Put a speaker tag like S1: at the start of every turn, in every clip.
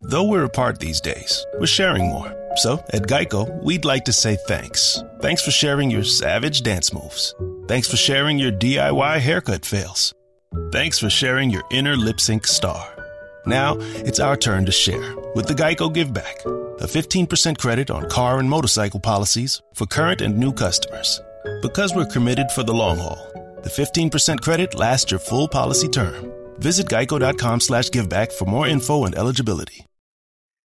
S1: Though we're apart these days, we're sharing more. So, at Geico, we'd like to say thanks. Thanks for sharing your savage dance moves. Thanks for sharing your DIY haircut fails. Thanks for sharing your inner lip sync star. Now, it's our turn to share with the Geico Give Back, a 15% credit on car and motorcycle policies for current and new customers. Because we're committed for the long haul, the 15% credit lasts your full policy term. Visit geico.com slash giveback for more info and eligibility.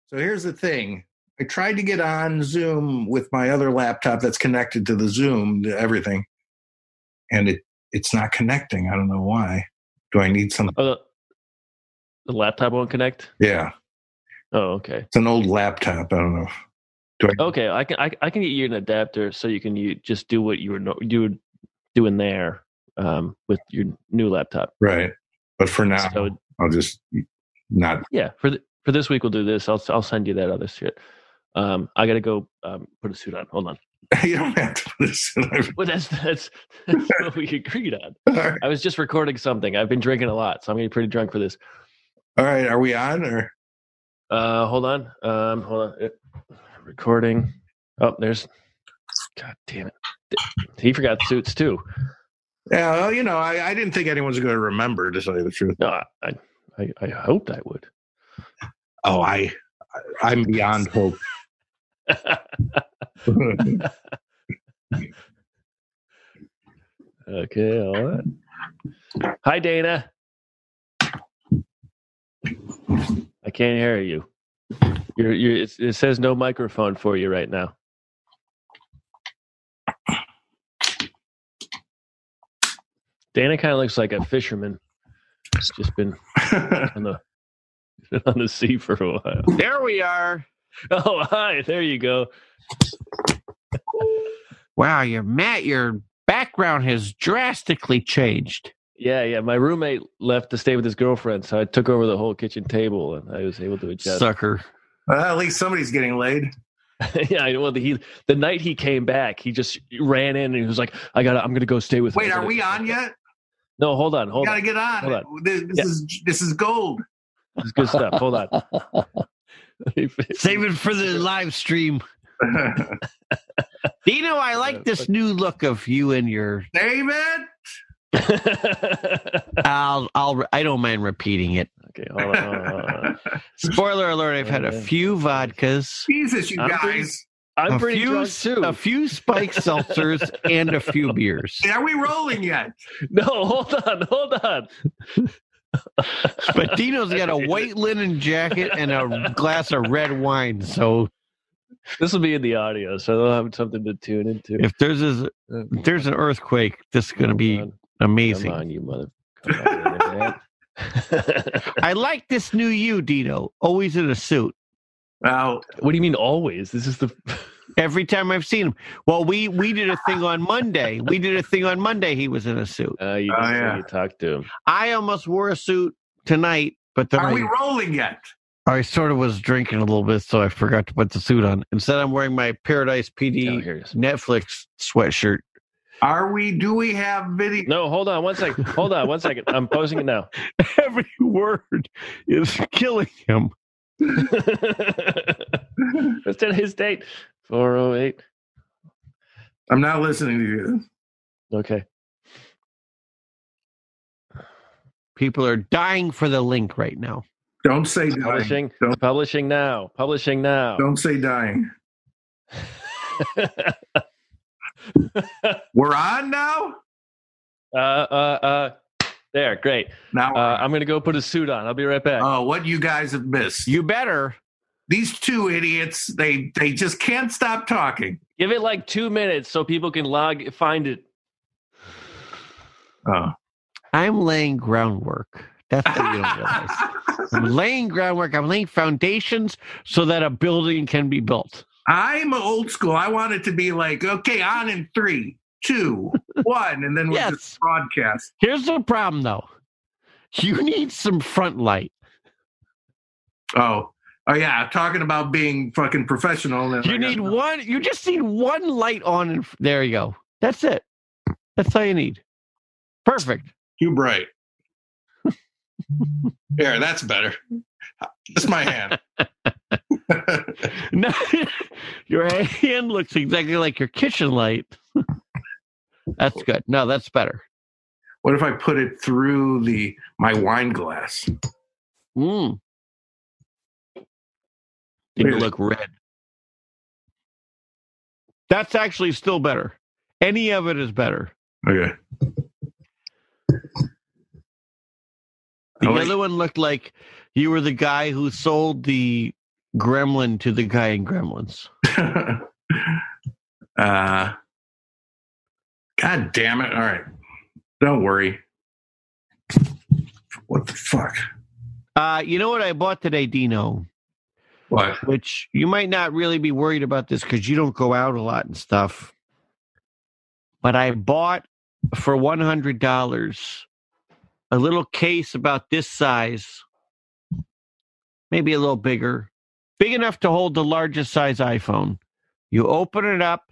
S2: So here's the thing. I tried to get on Zoom with my other laptop that's connected to the Zoom, to everything, and it, it's not connecting. I don't know why. Do I need some?
S3: Oh, the, the laptop won't connect.
S2: Yeah,
S3: Oh, okay.
S2: it's an old laptop. I don't know. Do I?
S3: Okay, I can I, I can get you an adapter so you can you just do what you were no- you were doing there um, with your new laptop.
S2: Right. But for now,
S3: So
S2: I'll just not.
S3: yeah, for th- for this week we'll do this. I'll I'll send you that other shit. Um, I gotta go um, put a suit on. Hold on.
S2: you don't have to listen.
S3: Well, that's that's, that's what we agreed on.
S2: All right.
S3: I was just recording something. I've been drinking a lot, so I'm getting pretty drunk for this.
S2: All right. Are we on or?
S3: Uh, hold on. Um, hold on. Uh, Recording. Oh, there's. God damn it! He forgot suits too.
S2: Yeah. Well, you know, I, I didn't think anyone's going to remember to tell you the truth.
S3: No, I, I, I hoped I would.
S2: Oh, I, I- I'm beyond hope.
S3: okay, all right. Hi, Dana. I can't hear you. You're, you're, it's- it says no microphone for you right now. Dana kind of looks like a fisherman. He's just been on the on the sea for a while.
S4: There we are.
S3: Oh, hi! There you go.
S4: Wow, you Matt, your background has drastically changed.
S3: Yeah, yeah. My roommate left to stay with his girlfriend, so I took over the whole kitchen table, and I was able to adjust.
S4: Sucker.
S2: well, at least somebody's getting laid.
S3: yeah, I- well, the, he the night he came back, he just ran in and he was like, "I got, to I'm gonna go stay with." him."
S2: Wait, are we on yet?
S3: No, hold on,
S2: We
S3: hold
S2: gotta
S3: on.
S2: get on.
S3: Hold
S2: This, this
S3: Yeah.
S2: is this is gold.
S3: This is good stuff. Hold on. Let me fix-
S4: Save it for the live stream.
S2: David,
S4: Dino, I like this new look of you and your I'll I'll I don't mind repeating it.
S3: okay, hold on. Hold on, hold on.
S4: Spoiler alert, I've had a few vodkas,
S2: Jesus, you
S3: I'm pretty-
S2: guys,
S3: I'm
S4: A
S3: pretty
S4: few
S3: drunk too.
S4: a few spike seltzers, and a few beers.
S2: are we rolling yet?
S3: No, hold on, hold on.
S4: But Dino's got a white linen jacket and a glass of red wine. So
S3: This will be in the audio, so they'll have something to tune into. Oh,
S4: if there's a, if there's an earthquake, this is going to be
S3: Come
S4: amazing.
S3: on, you mother. Come on, internet.
S4: I like this new you, Dino. Always in a suit.
S2: Well,
S3: What do you mean always? This is the
S4: Every time I've seen him. Well, we we did a thing on Monday. We did a thing on Monday. He was in a suit.
S3: uh, you,
S2: Oh,
S3: didn't say
S2: yeah.
S3: you talked to him.
S4: I almost wore a suit tonight, but then
S2: are we
S4: I,
S2: rolling yet?
S4: I sort of was drinking a little bit, so I forgot to put the suit on. Instead, I'm wearing my Paradise
S3: Oh,
S4: PD
S3: here it is.
S4: Netflix sweatshirt.
S2: Are we? Do we have video?
S3: No, hold on one second. Hold on one second. I'm posting it now.
S4: Every word is killing him.
S3: Let's set his date. 408.
S2: I'm not listening to you.
S3: Okay.
S4: People are dying for the link right now.
S2: Don't say dying.
S3: Publishing.
S2: Don't-
S3: Publishing now. Publishing now.
S2: Don't say dying. We're on now.
S3: uh, uh, uh, there. Great.
S2: Now,
S3: Uh, I'm going to go put a suit on. I'll be right back.
S2: oh, what you guys have missed?
S4: You better.
S2: These two idiots. They they just can't stop talking.
S3: Give it like two minutes so people can log, find it.
S2: Oh.
S4: I'm laying groundwork. That's what you don't realize. I'm laying groundwork. I'm laying foundations so that a building can be built.
S2: I'm old school. I want it to be like, okay, on in three, two, one, and then we
S4: Yes.
S2: just broadcast.
S4: Here's the problem, though. You need some front light.
S2: Oh, oh yeah, talking about being fucking professional. and-
S4: You need one. You just need one light on. And there you go. That's it. That's all you need. Perfect.
S2: too bright. Here, that's better. That's my hand.
S4: No, your hand looks exactly like your kitchen light. that's good. No, that's better.
S2: what if I put it through the my wine glass?
S4: Mm. Didn't
S2: Really?
S4: look red. That's actually still better. Any of it is better.
S2: Okay.
S4: The
S2: I like-
S4: other one looked like you were the guy who sold the gremlin to the guy in Gremlins.
S2: uh, God damn it. All right. Don't worry. What the fuck?
S4: Uh, you know what I bought today, Dino?
S2: What?
S4: Which you might not really be worried about this because you don't go out a lot and stuff. But I bought for $100 a little case about this size, maybe a little bigger, big enough to hold the largest size iPhone. You open it up,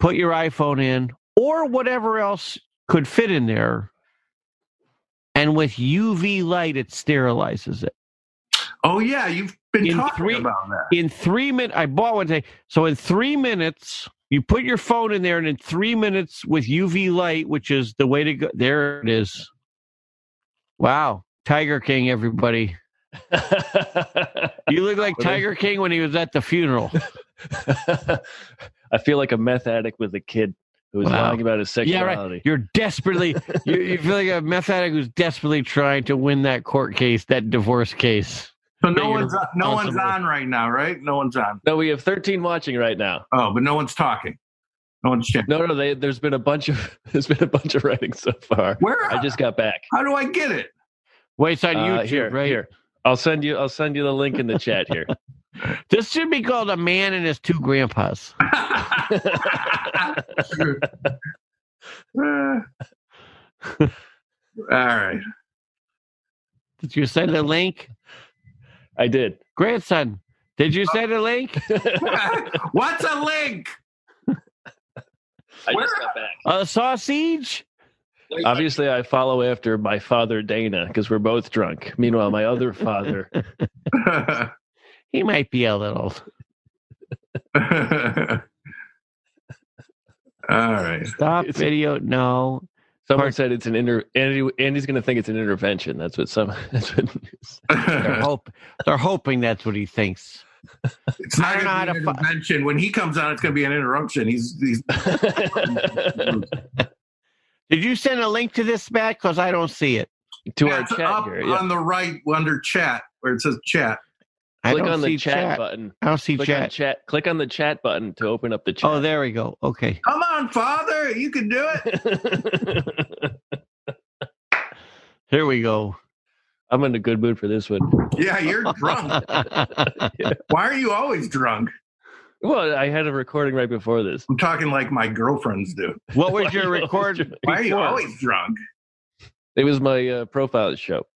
S4: put your iPhone in, or whatever else could fit in there. And with UV light, it sterilizes it
S2: Oh, yeah. You've been
S4: In
S2: talking
S4: three-
S2: about that.
S4: in three minutes i bought one today so in three minutes you put your phone in there and in three minutes with uv light which is the way to go there it is wow tiger king everybody you look like
S3: Okay.
S4: tiger king when he was at the funeral
S3: I feel like a meth addict with a kid who is
S4: Wow.
S3: lying about his
S4: Yeah, right.
S3: sexuality.
S4: you're desperately you, you feel like a meth addict who's desperately trying to win that court case that divorce case
S2: So no
S4: you're
S2: one's on, no one's
S4: responsible.
S2: on right now, right? No one's on.
S3: No, we have 13 watching right now.
S2: Oh, but no one's talking. No one's chatting.
S3: No, no, they, there's been a bunch of there's been a bunch of writings so far.
S2: Where?
S3: I just got back.
S2: how do I get it?
S4: wait it's on
S3: Uh,
S4: youtube
S3: here,
S4: right
S3: here. I'll send you. I'll send you the link in the chat here.
S4: this should be called a man and his two grandpas
S2: Sure. Uh, all right.
S4: did you send a link
S3: I did.
S4: grandson did you send a link
S2: What's a link?
S3: I
S2: Where-
S3: just got back.
S4: A sausage?
S3: Obviously, I follow after my father Dana because we're both drunk. Meanwhile, my other father,
S4: He might be a little.
S2: All right.
S4: Stop
S3: It's-
S4: video. No.
S3: someone
S4: Pardon.
S3: said it's an inter. Andy, Andy's going to think it's an intervention. That's what some. That's what.
S4: They're hope they're hoping that's what he thinks.
S2: It's not
S4: I don't know how
S2: going to be an intervention.
S4: to fu-
S2: When he comes on, it's going to be an interruption. He's, he's
S4: Did you send a link to this, Matt? Because I don't see it.
S3: to our
S2: It's
S3: chat
S2: up
S3: here. Yeah.
S2: on the right under chat where it says chat.
S4: I
S3: click
S4: don't
S3: on
S4: see
S3: the chat, button.
S4: I don't see
S3: Click on
S4: chat.
S3: chat. Click on the chat button to open up the chat.
S4: Oh, there we go. Okay.
S2: Come on, father. You can do it.
S4: Here we go.
S3: I'm in a good mood for this one.
S2: Yeah, you're drunk. Why are you always drunk?
S3: Well, I had a recording right before this.
S2: I'm talking like my girlfriends do.
S4: what was your record?
S2: Why are you
S4: before?
S2: always drunk?
S3: It was my uh, profile show.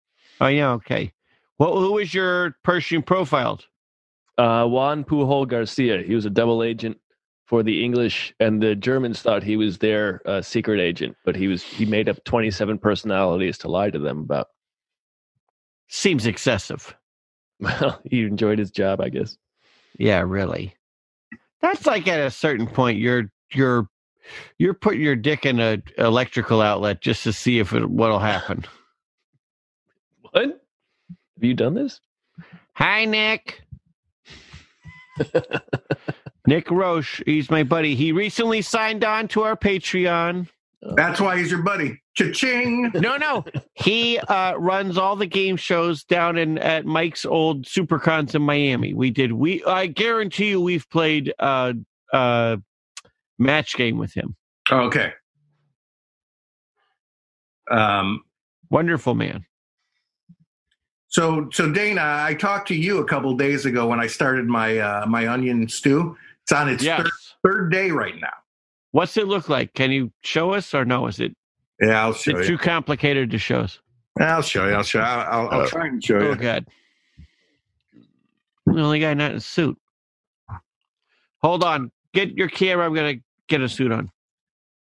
S4: Oh yeah, okay. Well, who was your person you profiled?
S3: Uh, Juan Pujol Garcia. He was a double agent for the English, and the Germans thought he was their uh, secret agent, but he was he made up 27 personalities to lie to them about.
S4: Seems excessive.
S3: Well, he enjoyed his job, I guess.
S4: Yeah, really. That's like at a certain point you're you're you're putting your dick in a electrical outlet just to see if it what'll happen.
S3: What? Have you done this?
S4: Hi, Nick. Nick Roche, he's my buddy. He recently signed on to our Patreon.
S2: That's why he's your buddy. Cha-ching.
S4: No, no, he uh, runs all the game shows down in at Mike's old Supercons in Miami. We did. We I guarantee you, we've played uh, uh, match game with him.
S2: Okay. Um,
S4: Wonderful man.
S2: so so Dana, I talked to you a couple days ago when I started my uh, my onion stew. It's on its
S4: Yes.
S2: third, third day right now.
S4: What's it look like? Can you show us or no? Is it
S2: Yeah, I'll
S4: is it
S2: show you.
S4: too complicated to show us?
S2: I'll show you. I'll show. You. I'll, I'll, I'll try and show
S4: Oh
S2: you.
S4: god. I'm the only guy not in a suit. Hold on. Get your camera. I'm gonna get a suit on.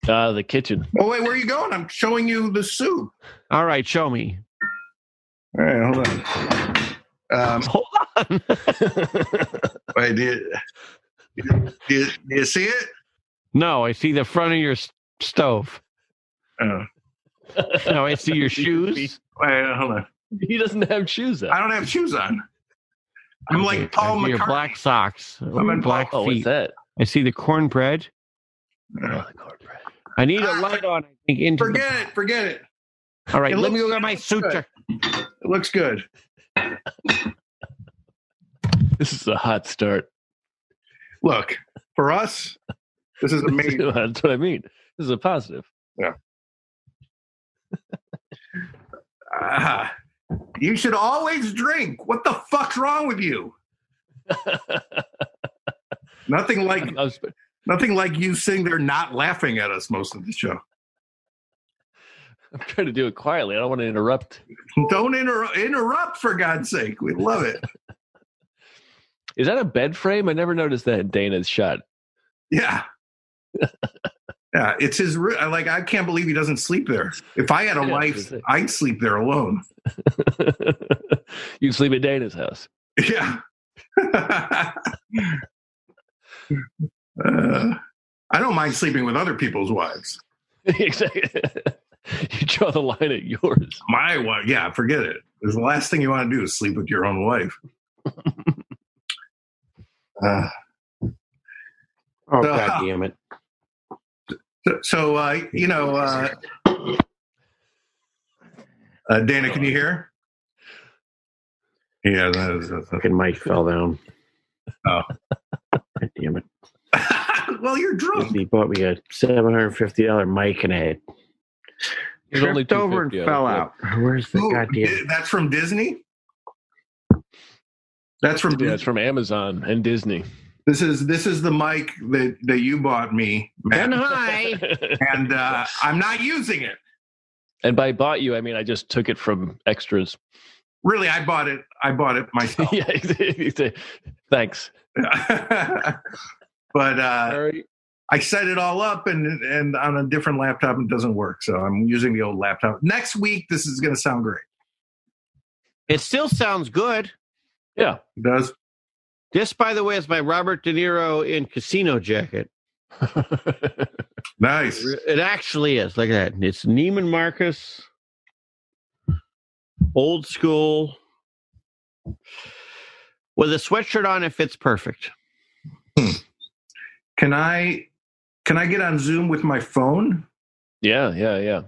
S3: Uh, the kitchen.
S2: Oh wait, where are you going? I'm showing you the soup.
S4: All right, show me.
S2: All right, hold on. Um,
S4: Hold on.
S2: wait, do, you, do, you, do you see it?
S4: no, I see the front of your s- stove.
S2: Oh,
S4: No, I see your shoes.
S2: wait, hold on.
S3: He doesn't have shoes
S2: I
S3: on.
S2: don't have shoes on. I'm like Paul
S4: I see
S2: McCartney.
S4: Your black socks.
S2: I'm in
S4: black
S3: Oh, what's
S4: feet.
S3: that?
S4: I see the cornbread.
S3: Oh, the cornbread.
S4: I need a
S2: Ah,
S4: light on. I think into the-
S2: Forget it. Forget it.
S4: All right,
S2: It
S4: let me
S2: looks-
S4: go get my
S2: it looks
S4: suture.
S2: good. It looks good.
S3: This is a hot start.
S2: Look, for us, this is amazing.
S3: That's what I mean. This is a positive.
S2: Ah, you should always drink. What the fuck's wrong with you? Nothing like
S3: I was-
S2: nothing like you sitting there not laughing at us most of the show.
S3: I'm trying to do it quietly. I don't want to interrupt.
S2: Don't inter- interrupt for God's sake. We love it.
S3: Is that a bed frame? I never noticed that in Dana's shot.
S2: Yeah. Yeah, it's his. ri- I Like, I can't believe he doesn't sleep there. If I had a
S3: Yeah,
S2: life,
S3: that's it.
S2: I'd sleep there alone.
S3: you sleep at Dana's house.
S2: Yeah. uh, I don't mind sleeping with other people's wives.
S3: exactly. You draw the line at yours.
S2: My wife, yeah, forget it. It's the last thing you want to do is sleep with your own wife. uh, So-
S4: Oh god damn it!
S2: so, so uh, you know, uh, uh, Dana, can you hear? Yeah. That is, that's,
S4: Fucking mic fell down.
S2: Oh.
S4: God damn it!
S2: well, you're drunk.
S4: He bought me a seven hundred fifty dollar mic and I
S3: There's only
S4: tripped over and
S3: 250
S4: fell
S3: on it.
S4: out. Where's the
S2: Who-
S4: goddamn?
S2: that's from Disney. That's from
S3: Yeah, it's from Amazon and Disney.
S2: this is this is the mic that that you bought me,
S4: Then
S2: Matt,
S4: hi.
S2: and uh, I'm not using it.
S3: and by bought you, I mean I just took it from extras.
S2: Really, I bought it. I bought it myself.
S3: yeah, exactly. thanks.
S2: but uh,
S3: Sorry.
S2: I set it all up, and and on a different laptop, it doesn't work. So I'm using the old laptop. Next week, this is going to sound great.
S4: It still sounds good.
S3: Yeah.
S2: It does
S4: This, by the way, is my Robert De Niro in Casino jacket.
S2: nice.
S4: It actually is. Look at that. It's Neiman Marcus, old school, with a sweatshirt on. It fits perfect.
S2: Can I can I get on Zoom with my phone?
S3: yeah, yeah, yeah.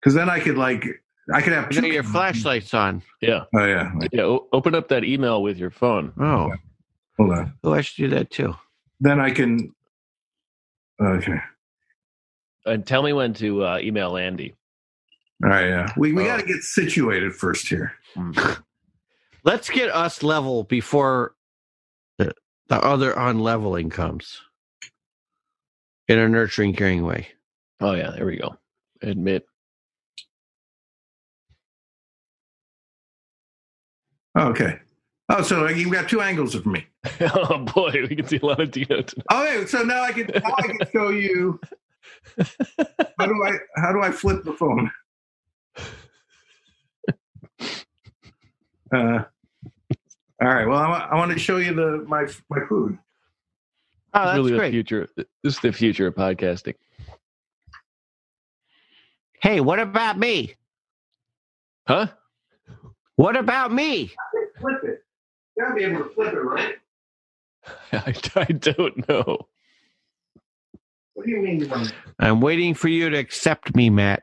S2: Because then I could like I could have
S4: You got your flashlights on.
S3: Yeah.
S2: Oh yeah,
S3: Yeah. O- open up that email with your phone.
S4: Oh,
S2: hold on.
S4: oh, I should do that too.
S2: Then I can. Okay.
S3: And tell me when to uh, email Andy.
S2: All right. Yeah. We we
S3: Oh.
S2: got to get situated first here.
S4: Let's get us level before the, the other on leveling comes in a nurturing, caring way.
S3: Oh yeah, there we go. Admit.
S2: Okay. Oh, so you've got two angles of me.
S3: oh boy, we can see a lot of Dino tonight.
S2: Okay, so now I can now I can show you. How do I how do I flip the phone? Uh, all right. Well, I, wa- I want to show you the my my food.
S4: Oh,
S3: It's
S4: that's
S3: really the
S4: great.
S3: future. uh, This is the future of podcasting.
S4: Hey, what about me?
S3: Huh?
S4: What about me?
S2: Flip it. You gotta be able to flip it, right?
S3: I, I don't know.
S2: What do you mean? you don't-
S4: I'm waiting for you to accept me, Matt.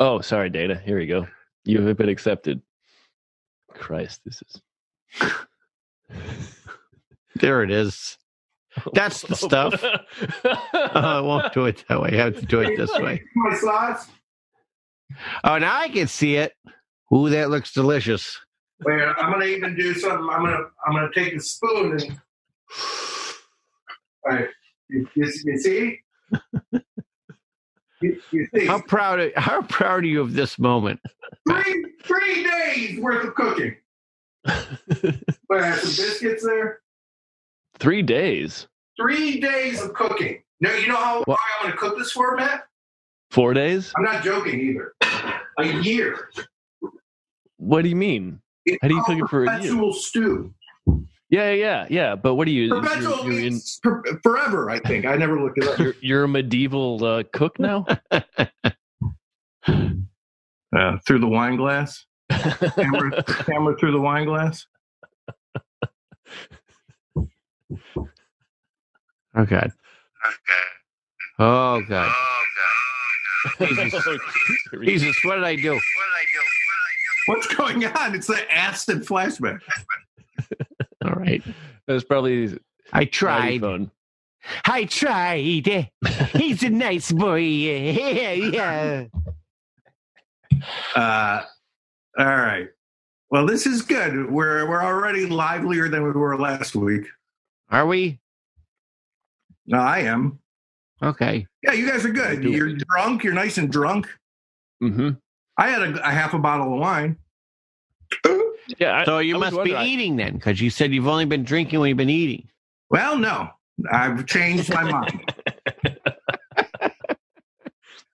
S3: Oh, sorry, Dana. Here we go. You have been accepted. Christ, this is
S4: There it is. That's the stuff. Uh, I won't do it that way. I have to do it this way.
S2: My sauce.
S4: Oh, now I can see it. Ooh, that looks delicious.
S2: Wait, I'm gonna even do something. I'm gonna I'm gonna take the spoon and. All right. You, you, you see? You, you see?
S4: How proud of, how proud are you of this moment?
S2: Three three days worth of cooking. But I have some biscuits there.
S3: Three days,
S2: Three days of cooking. No, you know how long
S3: What?
S2: I'm going to cook this for, Matt?
S3: four days.
S2: I'm not joking either. A year.
S3: What do you mean? How do you cook it for a year?
S2: Perpetual stew.
S3: Yeah, yeah, yeah, yeah. But what do you?
S2: Perpetual
S3: You're, you're, in,
S2: means per- forever, I think. I never looked it up.
S3: you're, you're a medieval uh, cook now.
S2: Uh, through the wine glass? Camera, camera through the wine glass?
S4: Oh God. Oh God. Jesus. Jesus, what did I do?
S2: What's going on? It's the Aston flashback.
S4: All right.
S3: That's probably
S4: I tried.
S3: iPhone.
S4: I tried. He's a nice boy. Yeah, yeah.
S2: Uh, all right. Well, this is good. We're we're already livelier than we were last week.
S4: Are we?
S2: No, I am.
S4: Okay.
S2: Yeah, you guys are good.
S3: Do it.
S2: You're drunk. You're nice and drunk.
S3: hmm
S2: I had a, a half a bottle of wine.
S3: Yeah, I,
S4: So you
S3: I was
S4: must be
S3: wondering-
S4: eating then, because you said you've only been drinking when you've been eating.
S2: Well, no, I've changed my mind.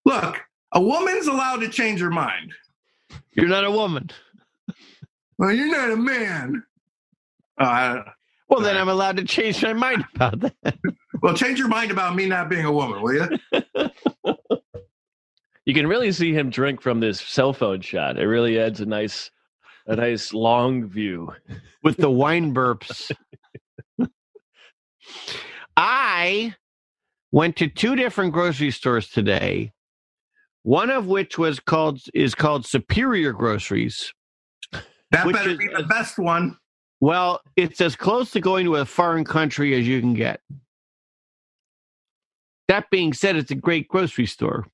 S2: Look, a woman's allowed to change her mind.
S4: You're not a woman.
S2: Well, you're not a man. Uh,
S4: Well, then I'm allowed to change my mind about that.
S2: well, change your mind about me not being a woman, will you?
S3: you can really see him drink from this cell phone shot. It really adds a nice, a nice long view.
S4: With the wine burps. I went to two different grocery stores today. One of which was called is called Superior Groceries.
S2: That
S4: Which
S2: better
S4: is-
S2: be the best one.
S4: Well, it's as close to going to a foreign country as you can get. That being said, it's a great grocery store.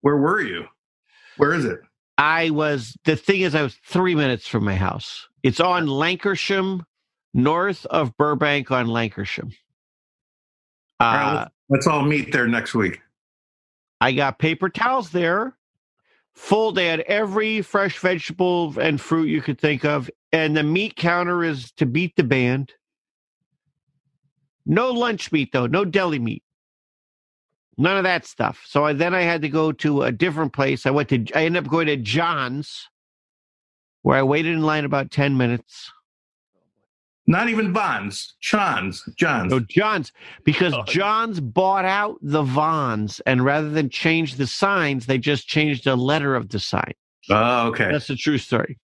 S2: Where were you? Where is it?
S4: I was, the thing is, I was three minutes from my house. It's on Lancashire, north of Burbank on Lancashire.
S2: All right,
S4: Uh,
S2: let's- let's all meet there next week.
S4: I got paper towels there. Full, they had every fresh vegetable and fruit you could think of. And the meat counter is to beat the band. No lunch meat, though, no deli meat. None of that stuff. So I, then I had to go to a different place. I went to, I ended up going to John's, where I waited in line about 10 minutes.
S2: Not even Vons, Sean's, John's.
S4: No, John's, because
S3: Oh.
S4: John's bought out the Vons, and rather than change the signs, they just changed the letter of the sign.
S2: Oh, okay.
S4: That's a true story.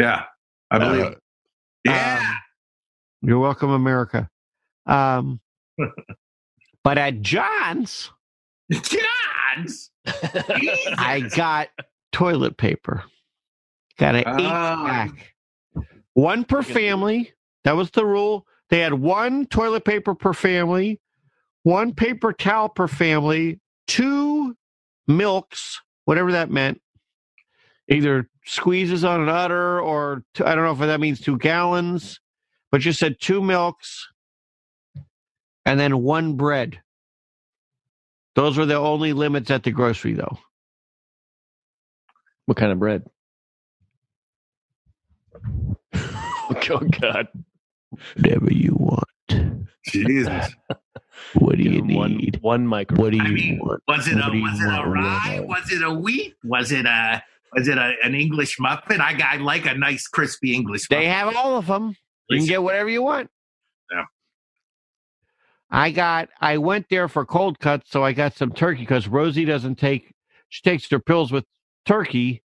S2: Yeah, I believe.
S3: Uh,
S2: it. Yeah.
S4: Um, you're welcome, America. Um, but at John's, um,
S2: John's.
S4: I got toilet paper. Got an eight
S2: Oh.
S4: pack, one per family. That was the rule. They had one toilet paper per family, one paper towel per family, two milks, whatever that meant. Either squeezes on an udder, or two, I don't know if that means two gallons, but just said two milks and then one bread. Those were the only limits at the grocery, though.
S3: What kind of bread? oh God!
S4: Whatever you want.
S2: Jesus.
S4: What do you
S3: Give him one
S4: need?
S3: one micro.
S4: What do you
S2: I mean,
S4: want?
S2: Was it
S4: What
S2: a
S4: do you
S2: was it
S4: want,
S2: a rye?
S4: Lord?
S2: Was it a wheat? Was it a was it a, an English muffin? I, I like a nice crispy English
S4: They
S2: muffin.
S4: have all of them. You can get whatever you want.
S2: Yeah.
S4: I got. I went there for cold cuts, so I got some turkey because Rosie doesn't take. She takes her pills with turkey,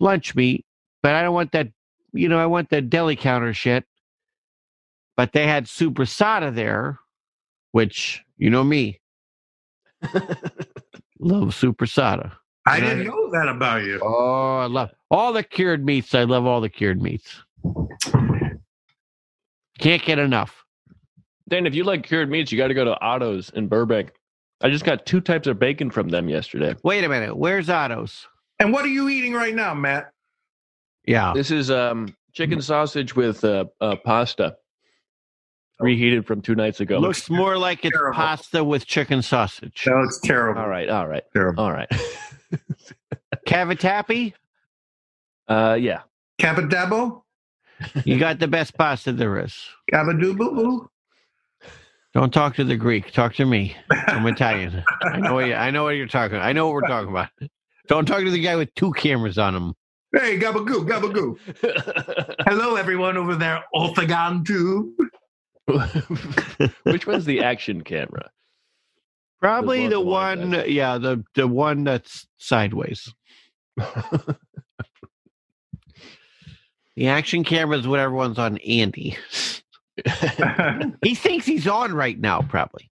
S4: lunch meat, but I don't want that. You know, I want the deli counter shit. But they had supersada there, which you know me. Love supersada.
S2: I didn't know that about you.
S4: Oh, I love all the cured meats. I love all the cured meats. Can't get enough.
S3: Dan, if you like cured meats, you got to go to Otto's in Burbank. I just got two types of bacon from them yesterday.
S4: Wait a minute. Where's Otto's?
S2: And what are you eating right now, Matt?
S4: Yeah.
S3: This is um, chicken
S4: Mm.
S3: sausage with uh, uh, pasta, reheated from two nights ago.
S4: Oh. Looks more like it's
S2: terrible.
S4: pasta with chicken sausage.
S2: No, it's terrible.
S3: all right, all right,
S2: Terrible.
S3: all right.
S4: Cavatappi,
S3: Uh, yeah,
S2: Cabadabo?
S4: you got the best pasta there is.
S2: Cabadoo
S4: Don't talk to the Greek. Talk to me. I'm Italian. I know. What you, I know what you're talking. I know what we're talking about. Don't talk to the guy with two cameras on him.
S2: Hey, gabagoo, gabagoo. Hello, everyone over there. Orthogon tube.
S3: Which one's the action camera?
S4: Probably
S3: The
S4: the
S3: one- the
S4: one,
S3: one
S4: yeah, the the one that's sideways. The action camera is what everyone's on Andy.
S2: Oh,
S4: He thinks he's on right now, probably.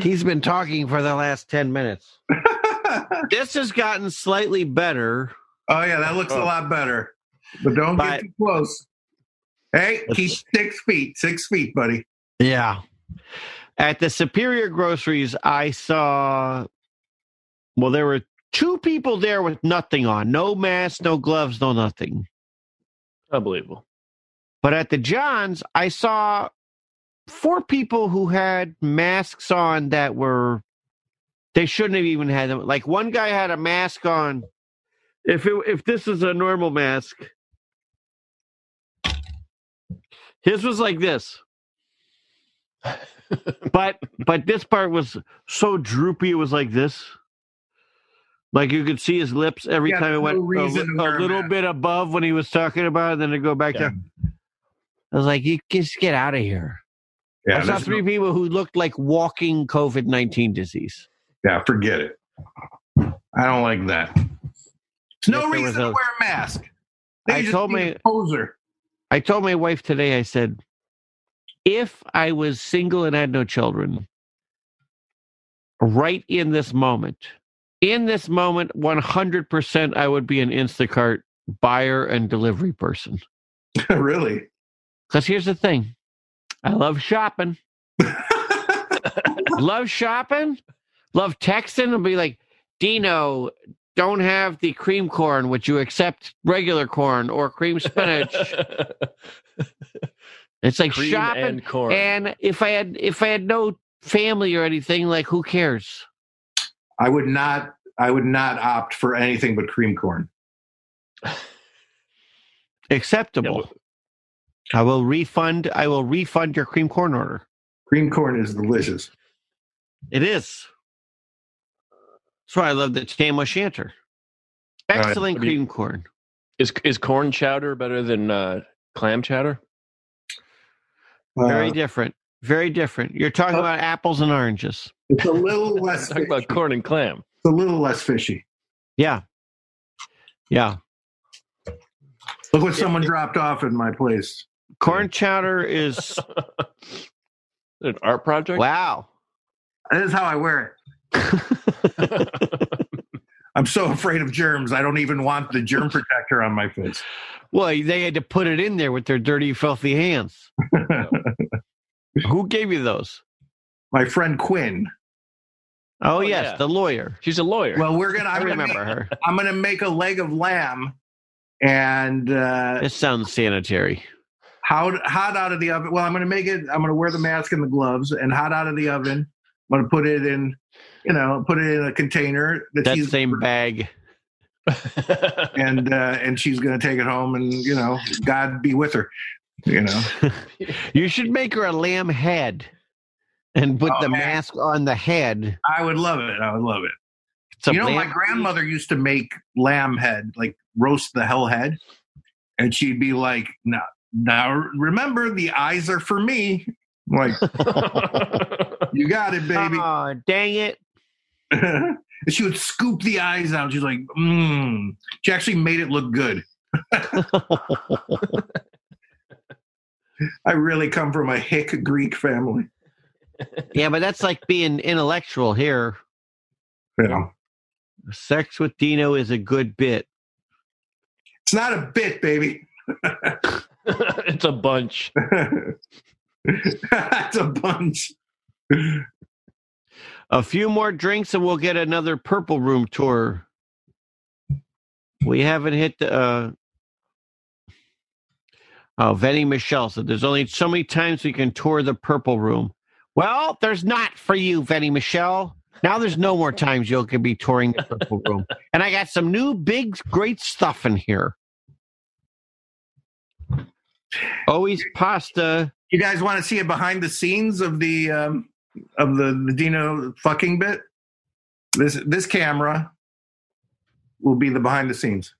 S4: He's been talking for the last 10 minutes.
S2: oh
S4: This has gotten slightly better.
S2: yeah, that looks a
S4: Oh.
S2: lot better. But don't get
S4: But-
S2: too close. Hey,
S4: That's-
S2: keep six feet, six feet, buddy.
S4: Yeah. At the Superior Groceries, I saw, well, there were two people there with nothing on no mask, no gloves, no nothing.
S3: Unbelievable.
S4: But at the Johns, I saw four people who had masks on that were they shouldn't have even had them. Like one guy had a mask on. If it, if this is a normal mask, his was like this. but but this part was so droopy. It was like this. Like you could see his lips every
S2: Yeah,
S4: time it
S2: no
S4: went a,
S2: reason to
S4: a
S2: wear a
S4: little
S2: mask.
S4: bit above when he was talking about it, then it go back
S2: Yeah.
S4: down. I was like, you just get out of here. I saw
S2: there's
S4: three people who looked like walking COVID 19 disease.
S2: no- yeah, forget it. I don't like that. There's no
S4: If there
S2: reason
S4: was
S2: to
S4: a-
S2: wear a mask. They
S4: I
S2: just
S4: told
S2: need
S4: my-
S2: a poser.
S4: I told my wife today, I said, if I was single and had no children, right in this moment, in this moment, 100% I would be an Instacart buyer and delivery person.
S2: really?
S4: Because here's the thing I love shopping. love shopping, love texting, and be like, Dino, don't have the cream corn. Would you accept regular corn or cream spinach? it's like
S3: Cream
S4: shopping.
S3: and corn.
S4: and if I had if I had no family or anything, like who cares?
S2: I would not. I would not opt for anything but cream corn.
S4: Acceptable.
S3: Yeah,
S4: I will refund. I will refund your cream corn order.
S2: Cream corn is delicious.
S4: It is. That's why I love the Tam O'Shanter.
S2: All right.
S4: Excellent
S3: What do you-
S4: cream corn.
S3: Is is corn chowder better than uh, clam chowder?
S2: Uh,
S4: Very different. Very different. You're talking
S2: Uh,
S4: about apples and oranges.
S2: it's a little less.
S3: Talk
S2: fishy.
S3: about corn and clam.
S2: It's a little less fishy.
S4: Yeah. Yeah.
S2: Look what someone dropped off in my place.
S4: Corn chowder is
S3: An art project.
S4: wow.
S2: This is how I wear it. I'm so afraid of germs. I don't even want the germ protector on my face.
S4: Well, they had to put it in there with their dirty, filthy hands. Who gave you those?
S2: my friend Quinn.
S4: Oh,
S3: Oh,
S4: yes,
S3: yeah.
S4: the lawyer.
S3: She's a lawyer.
S2: Well, we're gonna.
S4: I
S2: I'm gonna,
S4: remember
S2: make,
S4: her.
S2: I'm gonna make a leg of lamb, and uh,
S4: This sounds sanitary.
S2: hot hot out of the oven. Well, I'm gonna make it. I'm gonna wear the mask and the gloves, and hot out of the oven. I'm gonna put it in, you know, put it in a container. that's
S4: That
S2: used
S4: same
S2: for-
S4: bag.
S2: and uh, and she's gonna take it home, and you know, God be with her. You know,
S4: You should make her a lamb head and put
S2: Oh,
S4: the
S2: man.
S4: mask on the head.
S2: I would love it. I would love it.
S4: It's a
S2: you know,
S4: lamb-
S2: my grandmother used to make lamb head, like roast the hell head, and she'd be like, "Now, now, remember, the eyes are for me." I'm like, you got it, baby.
S4: Aw, dang it.
S2: and she would scoop the eyes out. She's like, mmm. She actually made it look good. I really come from a hick Greek family.
S4: Yeah, but that's like being intellectual here.
S2: You know,
S4: Sex with Dino is a good bit.
S2: it's not a bit, baby.
S3: it's a bunch.
S2: That's a bunch.
S4: A few more drinks and we'll get another purple room tour. We haven't hit the uh Oh, Venny Michelle said there's only so many times we can tour the purple room. Well, there's not for you, Venny Michelle. Now there's no more times you'll can be touring the purple room. And I got some new big great stuff in here. Always pasta.
S2: You guys want to see a behind the scenes of the um, of the, the Dino fucking bit? This this camera will be the behind the scenes.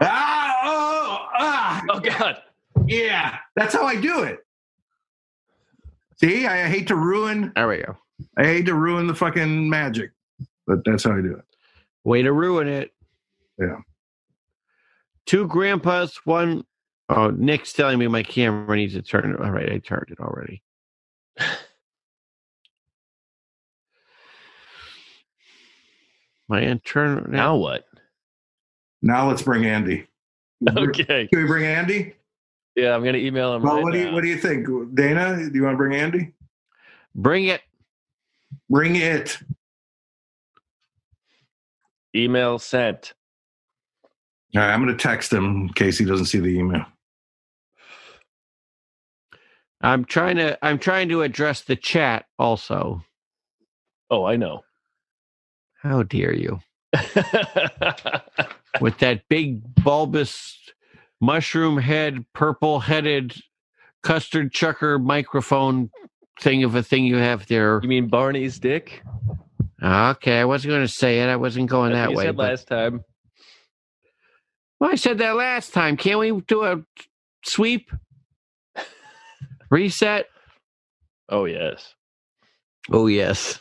S2: Ah, oh, ah,
S3: Oh God.
S2: yeah. That's how I do it. See, I hate to ruin.
S4: There we go.
S2: I hate to ruin the fucking magic, but that's how I do it.
S4: Way to ruin it.
S2: Yeah.
S4: Two grandpas, one. Oh, Nick's telling me my camera needs to turn. All right, I turned it already. My intern
S3: Now what?
S2: Now let's bring Andy.
S3: Okay.
S2: Can we bring Andy?
S3: Yeah, I'm gonna email him.
S2: Well,
S3: right
S2: what do you
S3: now.
S2: what do you think, Dana? Do you want to bring Andy?
S4: Bring it.
S2: Bring it.
S3: email sent.
S2: All right, I'm going to text him in case he doesn't see the email.
S4: I'm trying to. I'm trying to address the chat also.
S3: Oh, I know.
S4: How dare you with that big bulbous mushroom head, purple headed custard chucker microphone thing of a thing you have there.
S3: you mean Barney's dick?
S4: Okay, I wasn't going to say it. I wasn't going
S3: That's what
S4: that
S3: you
S4: way.
S3: said
S4: but-
S3: last time.
S4: well, I said that last time. Can't we do a sweep? Reset?
S3: Oh yes.
S4: Oh, yes.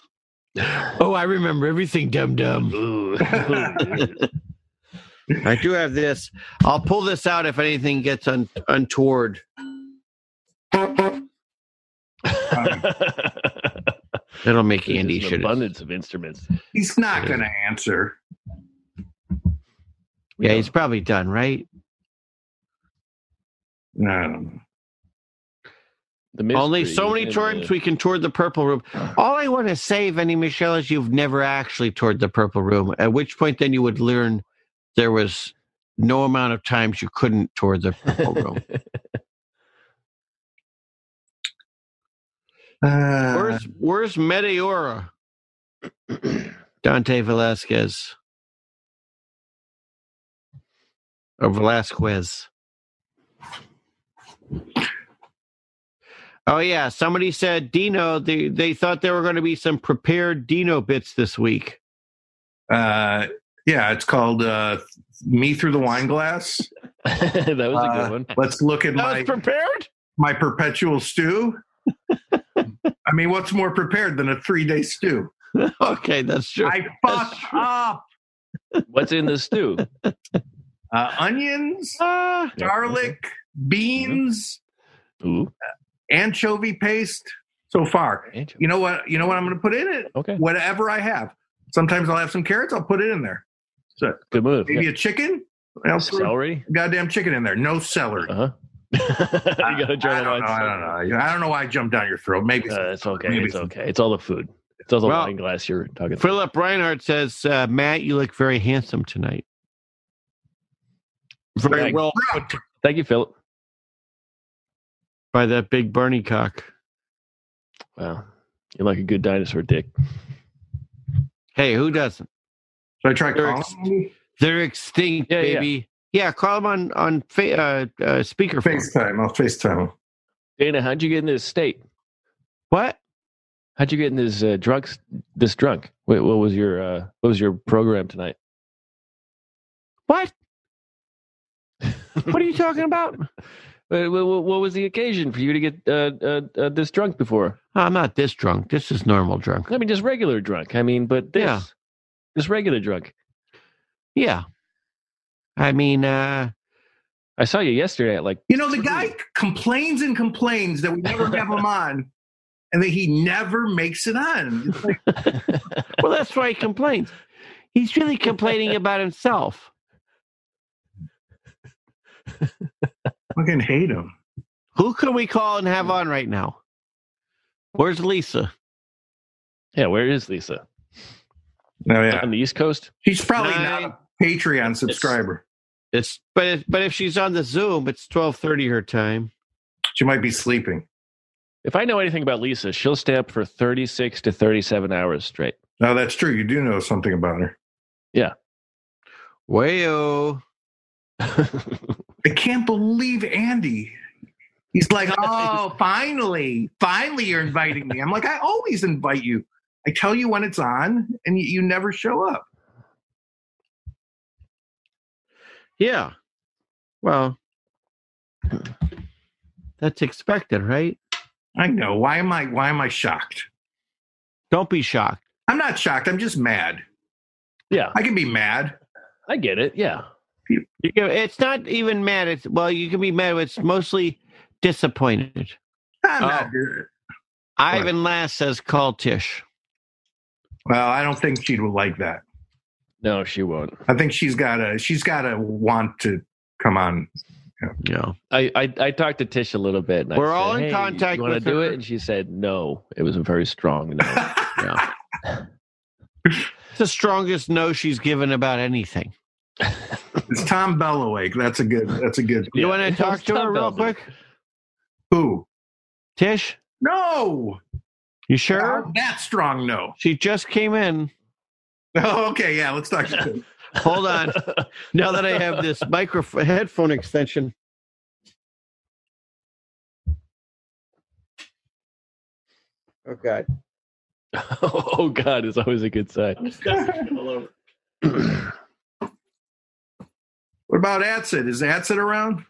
S4: Oh, I remember everything, dum dum.
S3: Ooh.
S4: I do have this. I'll pull this out if anything gets un- untoward. It'll make Andy
S3: Just an
S4: shit.
S3: abundance of instruments.
S2: He's not going to answer.
S3: We
S4: Yeah,
S3: don't-
S4: he's probably done, right?
S2: No, I don't know.
S3: the mystery
S4: Only so
S3: is
S4: many
S3: in
S4: times
S3: the-
S4: we can tour the purple room. All I want to say, Vinnie Michelle, is you've never actually toured the purple room. At which point, then you would learn there was no amount of times you couldn't tour the purple room.
S2: Uh,
S4: where's Where's Meteora? Dante Velasquez or Velasquez. Oh yeah, somebody said Dino. They they thought there were going to be some prepared Dino bits this week.
S2: uh, yeah, it's called uh, "Me Through the Wine Glass."
S3: that was a
S2: Uh,
S3: good one.
S2: Let's look at
S4: That
S2: my
S4: was prepared.
S2: my perpetual stew. I mean, what's more prepared than a three day stew?
S4: okay, that's true.
S2: I fucked up
S3: What's in the stew?
S2: uh, onions,
S4: Ah,
S2: garlic, beans,
S3: Ooh,
S4: Mm-hmm.
S2: anchovy paste. So far,
S3: angel.
S2: you know what? You know what I'm going to put in it.
S3: Okay,
S2: whatever I have. Sometimes I'll have some carrots. I'll put it in there.
S3: good move.
S2: Maybe a chicken. I'll throw
S3: Celery?
S2: a goddamn chicken in there. No celery.
S3: Uh huh. you gotta
S2: I
S3: try
S2: don't, know, I don't know. I don't know why I jumped down your throat. Maybe
S3: Uh, it's okay.
S2: Maybe
S3: it's
S2: some-
S3: okay. It's all the food. It's all the
S4: Well-
S3: wine glass you're talking. About.
S4: Philip Reinhardt says, uh, Matt, you look very handsome tonight. Very
S3: Thanks.
S4: well
S3: Thank you, Philip.
S4: by that big Bernie cock.
S3: Wow, you're like a good dinosaur dick.
S4: Hey, who doesn't?
S2: should I try
S4: They're
S2: calling?
S4: ex- They're extinct,
S3: Yeah, yeah.
S4: baby. Yeah. call them on on fa- uh, uh, speakerphone.
S2: FaceTime. I'll FaceTime. him.
S3: Dana, how'd you get in this state?
S4: What?
S3: How'd you get in this uh, drunk? This drunk? Wait, what was your uh, what was your program tonight?
S4: What? what are you talking about?
S3: What, Uh, what, what was the occasion for you to get uh, uh, uh, this drunk before?
S4: I'm not this drunk. This is normal drunk.
S3: I mean, just regular drunk. I mean, but this,
S4: Yeah.
S3: this regular drunk.
S4: Yeah. I mean, uh,
S3: I saw you yesterday at like
S2: You know, the guy complains and complains that we never have him on and that he never makes it on. It's like,
S4: well, that's why he complains. He's really complaining about himself.
S2: I fucking hate him.
S4: Who can we call and have on right now? Where's Lisa?
S3: yeah. Where is Lisa?
S2: No, Oh, yeah.
S3: On the East Coast.
S2: He's probably not a Patreon subscriber.
S4: It's but it, but if she's on the Zoom, it's twelve thirty her time.
S2: She might be sleeping.
S3: If I know anything about Lisa, she'll stay up for 36 to 37 hours straight.
S2: No, Oh, that's true. You do know something about her.
S4: Wayo.
S2: I can't believe Andy. He's like, oh, finally, finally, you're inviting me. I'm like, I always invite you. I tell you when it's on, and you, you never show up.
S4: Yeah. Well, that's expected, right?
S2: I know. Why am I why am I shocked?
S4: Don't be shocked.
S2: I'm not shocked. I'm just mad.
S3: Yeah,
S2: I can be mad.
S3: I get it. Yeah.
S4: You can, it's not even mad. It's well, you can be mad. It's mostly disappointed.
S2: I'm not.
S4: Ivan Last says, "Call Tish."
S2: Well, I don't think she would like that.
S3: No, she won't.
S2: I think she's got a she's got to want to come on.
S4: Yeah.
S3: I, I, I talked to Tish a little bit. And I
S4: We're
S3: said,
S4: all in
S3: "Hey,
S4: contact
S3: You want to
S4: with
S3: do
S4: her."
S3: it? And she said no. It was a very strong no.
S4: It's the strongest no she's given about anything.
S2: It's Tom Bellowake. That's a good. That's a good.
S3: Yeah.
S4: You want to
S3: It's
S4: talk to her real
S3: Seinfeld.
S4: quick,
S2: Who?
S4: Tish?
S2: No.
S4: You sure?
S2: That strong. No.
S4: She just came in.
S2: Oh, okay. Yeah. Let's talk. To you.
S4: Hold on. now that I have this microphone headphone extension. Oh God.
S3: oh God, it's always a good sign.
S2: what about Atsit? Is Atsit around?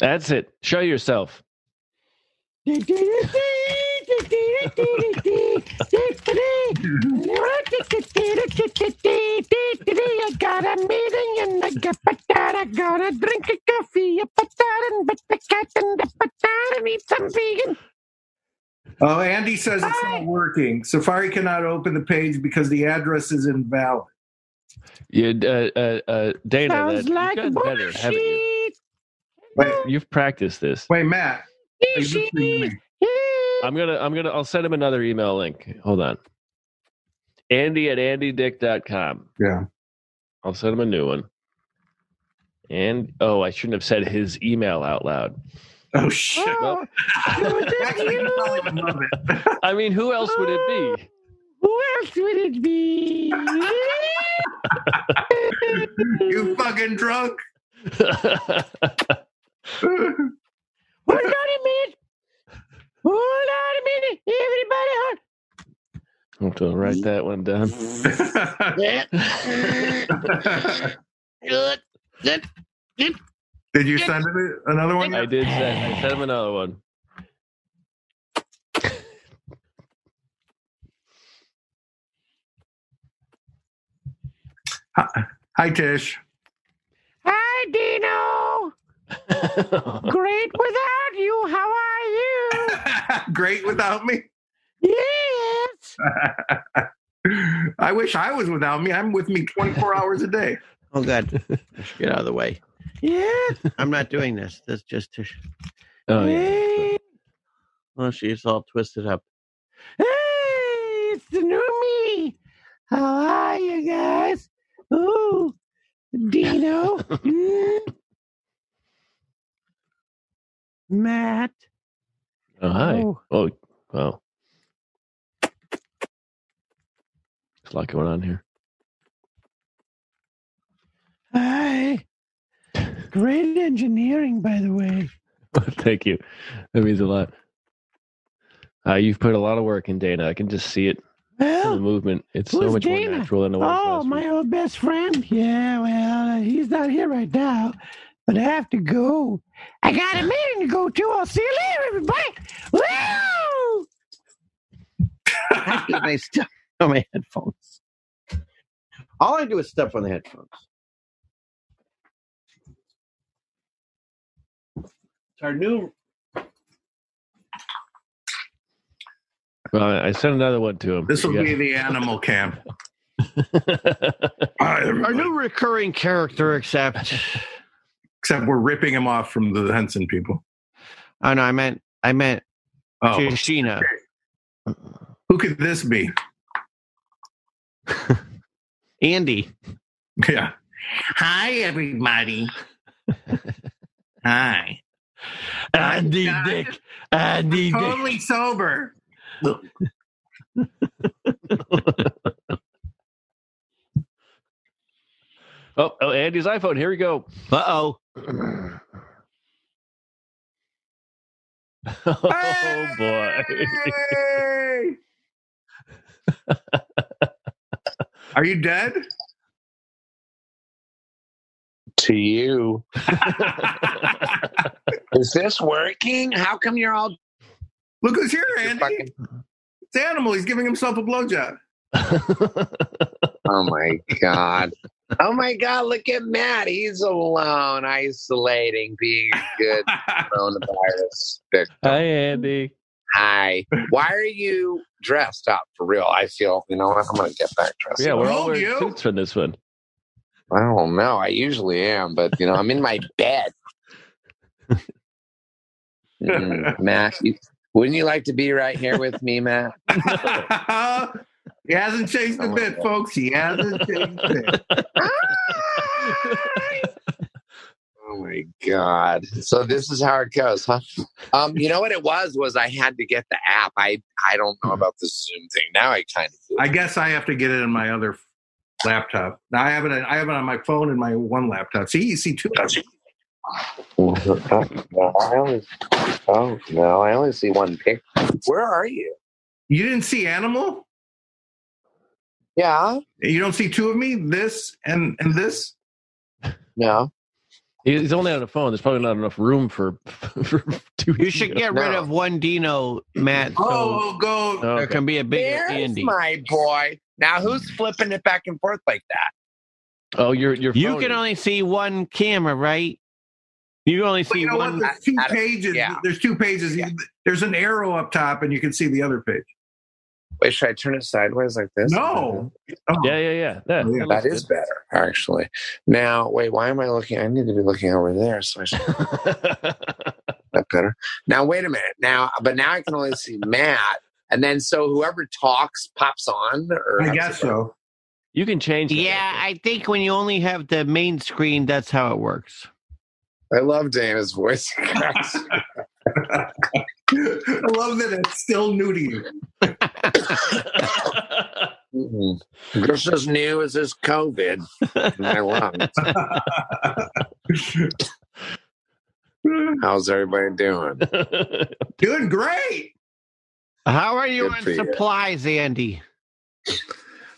S3: That's it. Show yourself.
S5: I got a meeting and I got patata. Gonna drink a coffee, a patata, but the cat and the patata needs some vegan.
S2: Oh, Andy says it's not working. Safari cannot open the page because the address is invalid.
S3: You, uh, uh, uh, Dana,
S5: Sounds
S3: that,
S5: like
S3: you've gotten better, haven't you?
S5: bullshit.
S2: Wait,
S3: You've practiced this.
S2: wait, Matt. are you listening to me?
S5: Oh,
S3: I'm gonna, I'm gonna, I'll send him another email link. Hold on. Andy at andydick.com.
S2: Yeah.
S3: I'll send him a new one. And oh, I shouldn't have said his email out loud.
S2: Oh shit.
S5: Oh,
S2: Actually, you probably would love it.
S3: I mean, who else would it be?
S5: who else would it be?
S2: you fucking drunk.
S5: Hold on a minute. Hold on a minute. Everybody, hold
S3: i have to write that one down.
S2: Did you send it another one?
S3: I did send, I sent him another one.
S2: Hi, Tish.
S5: Hi, Dino. Great without you. How are you?
S2: Great without me.
S5: Yes.
S2: I wish I was without me. I'm with me 24 hours a day.
S4: Oh God. Get out of the way.
S5: Yes.
S4: I'm not doing this. That's just Tish.
S3: oh, yeah.
S5: Hey,
S4: Well, she's all twisted up.
S5: hey, it's the new me. How are you guys? Ooh, Dino. Mm. Matt.
S3: Oh, hi.
S5: Oh.
S3: Oh, wow. There's a lot going on here.
S5: Hi. Great engineering, by the way.
S3: Thank you. That means a lot. Uh, you've put a lot of work in Dana. I can just see it in the
S5: Well,
S3: movement. It's so
S5: Oh, Who's
S3: much more
S5: Dana?
S3: natural than it was.
S5: oh,
S3: last
S5: my
S3: week.
S5: old best friend. Yeah, well, uh, he's not here right now, but I have to go. I got a meeting to go to. I'll see you later, everybody. Woo!
S4: I do my stuff on my headphones. All I do is stuff on the headphones. It's our new.
S3: Well, I I sent another one to him.
S2: This will
S3: Yeah.
S2: be the animal camp. Hi,
S4: Our
S2: everybody.
S4: new recurring character, except
S2: Except we're ripping him off from the Henson people.
S4: oh no, I meant I meant
S2: Oh,
S4: to Sheena.
S2: who could this be?
S4: Andy.
S2: Yeah. Hi, everybody. Hi.
S4: Andy
S2: God.
S4: Dick. Andy Dick.
S2: Totally sober.
S3: oh, oh, Andy's iPhone. Here we go.
S4: Uh oh.
S3: oh boy.
S2: Hey! Are you dead?
S6: to you. Is this working? How come you're all
S2: Look who's here,
S6: you're
S2: Andy.
S6: fucking?
S2: It's Animal. He's giving himself a blowjob.
S6: Oh my god! Oh my god! Look at Matt. He's alone, isolating, being a good coronavirus victim.
S3: Hi, Andy.
S6: Hi. Why are you dressed up for real? I feel you know what? I'm gonna get back dressed.
S3: Yeah,
S6: up.
S3: we're
S2: Who
S3: all
S2: told
S3: wearing
S2: you?
S3: suits for this one.
S6: I don't know. I usually am, but you know, I'm in my bed. Mm, Matt, you, wouldn't you like to be right here with me, Matt?
S2: he hasn't changed a
S6: Oh my
S2: bit,
S6: God.
S2: folks. He hasn't changed a bit.
S6: Oh my god! So this is how it goes, huh? Um, you know what it was was I had to get the app. I I don't know about the Zoom thing now. I kind of do.
S2: I guess I have to get it on my other laptop. Now I have it. I have it on my phone and my one laptop. See, you see two.
S6: no, I only, oh no, I only see one picture. Where are you?
S2: You didn't see Animal.
S6: Yeah,
S2: You don't see two of me. This and and this.
S6: no.
S3: He- He's only on the phone. There's probably not enough room for, for two.
S4: You should get rid
S6: No.
S4: of one Dino, Matt. So
S2: Oh, go.
S4: there
S3: Okay.
S4: can be a bigger
S6: There's
S4: Andy.
S6: my boy. Now
S2: Mm.
S6: who's flipping it back and forth like that?
S3: Oh, your your phone.
S4: You can only see one camera, right? You only
S2: But
S4: see
S2: you know what?
S4: one.
S2: There's two
S6: I- I don't-
S2: pages.
S6: yeah.
S2: There's two pages. You- There's an arrow up top, and you can see the other page.
S6: Wait, should I turn it sideways like this?
S2: No.
S3: Yeah, yeah, yeah. yeah,
S2: Oh, yeah,
S6: That
S3: looks
S6: is better, actually. Now, wait, why am I looking? I need to be looking over there. So I should
S3: good.
S6: that better. Now, wait a minute. Now, but now I can only see Matt. And then, so whoever talks pops on, or
S2: I guess so.
S3: you can change. that.
S4: Yeah, I think when you only have the main screen, that's how it works.
S6: I love Dana's voice.
S2: I love that it's still new to you.
S6: Mm-mm. this is new Mm-hmm. as this COVID. in My lungs. How's everybody doing?
S3: Oh,
S2: Doing great.
S4: How are you
S6: Good
S4: on
S6: for you.
S4: supplies, Andy?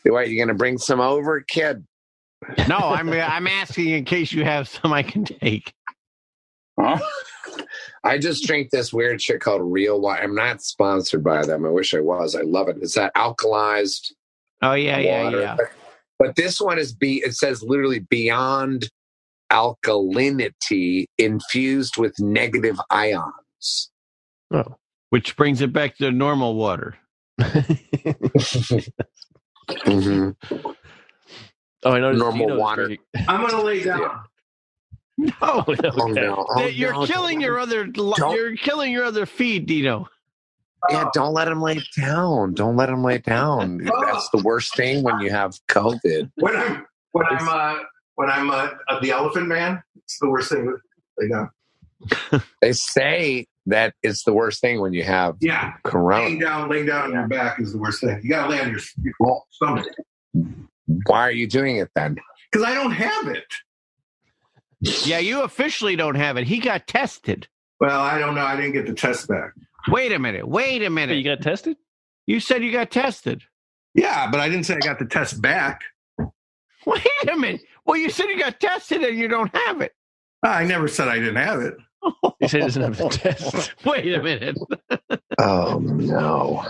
S6: What, you gonna bring some over, kid?
S4: No, I'm I'm asking in case you have some I can take.
S6: I just drink this weird shit called real wine. I'm not sponsored by them. I wish I was. I love it. It's that alkalized
S4: Oh yeah, yeah,
S6: water.
S4: yeah.
S6: But, but this one is be it says literally beyond alkalinity infused with negative ions.
S4: Which brings it back to the normal water.
S6: Mhm.
S3: Oh, I noticed.
S6: Normal
S3: Dino's
S6: water.
S3: drinking-
S2: I'm gonna lay down.
S6: Yeah.
S4: No,
S3: Oh, yeah,
S6: Oh,
S3: okay.
S6: no. Oh,
S4: you're
S6: no.
S4: killing your other. li-
S6: Don't-
S4: You're killing your other feed, Dino.
S6: Yeah, don't let him lay down. Don't let him lay down.
S2: Oh.
S6: That's the worst thing when you have COVID.
S2: When I'm when I'm uh, when I'm uh, uh, the Elephant Man, it's the worst thing. They know.
S6: They say that it's the worst thing when you have
S2: Yeah, laying
S6: corona.
S2: down, laying down on your back is the worst thing. You gotta lay on your, your
S6: Well,
S2: stomach
S6: why are you doing it then?
S2: because I don't have it.
S4: Yeah, you officially don't have it. He got tested.
S2: Well, I don't know. I didn't get the test back.
S4: Wait a minute. Wait a
S3: Wait, You
S4: minute.
S3: got tested?
S4: You said you got tested.
S2: Yeah, but I didn't say I got the test back.
S4: Wait a minute. Well, you said you got tested and you don't have it.
S2: Ah, I never said I didn't have it.
S3: He said he doesn't have the test.
S4: Wait a minute.
S6: Oh no.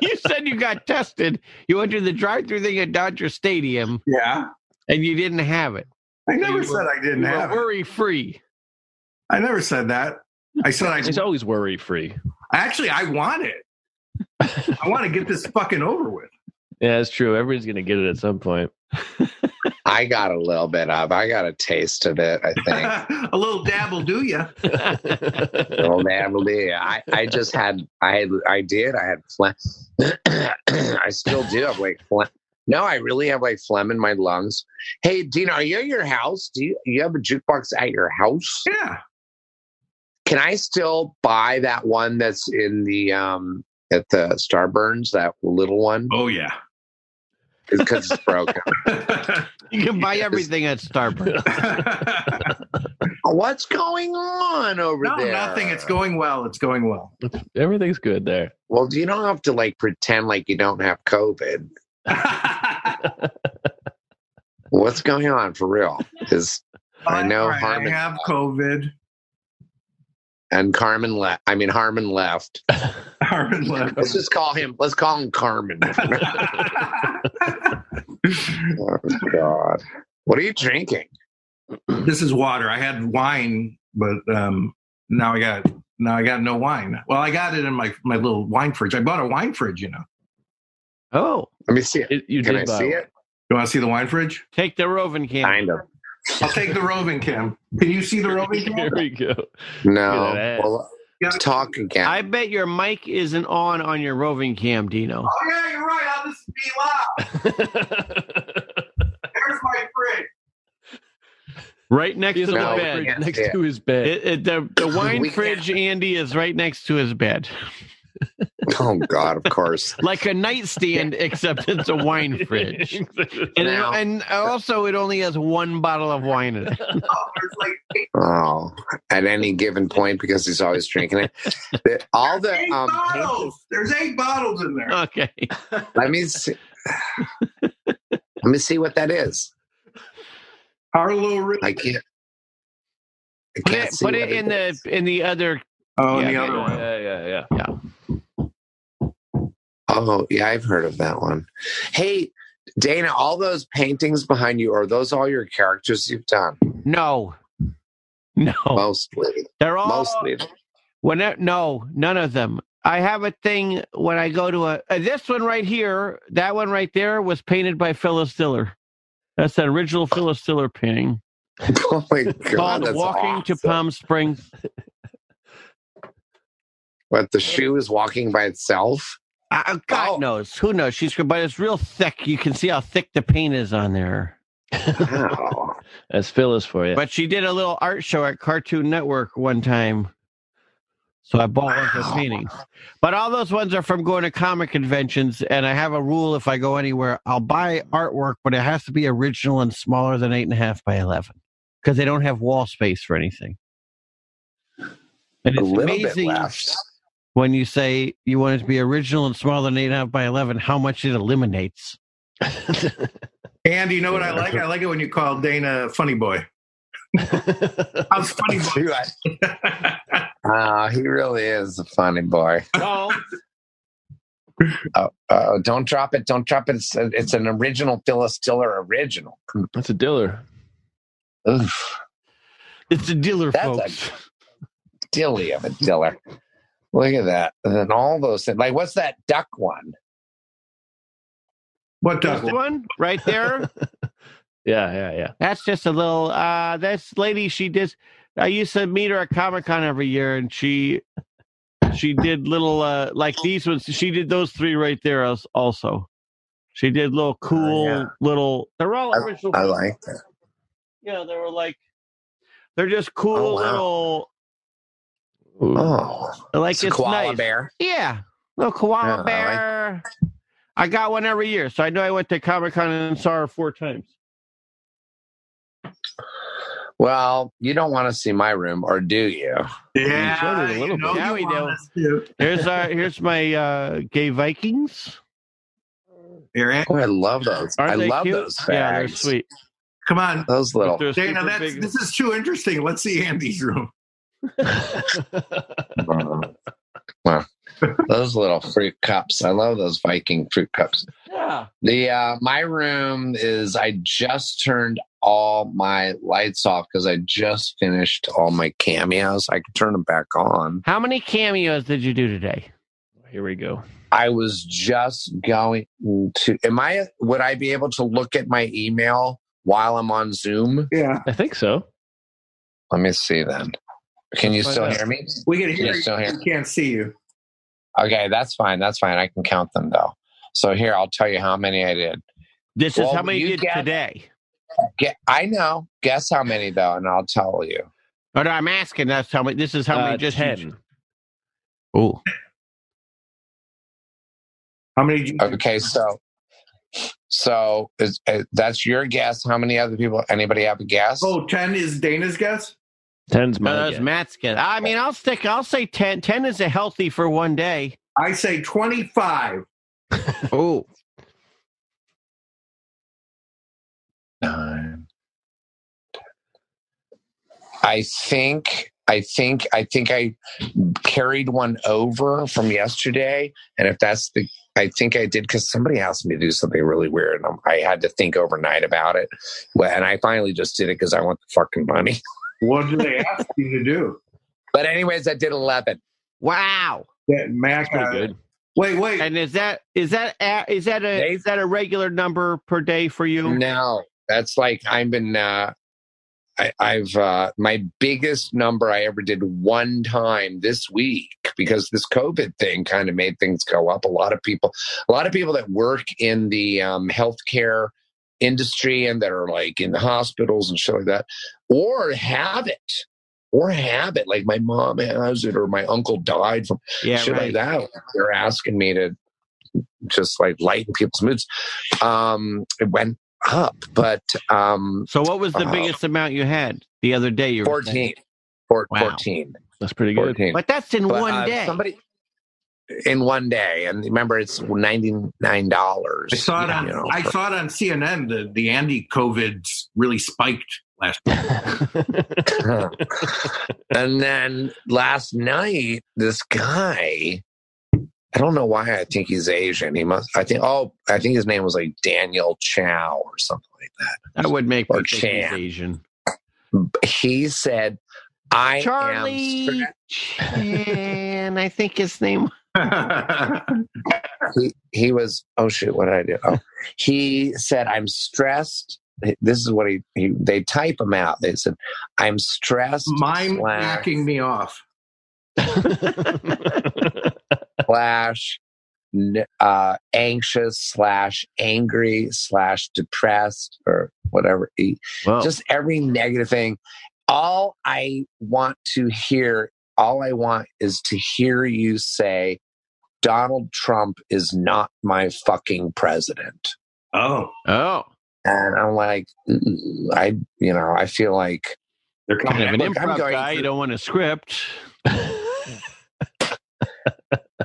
S4: You said you got tested. You went to the drive-through thing at Dodger Stadium
S2: Yeah,
S4: and you didn't have it.
S2: I never
S4: You
S2: said
S4: were-
S2: I didn't
S4: You were
S2: have it.
S4: worry-free.
S2: I never said that. I said I
S3: He's always worry free.
S2: actually I want it. I want to get this fucking over with.
S3: Yeah, that's true. Everybody's gonna get it at some point.
S6: I got a little bit of I got a taste of it, I think.
S2: a little dab will do you.
S6: Oh man, well, yeah, I, I just had I had I did I had phlegm. I still do have like phlegm. No, I really have like phlegm in my lungs. Hey, Dina, are you at your house? Do you you have a jukebox at your house?
S2: Yeah.
S6: Can I still buy that one that's in the um at the Starburns? That little one
S2: Oh yeah.
S6: because it's broken.
S4: You can buy everything at Starbucks.
S2: no,
S6: What's going on over there?
S2: nothing. It's going well. It's going well.
S3: Everything's good there.
S6: Well, you don't have to like pretend like you don't have COVID.
S2: I
S6: What's going on for real? Is I know
S2: All right,
S6: Harmon
S2: I have COVID.
S6: and Carmen left. I mean Harmon left.
S2: Harmon left.
S6: Let's just call him. Let's call him Carmen. oh God, what are you drinking?
S2: this is water. I had wine, but um, now I got now I got no wine. Well, I got it in my my little wine fridge. I bought a wine fridge. You know,
S4: Oh,
S6: Let me see it.
S3: It- you
S6: Can
S3: did
S6: I
S3: buy
S6: see
S3: one.
S6: it?
S2: you want to see the wine fridge?
S4: take the roving can.
S6: Kind of.
S2: I'll take the roving cam. Can you see the roving
S3: Here
S2: cam?
S3: we go. Look at
S6: No.
S3: that.
S6: Well,
S2: Yeah.
S6: let's talk again.
S4: I bet your mic isn't on on your roving cam, Dino.
S2: Oh yeah, you're right. I'll just be loud. There's my fridge.
S4: Right next
S3: He's
S4: to the
S6: No,
S4: bed.
S6: yeah.
S3: next to his bed.
S4: It, it, the, the
S6: We
S4: wine
S6: can't-
S4: fridge, Andy, is right next to his bed.
S6: oh God, of course.
S4: Like a nightstand, except it's a wine fridge. And, it-
S6: Now-
S4: and also, it only has one bottle of wine in it.
S2: Oh, there's like eight,
S6: Oh, at any given point because he's always drinking it. The- all the
S2: eight
S6: um,
S2: bottles. There's eight bottles in there.
S4: Okay.
S6: let me see. let me see what that is.
S2: Harlow Ridge.
S6: I can't. I
S4: Put
S6: can't
S4: it,
S6: see
S4: put
S6: what
S4: it in the
S6: is.
S4: in the other.
S2: Oh, and
S4: Yeah,
S2: the other one.
S3: Yeah, yeah, yeah.
S6: Oh yeah, I've heard of that one. Hey Dana, all those paintings behind you are those all your characters you've done?
S4: No, no,
S6: Mostly,
S4: they're all
S6: mostly.
S4: When I- no, none of them. I have a thing when I go to a uh, this one right here, that one right there was painted by Phyllis Diller. That's an original Phyllis Diller painting
S6: Oh my Oh. god,
S4: called
S6: that's
S4: "Walking to
S6: awesome.
S4: Palm Springs."
S6: What the shoe is walking by itself?
S4: I, I- God
S6: Oh.
S4: knows who knows. She's but it's real thick. You can see how thick the paint is on there.
S6: Oh, Wow.
S3: That's Phyllis for you.
S4: But she did a little art show at Cartoon Network one time. So I bought one of those
S6: Wow.
S4: paintings. But all those ones are from going to comic conventions. And I have a rule if I go anywhere, I'll buy artwork, but it has to be original and smaller than eight and a half by 11 because they don't have wall space for anything. And it's
S6: a little bit
S4: amazing
S6: left.
S4: when you say you want it to be original and smaller than eight and a half by 11, how much it eliminates.
S2: And you know what I like? I like it when you call Dana Funny Boy. How's Funny Boy?
S6: Ah, he really is a funny boy.
S4: No,
S6: Oh, oh, don't drop it! Don't drop it! It's, it's an original Phyllis Diller original.
S3: That's a Diller.
S6: Oof,
S4: it's a dealer,
S6: That's a-
S4: folks.
S6: dilly of a Diller. Look at that! And then all those things. Like, what's that duck one?
S2: What
S4: This
S2: does
S4: one right there.
S3: Yeah, yeah, yeah.
S4: That's just a little. Uh, that's lady. She did. I used to meet her at Comic Con every year, and she she did little uh, like these ones. She did those three right there als- also. She did little cool
S6: Oh, yeah.
S4: little. They're all original.
S6: I like that.
S4: yeah, they were like. They're just cool
S6: Oh, wow.
S4: little.
S3: Ooh.
S6: Oh,
S4: Like
S6: it's
S4: it's,
S6: a koala
S4: nice.
S6: bear.
S4: Yeah, little koala
S6: Yeah, I like-
S4: bear. I got one every year, so I know I went to Comic Con and saw her four times.
S6: Well, you don't want to see my room, or do you?
S3: showed it a little bit.
S4: Yeah, we do.
S2: do.
S4: Here's our here's my uh, gay Vikings.
S2: Eric,
S6: Oh, I love those.
S4: Aren't
S6: I
S4: they
S6: love
S4: cute?
S6: those bags.
S4: Yeah, they're sweet.
S2: come on.
S6: Those little.
S4: They're
S2: Dana,
S4: super
S2: that's,
S4: big.
S2: this is too interesting. Let's see Andy's room.
S6: Wow. those little fruit cups. I love those Viking fruit cups.
S4: Yeah.
S6: The uh, my room is I just turned all my lights off because I just finished all my cameos. I could turn them back on.
S4: How many cameos did you do today?
S3: Here we go.
S6: I was just going to. Am I? Would I be able to look at my email while I'm on Zoom?
S2: Yeah.
S3: I think so.
S6: Let me see then. Can you still hear me?
S2: We can
S6: Can
S2: hear
S6: you
S2: you.
S6: still hear?
S2: We can't see you.
S6: Okay, that's fine. That's fine. I can count them though. So here, I'll tell you how many I did.
S4: This
S6: Well,
S4: is how many
S6: you
S4: you did
S6: get-
S4: today.
S6: Get, I know. Guess how many though, and I'll tell you.
S4: Oh, no, I'm asking that's how many this is how many
S3: Uh,
S4: just
S3: ten.
S4: Oh.
S2: How many? did you-
S6: Okay, so so is, uh, that's your guess. How many other people? Anybody have a guess?
S2: Oh, 10 is Dana's guess?
S3: Ten's
S4: No,
S3: my
S4: that was
S3: guess.
S4: Matt's guess. I mean, I'll stick I'll say 10. 10 is a healthy for one day.
S2: I say 25.
S4: Oh.
S6: Nine. I think I think I think I carried one over from yesterday, and if that's the I think I did because somebody asked me to do something really weird, and I had to think overnight about it, and I finally just did it because I want the fucking money.
S2: What do they ask you to do?
S6: But anyways, I did eleven.
S4: Wow.
S2: That Mac,
S3: Pretty
S2: uh,
S3: good.
S2: wait, wait.
S4: And is that is that a, is that a
S6: They- Mm,
S4: is that a regular number per day for you?
S6: No, that's like I've been. Uh, I, I've uh, my biggest number I ever did one time this week because this COVID thing kind of made things go up. A lot of people, a lot of people that work in the um, healthcare industry and that are like in the hospitals and shit like that, or have it, or have it. Like my mom has it, or my uncle died from
S4: Yeah,
S6: shit
S4: right.
S6: like that. They're asking me to just like lighten people's moods. Um, it went up, but um,
S4: So what was the
S6: Wow.
S4: biggest amount you had the other day? You were saying?
S6: 14, Four-
S4: Wow.
S6: 14,
S3: That's pretty good.
S6: 14.
S4: But that's in
S6: But,
S4: one
S6: uh,
S4: day.
S6: Somebody in one day, and remember, it's ninety nine dollars.
S2: I saw it on. I saw it on CNN. The the Andy COVID really spiked last.
S6: and then last night, this guy. I don't know why I think he's Asian. He must. I think. Oh, I think his name was like Daniel Chow or something like that.
S4: that would make
S6: or
S4: me think he's
S6: Chan.
S4: Asian.
S6: he said, I
S4: Charlie
S6: am.
S4: Chan, I think his name.
S2: That's
S6: He, he was, oh shoot, what did I do? Oh, he said, I'm stressed. This is what he, he they type him out. They said, I'm stressed.
S2: mime
S6: slash,
S2: knocking me off.
S6: slash n- uh, anxious, slash angry, slash depressed, or whatever. He,
S4: Well,
S6: just every negative thing. All I want to hear, all I want is to hear you say, Donald Trump is not my fucking president.
S2: Oh,
S4: oh,
S6: And I'm like, "Ooh, I, you know, I feel like
S2: they're
S4: kind of an
S6: Look, I'm
S4: improv
S6: going
S4: guy. You
S6: through-
S4: don't want a script.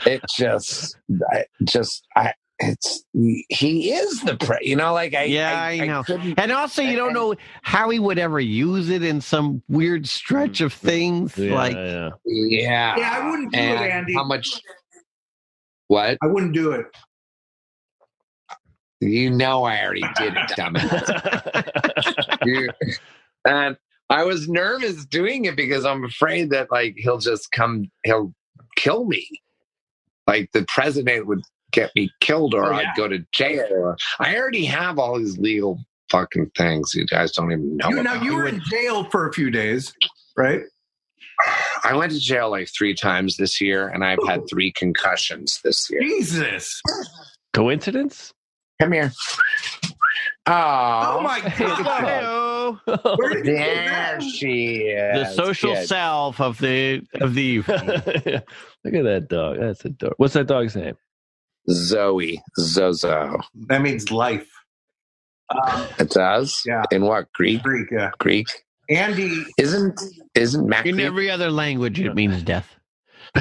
S6: it just, I, just, I, it's, he is the pre, you know, like I,
S4: Yeah, I know.
S6: couldn't-
S4: And also, you don't know how he would ever use it in some weird stretch of things.
S3: Yeah,
S4: like,
S3: yeah.
S6: yeah.
S2: Yeah, I wouldn't do it,
S6: And
S2: Andy.
S6: How much? What?
S2: I wouldn't do it.
S6: You know, I already did it, dumbass. You- and I was nervous doing it because I'm afraid that like he'll just come, he'll kill me. Like the president would get me killed, or
S2: Oh, yeah.
S6: I'd go to jail. Or, I already have all these legal fucking things. You guys don't even know.
S2: You know,
S6: about.
S2: you were in jail for a few days, right?
S6: I went to jail like three times this year, and I've had
S2: Ooh.
S6: three concussions this year.
S2: Jesus!
S3: Coincidence?
S6: Come here. Oh,
S2: Oh my God!
S4: Hello.
S2: Where did you get
S6: There
S2: that?
S6: she
S4: the
S6: is.
S4: social
S6: kid.
S4: salve of the of the evening.
S3: Look at that dog. That's a dog. What's that dog's name?
S6: Zoe Zozo.
S2: That means life. Um,
S6: It does.
S2: Yeah.
S6: In what Greek?
S2: Greek. Yeah.
S6: Greek.
S2: Andy,
S6: Isn't isn't Mac
S4: In every other language, it means death.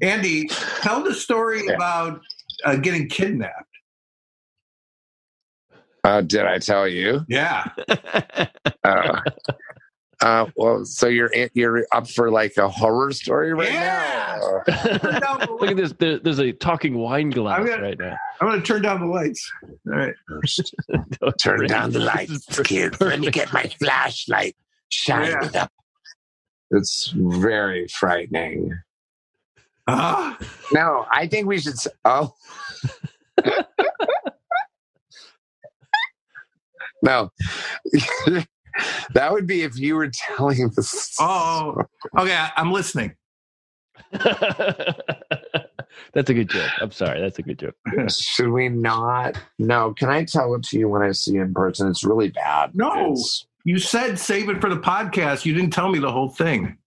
S2: Andy, tell the story
S6: Yeah.
S2: about uh, getting kidnapped.
S6: uh, did I tell you?
S2: Yeah.
S6: Uh, uh, well, so you're you're up for like a horror story right
S2: Yeah.
S6: now? Oh,
S2: Turn down the
S3: Look at
S2: lights.
S3: this. There, there's a talking wine glass
S2: I'm gonna-
S3: right now.
S2: I'm going to turn down the lights. All right.
S6: Turn down the
S3: This
S6: lights,
S3: is per-
S6: kid. Let me
S3: perfect.
S6: get my flashlight. Shine
S2: Yeah.
S6: it up. It's very frightening.
S2: Ah,
S6: No, I think we should. s- Oh. no. that would be if you were telling this.
S2: oh. Okay. I- I'm listening.
S3: That's a good joke. I'm sorry. That's a good joke.
S6: Should we not? No. Can I tell it to you when I see you in person? It's really bad.
S2: No.
S6: It's-
S2: You said save it for the podcast. You didn't tell me the whole thing.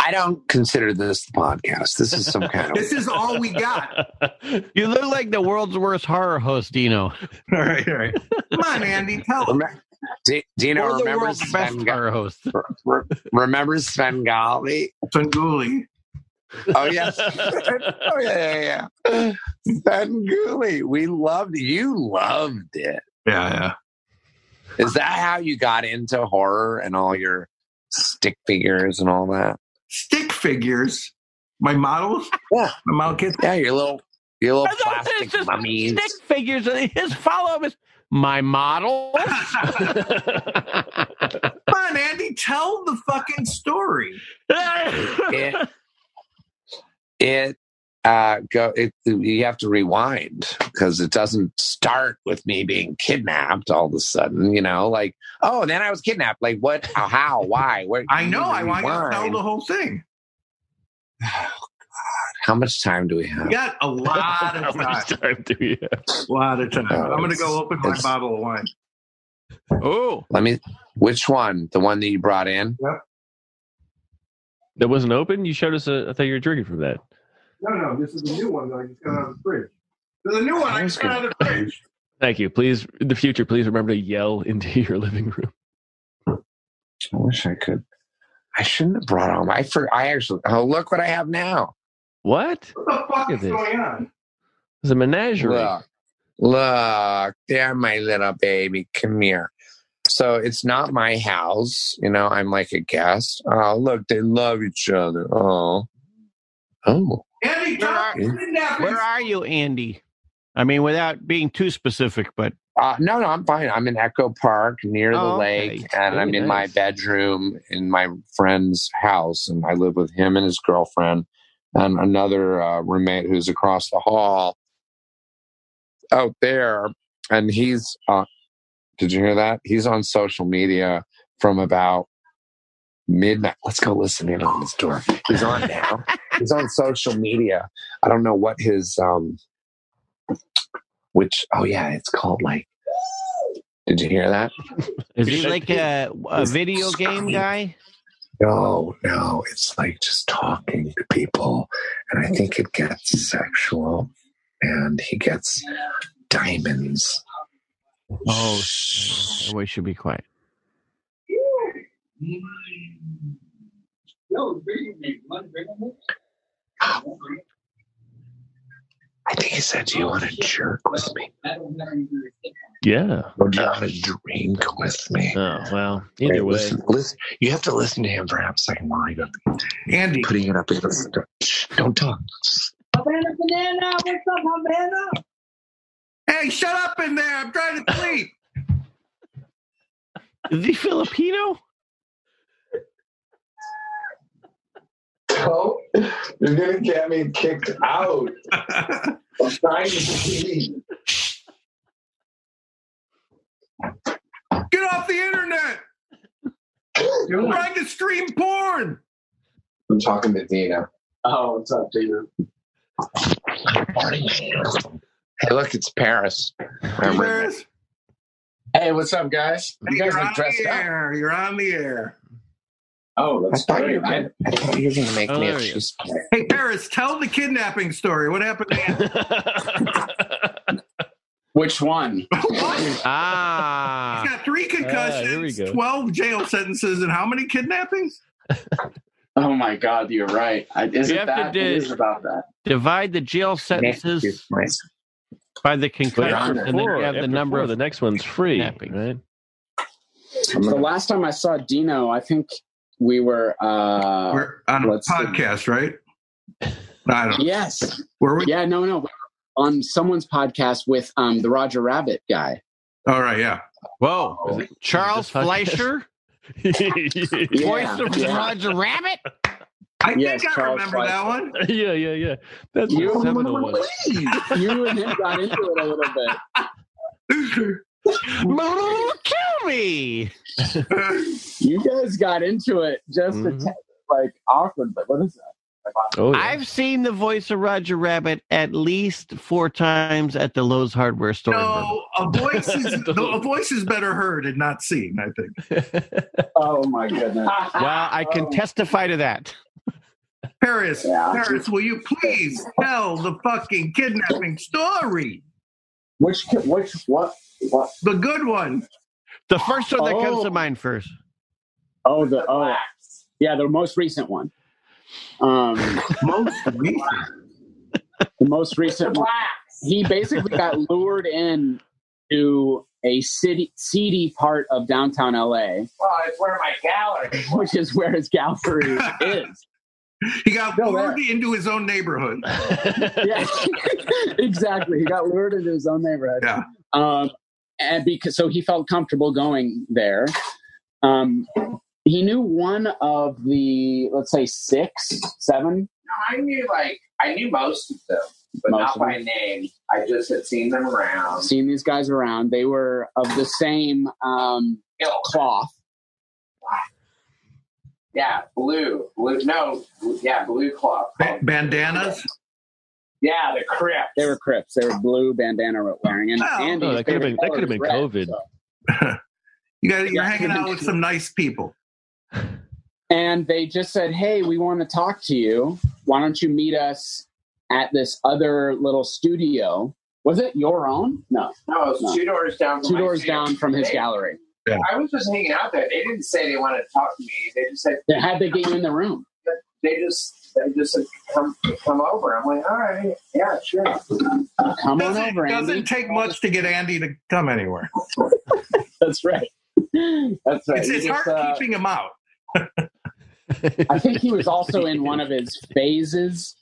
S6: I don't consider this the podcast. This is some kind of.
S2: This is all we got.
S4: You look like the world's worst horror host, Dino.
S2: All right. All right. Come on, Andy. Tell him.
S6: Remem- D- Dino,
S4: or the
S6: remember
S4: world's best
S6: Sven,
S4: horror host.
S6: re- remember Sven
S2: Sanguli.
S6: Oh, yes. oh yeah, yeah, yeah. Sanguli, we loved you. Loved it.
S2: Yeah. Yeah.
S6: Is that how you got into horror and all your stick figures and all that?
S2: Stick figures, my models,
S6: Yeah.
S2: my model kids.
S6: Yeah, your little your little
S4: I thought it's
S6: plastic
S4: just
S6: mummies.
S4: Stick figures. His follow up is my model.
S2: Come on, Andy, tell the fucking story.
S6: It, it uh go it you have to rewind because it doesn't start with me being kidnapped all of a sudden, you know, like, oh, and then I was kidnapped. Like what how, why? Where
S2: I know. I want you to
S6: Rewind.
S2: tell the whole thing.
S6: How much time do we
S2: You
S6: have?
S2: got a lot
S3: How
S2: of time.
S3: much time do we have?
S2: A lot of time.
S6: Oh,
S2: I'm going to
S6: it's-
S2: go open my
S6: it's-
S2: bottle of wine.
S4: oh,
S6: Let me which one? The one that you brought in?
S3: That wasn't open. You showed us a. I thought you were drinking from that.
S2: No, no, this is the new one that I just got out of the fridge. There's a new one I just got out of the fridge.
S3: Thank you. Please, in the future, please remember to yell into your living room.
S6: I wish I could. I shouldn't have brought home. I for I actually. Oh, look what I have now.
S3: What?
S2: What the fuck
S3: Look at
S2: is
S3: this.
S2: going on?
S3: It's a menagerie.
S6: Look, look, there, my little baby. Come here. So it's not my house, you know. I'm like a guest. Oh, look, they love each other. Oh, oh,
S2: Andy,
S4: Where
S2: talk
S4: are-
S2: to kidnappers.
S4: where are you, Andy? I mean, without being too specific, but
S6: uh, no, no, I'm fine. I'm in Echo Park near the
S4: Oh, okay.
S6: lake, and
S3: Very
S6: I'm in my
S3: nice.
S6: bedroom in my friend's house, and I live with him and his girlfriend and another uh, roommate who's across the hall out there, and he's. Uh, did you hear that? He's on social media from about midnight. Let's go listen in on this door. He's on now. he's on social media. I don't know what his um, which. Oh yeah, it's called like. Did you hear that?
S4: is he like a, a video game guy?
S6: No, no, it's like just talking to people. And I think it gets sexual and he gets diamonds.
S4: Oh, sh- we should be quiet.
S6: I think he said, Do you
S7: Oh,
S6: want to jerk with me?
S3: Yeah.
S6: Or do you want to drink with me?
S3: Oh well. Either
S6: Wait,
S3: way.
S6: Listen, listen, you have to listen to him for half a second while I'm
S2: Andy,
S6: putting it up against the Shh, Don't talk.
S7: Havana banana, what's up, Havana?
S2: hey, shut up in there. I'm trying to sleep.
S4: Is he Filipino?
S6: Oh, you're going to get me kicked out. I'm trying to see.
S2: Get off the internet. I'm trying to stream porn.
S6: I'm talking to Dina. Oh, what's up, Dina? Hey, look, it's Paris.
S2: Paris,
S8: Hey, what's up, guys?
S2: hey,
S8: You guys
S2: you're
S8: look
S2: on
S8: dressed
S2: the
S8: up.
S2: air. You're on the air.
S8: Oh,
S6: I
S8: that's
S6: thought you were
S8: great.
S6: going
S8: I,
S6: to make me a
S4: Hilarious.
S6: cheese plate.
S2: Hey, Paris, tell the kidnapping story. What happened? to Andy?
S8: which one?
S2: What?
S4: Ah,
S2: He's got three
S3: Uh, here we
S2: concussions,
S3: go.
S2: 12 jail sentences, and how many kidnappings?
S8: Oh my God, you're right. I, is
S4: You have
S8: it
S4: to
S8: that?
S4: do-
S8: It is about that.
S4: divide the jail sentences by the
S3: But
S4: concussions,
S3: after
S4: and then
S3: four,
S4: you have the
S3: after
S4: number
S3: four,
S4: of
S3: the next one's free,
S4: kidnappings.
S3: right?
S8: The last time I saw Dino, I think we were. Uh,
S2: We're on a
S8: let's see.
S2: podcast, right? I don't know.
S8: yes.
S2: Were we?
S8: Yeah. No. No. we were On someone's podcast with um, the Roger Rabbit guy.
S2: All right, yeah.
S4: Whoa, Charles
S3: Is it podcast?
S4: Fleischer,
S3: yeah,
S4: voice of
S8: yeah.
S4: Roger Rabbit.
S2: I
S8: Yes,
S2: think I
S8: Charles
S2: remember that one.
S3: yeah, yeah. That's
S8: You-
S3: the seminal one.
S8: you and him got into it a little bit.
S4: Kill me.
S8: You guys got into it just
S3: Mhm.
S8: a t- like awkward, but what is that?
S3: Oh, yeah.
S4: I've seen the voice of Roger Rabbit at least four times at the Lowe's hardware store. in Burbank.
S2: no, a voice is no, a voice is better heard and not seen. I think.
S8: Oh my goodness.
S4: Well, I can testify to that.
S2: Paris,
S8: Yeah.
S2: Paris, will you please tell the fucking kidnapping story?
S8: Which which what what?
S2: The good one.
S4: The first one that comes to
S8: Oh.
S4: mind first.
S8: Oh the oh yeah, the most recent one. Um.
S2: Most recent.
S8: the most recent one. He basically got lured in to a city seedy part of downtown LA,
S7: Well, it's where my gallery.
S8: which is where his gallery is.
S2: He got
S8: No,
S2: lured into his own neighborhood.
S8: Yeah, exactly. He got lured into his own neighborhood.
S2: Yeah.
S8: Um, and because so he felt comfortable going there. Um, he knew one of the let's say six, seven.
S7: I knew like I knew most of them, but
S8: Most
S7: not
S8: of
S7: by name. I just had seen them around.
S8: Seen these guys around. They were of the same um,
S7: Ilk.
S8: cloth.
S7: Yeah, blue, blue. No, blue- yeah, blue cloth.
S2: Ba- bandanas.
S7: Yeah, the crypt.
S8: They were Crips. They were blue bandana wearing. And
S2: Oh,
S8: Andy,
S3: that could've been- that could've been COVID.
S2: You got you're
S8: Yeah.
S2: hanging out with some nice people.
S8: and they just said, "Hey, we want to talk to you. Why don't you meet us at this other little studio? Was it your own? No,
S7: no, it was
S8: No.
S7: two doors down. From
S8: two
S7: my
S8: doors
S7: studio.
S8: down from his
S7: They-
S8: gallery.
S7: I was just hanging out there. They didn't say they wanted to talk to me. They just said
S8: They had they get you in the room?
S7: they just they just said come come over. I'm like, all right, yeah, sure.
S8: Come on
S2: Doesn't,
S8: over, Andy.
S2: doesn't take much to get Andy to come anywhere.
S8: That's right. That's right.
S2: It's,
S8: He
S2: it's
S8: just,
S2: hard
S8: uh,
S2: keeping him out.
S8: I think he was also in one of his phases,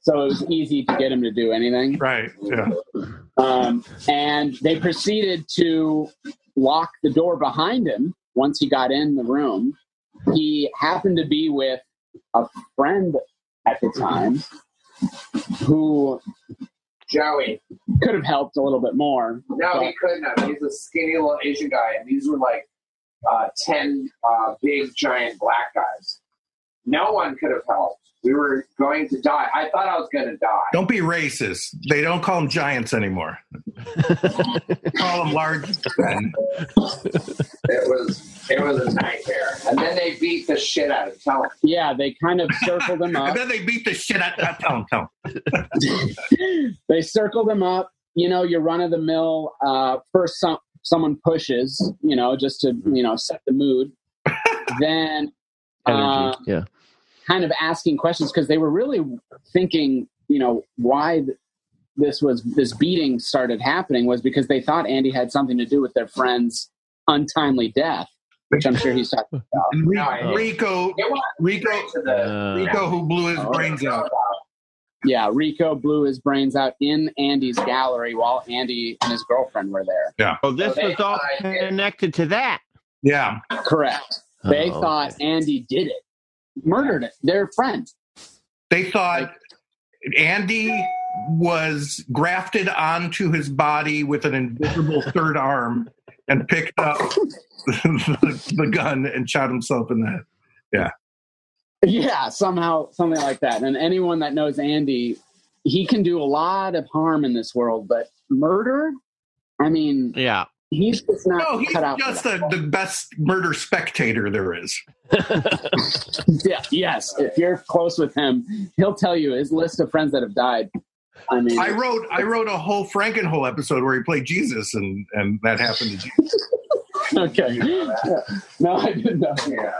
S8: so it was easy to get him to do anything.
S2: Right. Yeah.
S8: Um, and they proceeded to lock the door behind him once he got in the room. He happened to be with a friend at the time who
S7: Joey.
S8: could have helped a little bit more.
S7: No, he couldn't have. He's a skinny little Asian guy, and these were like uh, ten uh, big giant black guys. No one could have helped. We were going to die. I thought I was going to die.
S2: Don't be racist. They don't call them giants anymore. call them large men.
S7: It was it was a nightmare. And then they beat the shit out of Tony.
S8: Yeah, they kind of circled him
S2: And
S8: up.
S2: then they beat the shit out of tell him, tell him.
S8: They circled him up. You know, your run of the mill. Uh, first, some, someone pushes. You know, just to you know set the mood. then uh,
S3: Energy. Yeah.
S8: kind of asking questions because they were really thinking, you know, why th- this was this beating started happening was because they thought Andy had something to do with their friend's untimely death, which I'm sure he's talking.
S2: And Re-
S7: No, I-
S2: Rico,
S7: It went
S2: Rico,
S7: to the Oh.
S3: Uh,
S2: Rico, who blew his brains out.
S8: Yeah, Rico blew his brains out in Andy's gallery while Andy and his girlfriend were there.
S4: Well, this
S7: Okay.
S4: was all connected to that.
S2: Yeah.
S8: Correct. They
S3: oh,
S8: thought
S3: okay.
S8: Andy did it, murdered it, their friend.
S2: They thought Andy was grafted onto his body with an invisible third arm and picked up the, the gun and shot himself in the head.
S8: Yeah, somehow something like that. And anyone that knows Andy, he can do a lot of harm in this world, but murder? I mean,
S4: Yeah.
S8: he's just not
S2: No, he's
S8: cut out. for
S2: just
S8: that.
S2: the, the best murder spectator there is.
S8: yeah, yes. If you're close with him, he'll tell you his list of friends that have died. I mean,
S2: I wrote I wrote a whole Frankenhole episode where he played Jesus and, and that happened to Jesus.
S8: okay. Yeah. No, I didn't know.
S7: Yeah.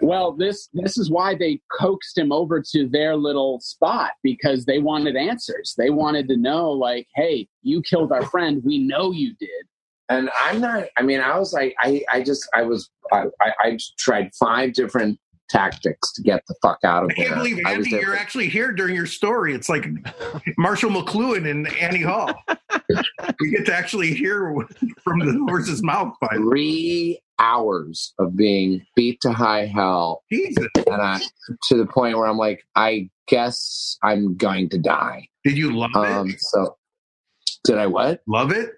S8: Well, this this is why they coaxed him over to their little spot because they wanted answers. They wanted to know, like, hey, you killed our friend. We know you did.
S6: and I'm not. I mean, I was like, I, I just, I was, I, I, I tried five different tactics to get the fuck out of
S2: I
S6: there.
S2: can't believe
S6: I was
S2: Andy,
S6: there
S2: you're
S6: for-
S2: actually here during your story. It's like Marshall McLuhan and Annie Hall. we get to actually hear from the horse's mouth by
S6: three hours of being beat to high hell,
S2: Jesus.
S6: and I to the point where I'm like, I guess I'm going to die.
S2: Did you love
S6: Um,
S2: it?
S6: so did I what?
S2: Love it?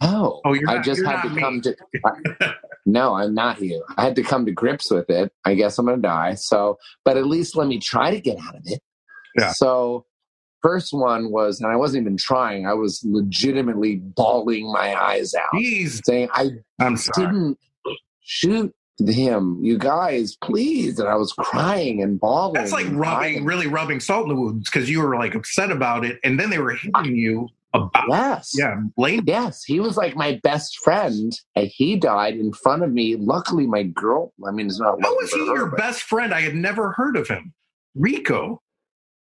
S6: Oh,
S2: Oh, you're
S6: I
S2: not-
S6: just
S2: you're
S6: had
S2: not
S6: to
S2: me.
S6: come to. I- no, I'm not you. I had to come to grips with it. I guess I'm going to die. So, but at least let me try to get out of it.
S2: Yeah.
S6: So, first one was, and I wasn't even trying. I was legitimately bawling my eyes out,
S2: Jeez.
S6: saying, "I
S2: I'm sorry.
S6: didn't shoot him, you guys, please!" And I was crying and bawling.
S2: That's like
S6: and
S2: rubbing,
S6: crying.
S2: really rubbing salt in the wounds because you were like upset about it and then they were hitting you about
S6: Yes.
S2: yeah, blame
S6: Yes, he was like my best friend, and he died in front of me. Luckily, my girl, I mean, it's not
S2: How
S6: lucky
S2: was he your best friend? I had never heard of him. Rico.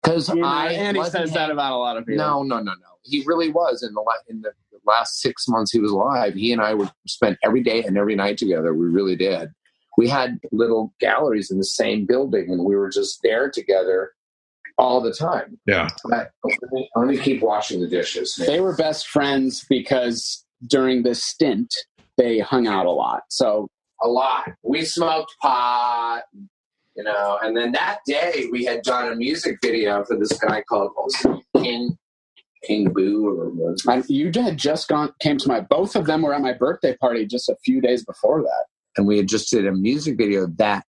S6: Because
S8: You know,
S6: I
S8: Andy
S6: wasn't
S8: says that about a lot of people.
S6: No, no, no, no. He really was in the la- in the last six months he was alive, he and I would spend every day and every night together. We really did. We had little galleries in the same building, and we were just there together all the time.
S2: Yeah.
S6: But I'm going to keep washing the dishes. man.
S8: They were best friends because during this stint, they hung out a lot. So
S6: a lot. We smoked pot, you know, and then that day we had done a music video for this guy called what was his name? King King Boo or what?
S8: I, you had just gone, came to my, both of them were at my birthday party just a few days before that.
S6: and we had just did a music video that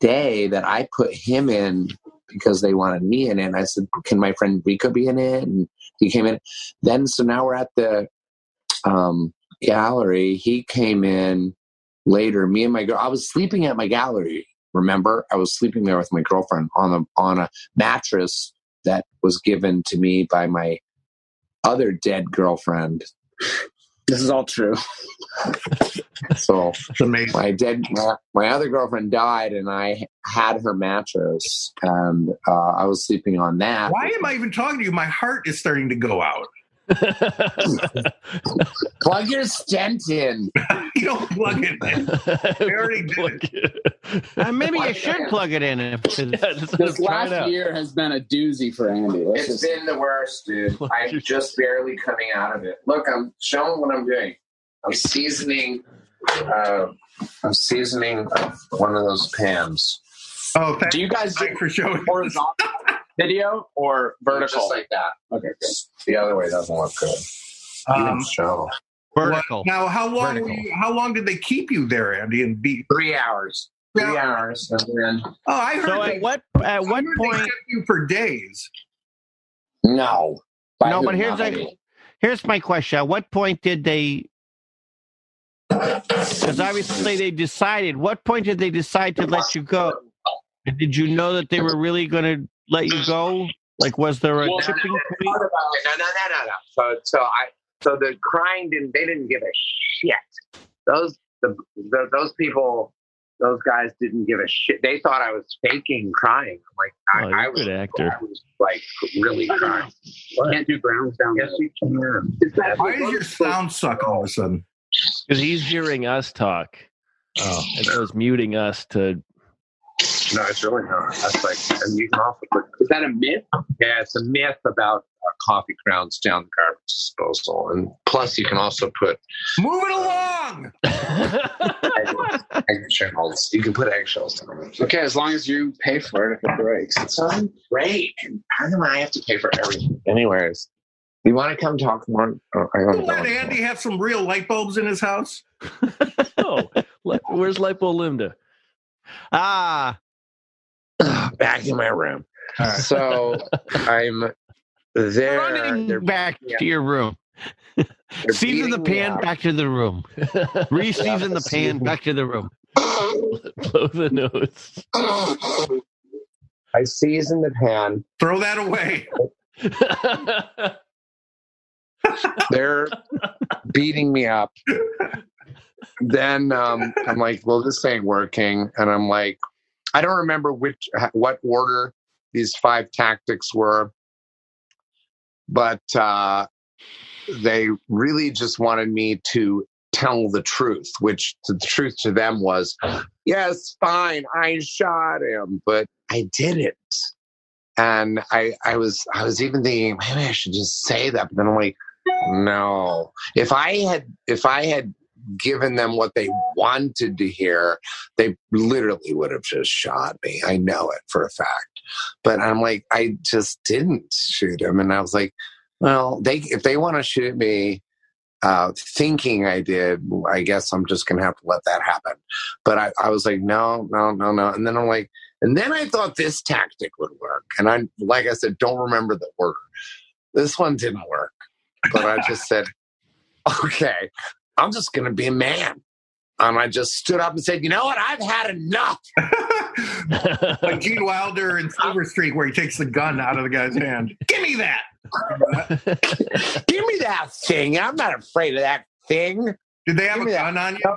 S6: day that I put him in because they wanted me in it. And I said, "Can my friend Rico be in it?" And he came in. Then so now we're at the um, gallery. He came in later. Me and my girl. I was sleeping at my gallery. Remember, I was sleeping there with my girlfriend on a on a mattress that was given to me by my other dead girlfriend.
S8: This is all true.
S6: So
S2: It's amazing.
S6: my dead my, my other girlfriend died and i had her mattress and uh, i was sleeping on that
S2: Why am I even talking to you? My heart is starting to go out.
S6: plug your stent in
S2: You don't plug it in. already did.
S4: Uh, maybe
S6: Why
S4: you should
S6: not?
S4: plug it in if
S3: Yeah,
S4: it's
S3: just-
S8: This
S3: just try it
S8: last
S3: out.
S8: year has been a doozy for Andy. Let's
S6: it's
S8: just-
S6: been the worst dude i'm just barely coming out of it look i'm showing what i'm doing i'm seasoning uh, i'm seasoning one of those pans
S2: Oh, thank
S8: do you guys do
S2: you for showing.
S8: horizontal video or vertical?
S6: just like that
S8: okay, good.
S6: the other way doesn't look good You
S2: Um,
S6: didn't show.
S4: vertical.
S2: what- now, how long?
S4: Vertical.
S2: Were you, how long did they keep you there, Andy? And be
S6: three hours three hours and then
S2: oh, I heard.
S4: So
S2: they,
S4: at what at
S2: I
S4: what
S2: heard they
S4: point?
S2: kept you for days?
S6: no By
S4: No,
S6: who?
S4: but here's
S6: Not
S4: a-
S6: me.
S4: Here's my question: At what point did they? Because obviously they decided. What point did they decide to let you go? Did you know that they were really going to let you go? Like, was there a
S6: Well,
S4: tipping
S6: No,
S4: point?
S6: no, no, no, no. So, so I, so the crying didn't. They didn't give a shit. Those, the, the, those people, those guys didn't give a shit. They thought I was faking crying. I'm
S3: Oh,
S6: like,
S3: you're
S6: I, I
S3: a
S6: was,
S3: good actor.
S6: I was like really crying.
S8: Can't do grounds down
S6: Yes,
S8: there.
S6: you can.
S2: Why does your sound suck all of a sudden?
S3: Because he's hearing us talk.
S2: Oh.
S3: And it was muting us to.
S6: No, it's really not. That's like, and you can also put.
S8: Is that a myth?
S6: Yeah, it's a myth about uh, coffee grounds down the garbage disposal, and plus you can also put
S2: Move it along.
S6: egg- eggshells. You can put eggshells down there.
S8: Okay, as long as you pay for it if it breaks.
S6: It sounds great. How come I have to pay for everything? Anyways, you want to come talk more? Or I
S2: You
S6: don't
S2: Let Andy
S6: know.
S2: have some real light bulbs in his house.
S3: oh, li- where's Lipo Linda?
S4: Ah,
S6: Back in my room.
S2: All right.
S6: So I'm there. They're-
S4: running back
S6: yeah.
S4: to your room.
S6: they're
S4: Season the
S6: beating me
S4: pan
S6: up.
S4: back to the room. Reseason the pan back to the room.
S3: Blow the nose.
S6: I season the pan.
S2: Throw that away.
S6: They're beating me up. Then um, I'm like, well, this ain't working. And I'm like, I don't remember which, what order these five tactics were, but uh, they really just wanted me to tell the truth, which the truth to them was, yes, fine, I shot him, but I didn't. And I, I was, I was even thinking maybe I should just say that, but then I'm like, no. If I had, if I had given them what they wanted to hear, they literally would have just shot me. I know it for a fact. But I'm like, I just didn't shoot him, and I was like, well, they if they want to shoot me, uh, thinking I did, I guess I'm just gonna have to let that happen. But I, I was like, no, no, no, no. And then I'm like, and then I thought this tactic would work. And I, like I said, don't remember the order. This one didn't work. But I just said, okay, I'm just gonna be a man. And Um, I just stood up and said, you know what? I've had enough.
S2: like Gene Wilder in Silver Streak, where he takes the gun out of the guy's hand. Give me that.
S6: Give me that thing. I'm not afraid of that thing.
S2: Did they have
S6: Give
S2: a
S6: me that.
S2: gun on you?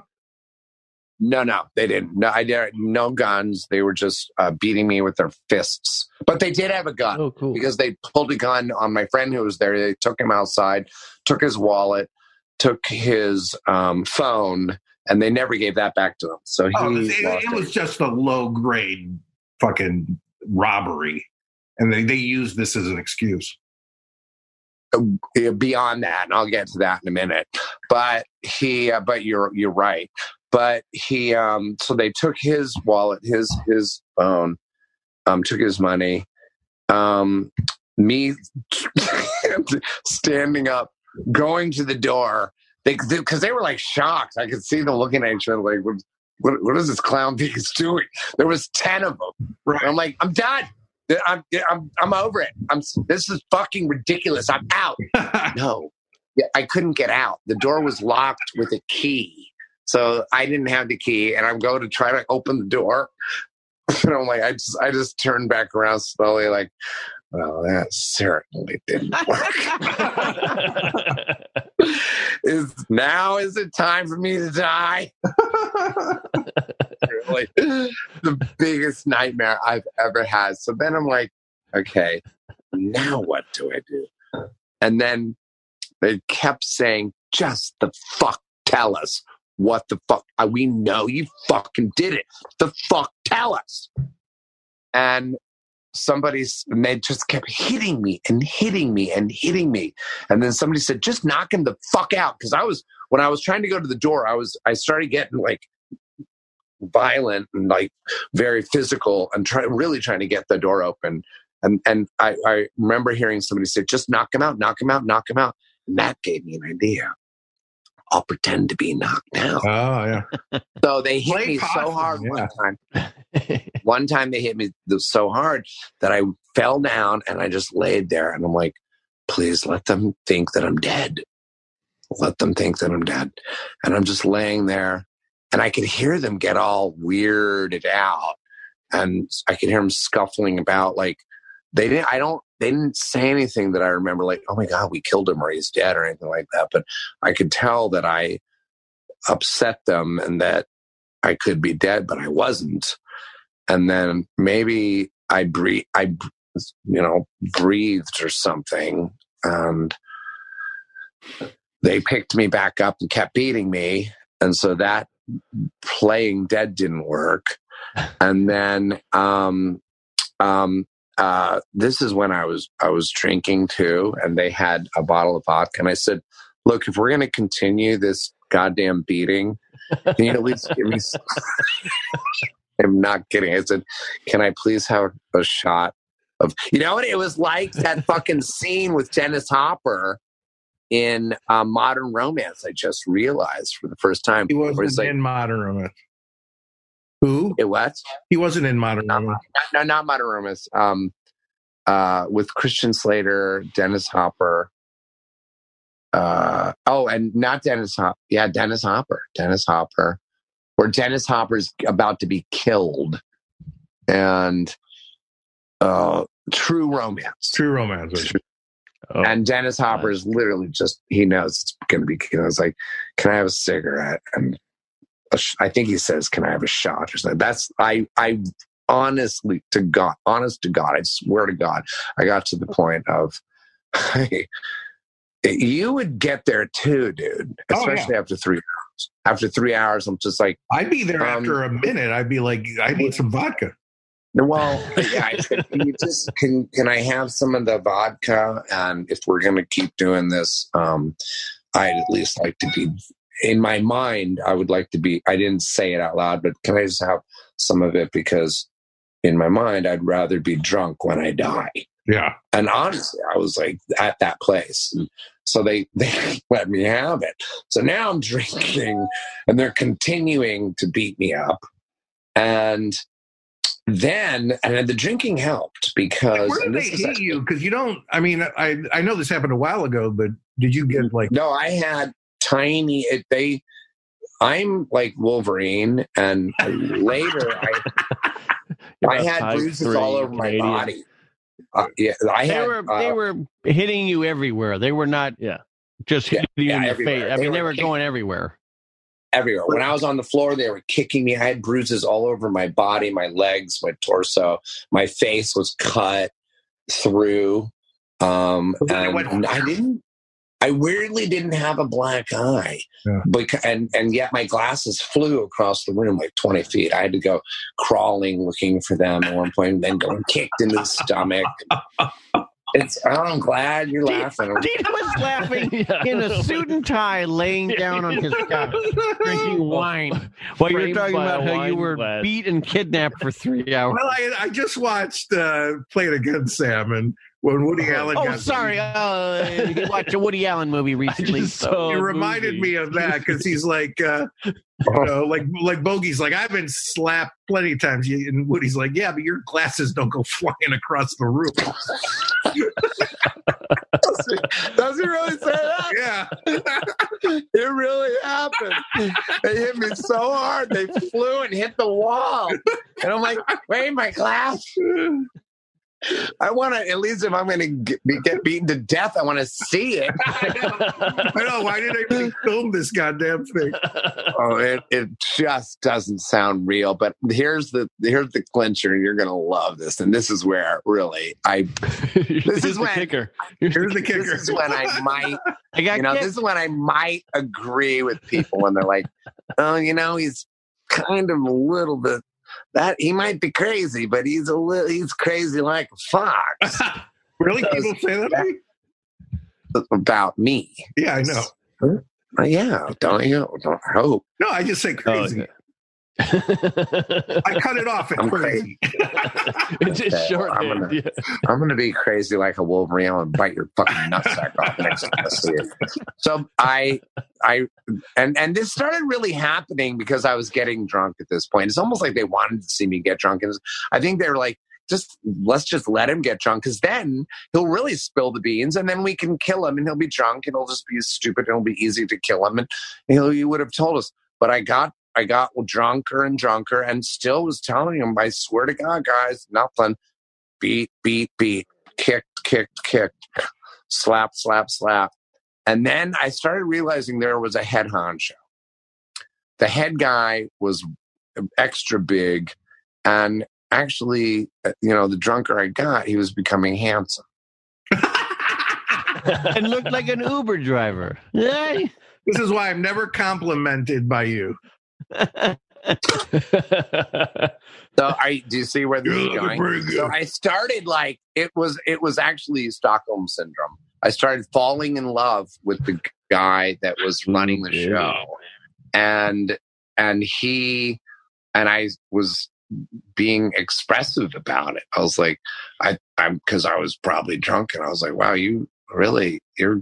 S6: No, no, they didn't. No, I did no guns. They were just uh, beating me with their fists. But they did have a gun
S3: oh, cool.
S6: because they pulled a gun on my friend who was there. They took him outside, took his wallet, took his um, phone, and they never gave that back to him. So he
S2: Oh, it,
S6: lost
S2: it
S6: it.
S2: was just a low grade fucking robbery. And they, they used this as an excuse.
S6: Yeah, beyond that, and I'll get to that in a minute. But he, uh, but you're you're right. But he, um, so they took his wallet, his his phone, um, took his money. Um, me standing up, going to the door. They because they were like shocked. I could see them looking at each other like, "What, what, what is this clown think he's doing?" There was ten of them.
S2: Right.
S6: And I'm like, I'm done. I'm, I'm, I'm over it. I'm, this is fucking ridiculous. I'm out. no, Yeah, I couldn't get out. The door was locked with a key. So I didn't have the key and I'm going to try to open the door. and I'm like, I just, I just turned back around slowly like, well, that certainly didn't work. is now is it time for me to die? really the biggest nightmare I've ever had. So then I'm like, okay, now what do I do? And then they kept saying, just the fuck tell us what the fuck. uh, We know you fucking did it. The fuck tell us. And somebody's, and they just kept hitting me and hitting me and hitting me. And then somebody said, just knock him the fuck out. Cause I was, when I was trying to go to the door, I was, I started getting like, violent and like very physical and try, really trying to get the door open. And and I, I remember hearing somebody say, "Just knock him out, knock him out, knock him out." And that gave me an idea. I'll pretend to be knocked out.
S2: yeah.
S6: So they hit
S2: Play
S6: me so
S2: possum,
S6: hard
S2: yeah.
S6: one time. One time they hit me th- so hard that I fell down and I just laid there and I'm like, please let them think that I'm dead. Let them think that I'm dead. And I'm just laying there and I could hear them get all weirded out. And I could hear them scuffling about like they didn't I don't they didn't say anything that I remember like, oh my God, we killed him or he's dead or anything like that. But I could tell that I upset them and that I could be dead, but I wasn't. And then maybe I breathe, I, br- you know, breathed or something. And they picked me back up and kept beating me. And so that playing dead didn't work. And then, um, um, uh, this is when I was I was drinking too, and they had a bottle of vodka. And I said, "Look, if we're going to continue this goddamn beating, can you at least give me s- i'm not kidding i said can i please have a shot of you know what it was like that fucking scene with dennis hopper in uh, modern romance i just realized for the first time
S2: He
S6: where
S2: wasn't
S6: it's like
S2: in modern romance. Who?
S6: it was
S2: He wasn't in modern romance.
S6: no, no, not modern romance um uh with christian slater dennis hopper uh oh and not dennis hopper yeah dennis hopper dennis hopper where dennis hopper's about to be killed and uh true romance
S2: True romance.
S3: Oh,
S6: and dennis hopper is literally just he knows it's gonna be killed it's like can i have a cigarette and a sh- i think he says can i have a shot or something that's i i honestly to god honest to god i swear to god i got to the
S2: Oh.
S6: point of you would get there too dude
S2: Oh, yeah.
S6: especially after three hours after three hours i'm just like
S2: I'd be there
S6: Um,
S2: after a minute. I'd be like, I need some vodka.
S6: Well, yeah, I said, can you just can can I have some of the vodka? And if we're gonna keep doing this, um, I'd at least like to be in my mind. I would like to be. I didn't say it out loud, but can I just have some of it because in my mind, I'd rather be drunk when I die.
S2: Yeah.
S6: And honestly, I was like at that place. And so they, they let me have it. So now I'm drinking and they're continuing to beat me up. And then, and then the drinking helped because.
S2: Where did
S6: and
S2: they
S6: this is
S2: hit
S6: actually-
S2: you? Because you don't. I mean, I I know this happened a while ago, but did you get like?
S6: No, I had tiny. It, they, I'm like Wolverine, and later I, I had bruises all over my body. Uh, yeah, I
S4: They
S6: had.
S4: were
S6: uh,
S4: they were hitting you everywhere. They were not
S3: Yeah.
S4: just
S6: Yeah,
S4: hitting you
S6: yeah,
S4: in the
S6: everywhere.
S4: face. I
S6: They
S4: mean,
S6: were
S4: they were
S6: kicking-
S4: going everywhere.
S6: everywhere. When I was on the floor, they were kicking me. I had bruises all over my body, my legs, my torso. My face was cut through. Um,
S2: They
S6: and
S2: went-
S6: I didn't. I weirdly didn't have a black eye,
S2: Yeah.
S6: Beca- and and yet my glasses flew across the room like twenty feet. I had to go crawling looking for them at one point, and then going kicked in the stomach. It's. oh, I'm glad you're laughing.
S4: Dina was laughing
S3: Yeah.
S4: in a suit and tie, laying down on his couch, drinking wine, while you're
S3: Framed
S4: talking
S3: by
S4: about
S3: a
S4: how you
S3: wine
S4: were
S3: glass.
S4: beat and kidnapped for three hours.
S2: Well, I, I just watched uh, Played Against Sam, and when Woody Allen.
S4: Oh,
S2: got-
S4: sorry. Uh, he watched a Woody Allen movie recently.
S3: just
S4: so-
S3: saw
S2: He
S3: a
S2: reminded
S3: movie.
S2: me of that because he's like, uh, you know, like like Bogey's like I've been slapped plenty of times, You- and Woody's like, yeah, but your glasses don't go flying across the roof.
S6: Does he really say that?
S2: yeah,
S6: It really happened. They hit me so hard, they flew and hit the wall. And I'm like, wait, my glass. I want to, at least if I'm going to get beaten to death, I want to see it.
S2: I know. Why did they film this goddamn thing?
S6: Oh, it, it just doesn't sound real. But here's the here's the clincher, and you're going to love this. And this is where really I
S3: this
S6: is
S3: is the
S6: when-
S3: kicker.
S2: Here's the kicker.
S6: this is when I might
S4: I got
S6: you know,
S4: kicked.
S6: this is when I might agree with people when they're like, "Oh, you know, he's kind of a little bit that he might be crazy, but he's a little he's crazy like a fox
S2: really, people say that? to me?
S6: about me."
S2: Yeah, I know.
S6: Uh, yeah, don't you? Don't I hope
S2: No, I just say crazy. I cut it off at
S6: I'm
S2: crazy.
S3: it's just
S6: Okay, well,
S3: short.
S6: I'm gonna- I'm going to be crazy like a wolverine and bite your fucking nutsack off next time I see it. So I, I, and and this started really happening because I was getting drunk at this point. It's almost like they wanted to see me get drunk, and I think they were like, just let's just let him get drunk because then he'll really spill the beans, and then we can kill him, and he'll be drunk, and he'll just be stupid, and it'll be easy to kill him, and he'll, he would have told us. But I got. I got drunker and drunker and still was telling him, I swear to God, guys, nothing beat, beat, beat, kicked, kicked, kicked, slap, slap, slap. And then I started realizing there was a head honcho. The head guy was extra big. And actually, uh, you know, the drunker I got, he was becoming handsome.
S4: and looked like an Uber driver. Yeah.
S2: This is why I'm never complimented by you.
S6: So I do you see where this
S2: You're
S6: is
S2: looking
S6: going?
S2: pretty good.
S6: So I started like it was it was actually Stockholm syndrome. I started falling in love with the guy that was running the
S3: baby.
S6: show. And and he and I was being expressive about it. I was like I I'm cuz I was probably drunk and I was like wow you really you're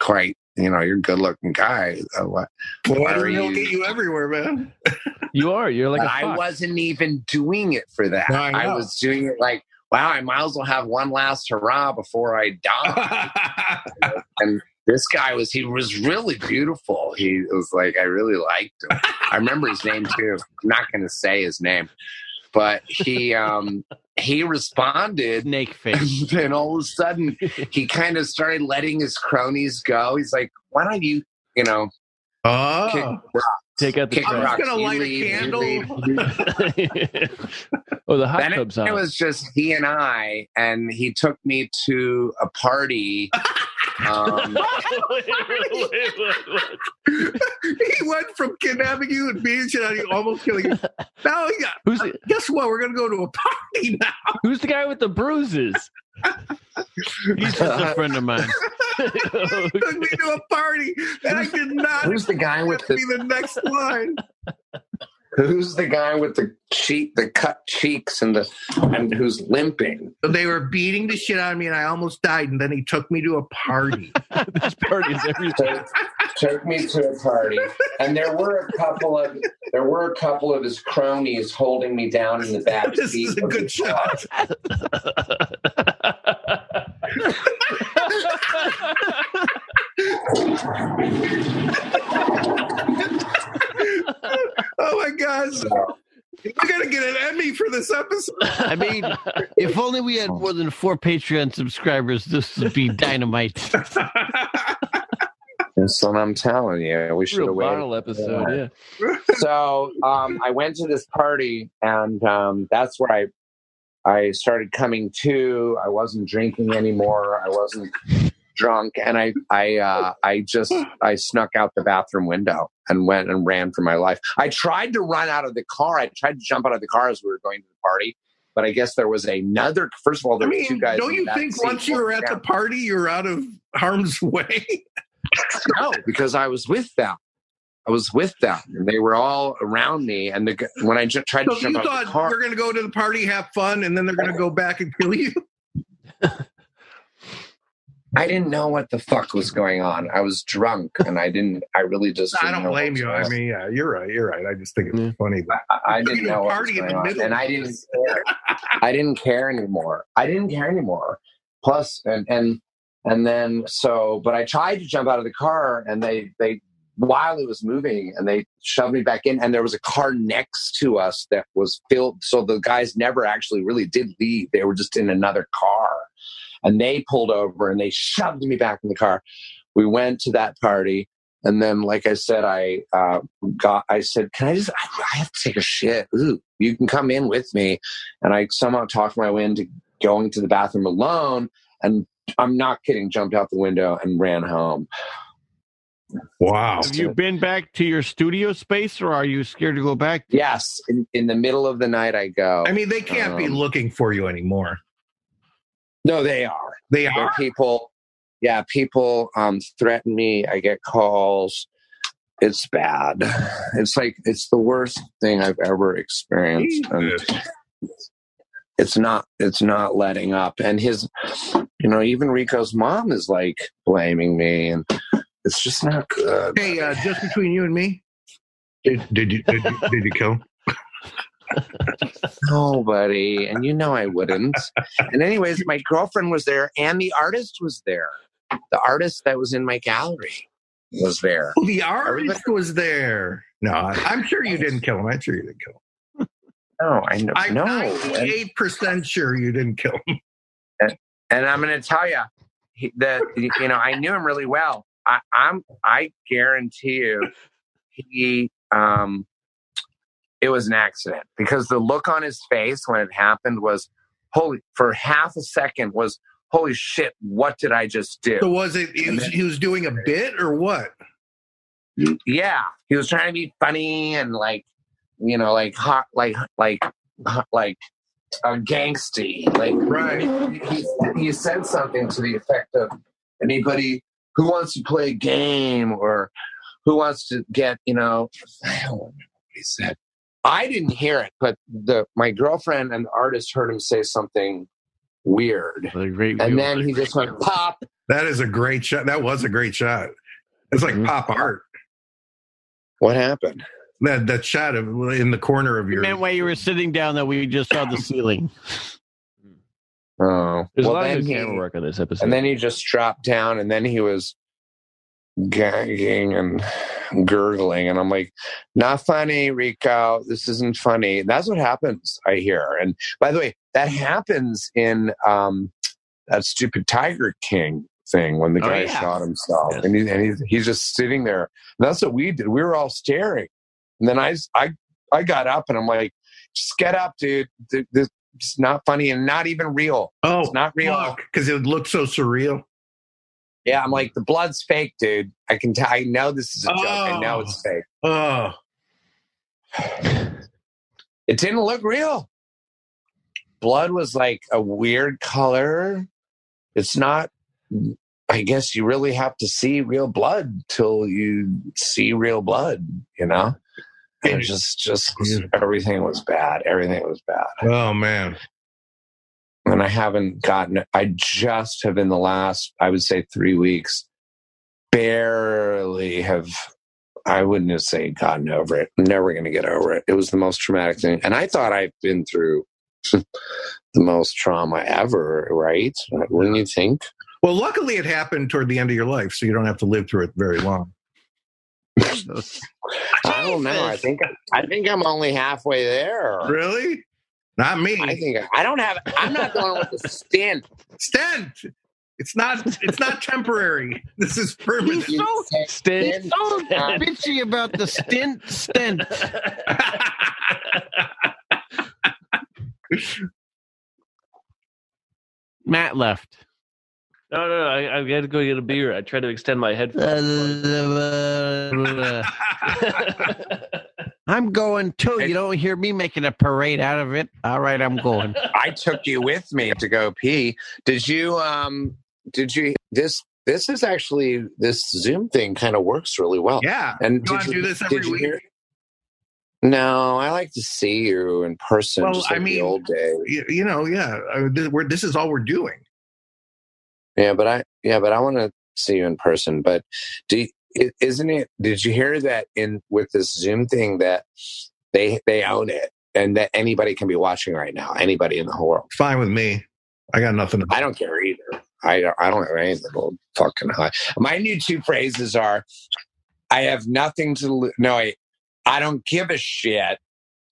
S6: quite you know you're a good looking guy. Uh, what-
S2: Boy,
S6: Are
S2: he'll
S6: you-
S2: get you everywhere, man.
S3: you are. You're like a
S6: but I
S3: fox.
S6: wasn't even doing it for that.
S2: No, I
S6: I,
S2: know.
S6: was doing it like, wow, I might as well have one last hurrah before I die. this guy was, he was really beautiful. He was like, I really liked him. I remember his name too. I'm not going to say his name, but he, um, he responded
S4: Snake face.
S6: and all of a sudden he kind of started letting his cronies go. He's like, why don't you, you know, kick,
S2: oh,
S3: Take out the
S6: kick
S2: I'm
S3: trash.
S2: just
S6: rocks.
S2: gonna
S6: You
S2: light
S6: leave,
S2: a
S6: you leave,
S2: candle.
S3: oh, the hot
S6: Then it-
S3: tub's
S6: it,
S3: on.
S6: was just he and I, and he took me to a party. Um,
S2: he went from kidnapping you and beating you and almost killing you. Now, he got-
S3: who's the,
S2: guess what? We're gonna go to a party now.
S3: who's the guy with the bruises?
S4: He's just a friend of mine.
S2: He took me to a party, and I did not
S6: who's the guy with
S2: expect to be
S6: the
S2: the next line.
S6: Who's the guy with the cheek, the cut cheeks, and the and who's limping?
S2: So they were beating the shit out of me, and I almost died. And then he took me to a party.
S3: This party is every
S6: Took, took me to a party, and there were a couple of there were a couple of his cronies holding me down in the back
S2: this
S6: seat.
S2: is a
S6: of the
S2: good shot. Oh my gosh.
S6: car.
S2: We're gonna get an Emmy for this episode.
S4: I mean, if only we had more than four Patreon subscribers, this would be dynamite.
S6: And so I'm telling you, we should
S3: Real
S6: have waited
S3: bottle episode, yeah.
S6: so um, I went to this party, and um, that's where I I started coming to. I wasn't drinking anymore. I wasn't drunk, and I I uh, I just I snuck out the bathroom window and went and ran for my life. I tried to run out of the car. I tried to jump out of the car as we were going to the party, but I guess there was another. First of all,
S2: I
S6: there were two
S2: mean,
S6: guys.
S2: don't
S6: in
S2: you
S6: the back
S2: think
S6: seat.
S2: once you're at the party, you're out of harm's way?
S6: no, because I was with them. I was with them, and they were all around me. And the, g- when I ju- tried
S2: So
S6: to
S2: you
S6: jump out of the
S2: thought
S6: car,
S2: you're going to go to the party, have fun, and then they're going to go back and kill you?
S6: I didn't know what the fuck was going on. I was drunk, and I didn't. I really just.
S2: I
S6: didn't know
S2: don't
S6: what
S2: blame
S6: was
S2: you.
S6: going
S2: I
S6: on.
S2: mean, yeah, you're right. You're right. I just think it's
S3: Yeah.
S2: funny. That,
S6: I, I
S2: You're
S6: didn't
S2: gonna
S6: know what
S2: party in
S6: was going
S2: the
S6: on,
S2: middle.
S6: and I didn't. Care. I didn't care anymore. I didn't care anymore. Plus, and and and then so, but I tried to jump out of the car, and they they while it was moving, and they shoved me back in, and there was a car next to us that was filled. So the guys never actually really did leave; they were just in another car, and they pulled over and they shoved me back in the car. We went to that party. And then, like I said, I uh, got. I said, "Can I just? I, I have to take a shit. Ooh, you can come in with me." and I somehow talked my way into going to the bathroom alone. And I'm not kidding, jumped out the window and ran home.
S2: Wow.
S4: Have you been back to your studio space, or are you scared to go back?
S6: Yes, in, in the middle of the night, I go.
S2: I mean, they can't be
S6: Um,
S2: looking for you anymore.
S6: no, they are.
S2: They
S6: They're
S2: are.
S6: people. Yeah, people um, threaten me. I get calls. It's bad. It's like it's the worst thing I've ever experienced. And it's not it's not letting up and his you know even rico's mom is like blaming me and it's just not good
S2: Hey, uh, just between you and me, did, did you did you, did you kill?
S6: nobody and you know i wouldn't and anyways my girlfriend was there and the artist was there the artist that was in my gallery was there
S2: Oh, the artist was there. No, I, I'm sure you didn't kill him. I'm sure you didn't kill him.
S6: no Oh, i know
S2: I'm
S6: no and,
S2: 98 percent sure you didn't kill him.
S6: and i'm going to tell you that you know i knew him really well I, i'm i guarantee you he um it was an accident because the look on his face when it happened was holy for half a second was holy shit what did i just do
S2: So was it he was, he was doing a bit or what?
S6: yeah he was trying to be funny and like you know like hot like like hot, like a gangsty like
S2: Right.
S6: he, he said something to the effect of anybody who wants to play a game or who wants to get you know i don't remember what he said i didn't hear it but the my girlfriend and the artist heard him say something weird
S4: The great
S6: and
S4: wheel.
S6: then he just went pop
S2: That is a great shot. That was a great shot. It's like
S3: Mhm.
S2: pop art.
S6: what happened
S2: That that shot of in the corner of
S4: You
S2: your
S4: meant while you were sitting down that we just saw the ceiling.
S6: oh
S3: There's
S6: well,
S3: a lot
S6: then
S3: of good
S6: he-
S3: camera work on this
S6: and
S3: episode.
S6: then he just dropped down and then he was gagging and gurgling and i'm like not funny rico this isn't funny that's what happens i hear and by the way that happens in um that stupid tiger king thing when the
S4: Oh,
S6: guy
S4: yeah.
S6: shot himself
S3: Yes.
S6: and, he, and he's, he's just sitting there and that's what we did we were all staring and then i s- i, I got up and i'm like just get up dude Th- this is not funny and not even real
S2: oh
S6: it's not real
S2: fuck because it would look so surreal.
S6: yeah, I'm like the blood's fake, dude. I can tell. I know this is a joke. I know
S2: Oh.
S6: it's fake.
S2: Oh,
S6: It didn't look real. Blood was like a weird color. It's not. I guess you really have to see real blood till you see real blood. You know, and it just just everything was bad. Everything was bad.
S2: oh man.
S6: and I haven't gotten. I just have in the last, I would say, three weeks, barely have. I wouldn't have say gotten over it. I'm never going to get over it. It was the most traumatic thing, and I thought I've been through the most trauma ever. Right? Wouldn't you think?
S2: Well, luckily it happened toward the end of your life, so you don't have to live through it very long.
S6: I don't know. I think I think I'm only halfway there.
S2: Really? Not me.
S6: I think I don't have. I'm not going with the skin.
S2: Stent. It's not. It's not temporary. This is permanent.
S4: He's so
S3: Stan-
S4: he's so bitchy about the stint stint. Matt left.
S3: No, no, no. I, I had to go get a beer. I tried to extend my head.
S6: Uh,
S4: I'm going too. You don't hear me making a parade out of it. All right, I'm going.
S6: I took you with me to go pee. Did you um did you this this is actually this Zoom thing kind of works really well.
S2: Yeah.
S6: And
S2: You
S6: did
S2: want to
S6: you,
S2: do this every
S6: did you
S2: week?
S6: hear- No, I like to see you in person
S2: Well,
S6: just
S2: I
S6: like the
S2: mean-
S6: old days.
S2: You, you know, yeah. I, this, we're, this is all we're doing.
S6: Yeah, but I yeah, but I want to see you in person. But do i- isn't it? Did you hear that in with this Zoom thing that they they own it and that anybody can be watching right now? Anybody in the whole world?
S2: Fine with me. I got nothing to
S6: I don't care either. I don't, I don't have anything to fucking hide. My new two phrases are: I have nothing to lose. No, I I don't give a shit,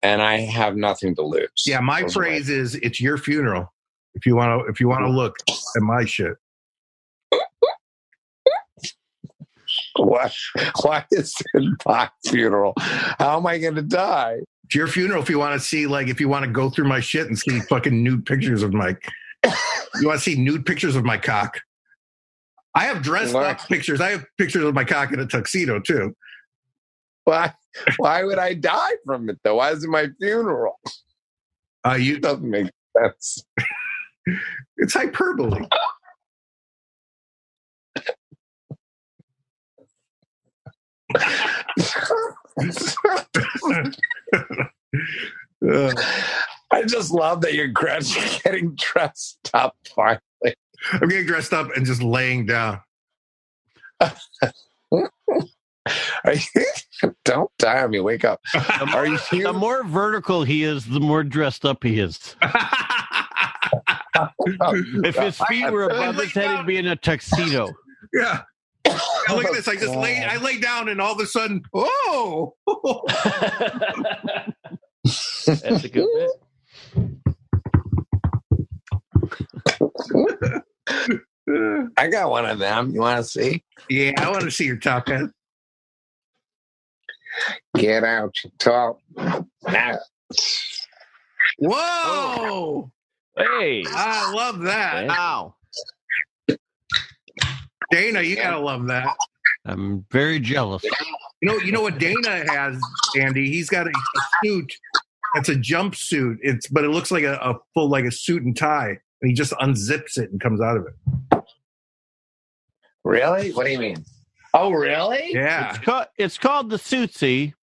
S6: and I have nothing to lose.
S2: Yeah, my
S6: Those are
S2: phrase is it's your funeral. If you want to, if you want to look at my shit,
S6: Why, why is it my funeral? How am I going to die?
S2: it's your funeral. If you want to see, like, if you want to go through my shit and see fucking nude pictures of my, you want to see nude pictures of my cock. I have dressed
S6: Why?
S2: up pictures. I have pictures of my cock in a tuxedo too.
S6: Why? Why would I die from it though? Why is it my funeral?
S2: Uh, you,
S6: It doesn't make sense.
S2: it's hyperbole. Uh,
S6: I just love that you're gradually getting dressed up. Fine.
S2: I'm getting dressed up and just laying down.
S6: Are you- don't die on me. Wake up.
S4: The
S6: Are
S4: more,
S6: you
S4: the
S6: serious?
S4: more vertical he is, the more dressed up he is.
S6: Oh,
S4: If his feet were above his head, he'd be in a tuxedo.
S2: yeah. Now look at this. I just lay. I lay down, and all of a sudden, oh,
S3: That's a good bit.
S6: I got one of them. You want to see?
S2: yeah. I want to see your top hat.
S6: Get out your top. Now.
S2: Whoa!
S4: Oh.
S3: Hey,
S2: I love that,
S3: Yeah.
S4: Wow.
S2: Dana. You gotta love that.
S4: I'm very jealous.
S2: You know. You know what Dana has, Andy. He's got a, a suit. That's a jumpsuit. It's but it looks like a, a full like a suit and tie, and he just unzips it and comes out of it.
S6: Really? What do you mean? Oh, really?
S2: Yeah.
S4: It's, ca- it's called the suitsy.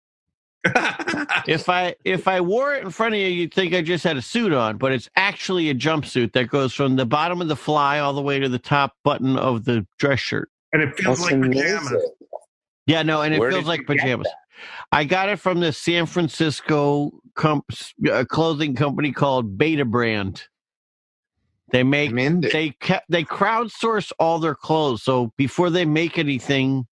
S4: If I if I wore it in front of you, you'd think I just had a suit on, but it's actually a jumpsuit that goes from the bottom of the fly all the way to the top button of the dress shirt.
S2: and it feels
S6: That's
S2: like pajamas.
S6: amazing.
S4: Yeah, no, and it
S6: Where
S4: feels
S6: did
S4: like
S6: you get
S4: pajamas. I got it from the San Francisco comp- uh, clothing company called Beta Brand. They make
S6: I'm into it.
S4: they ca- they crowdsource all their clothes. So before they make anything,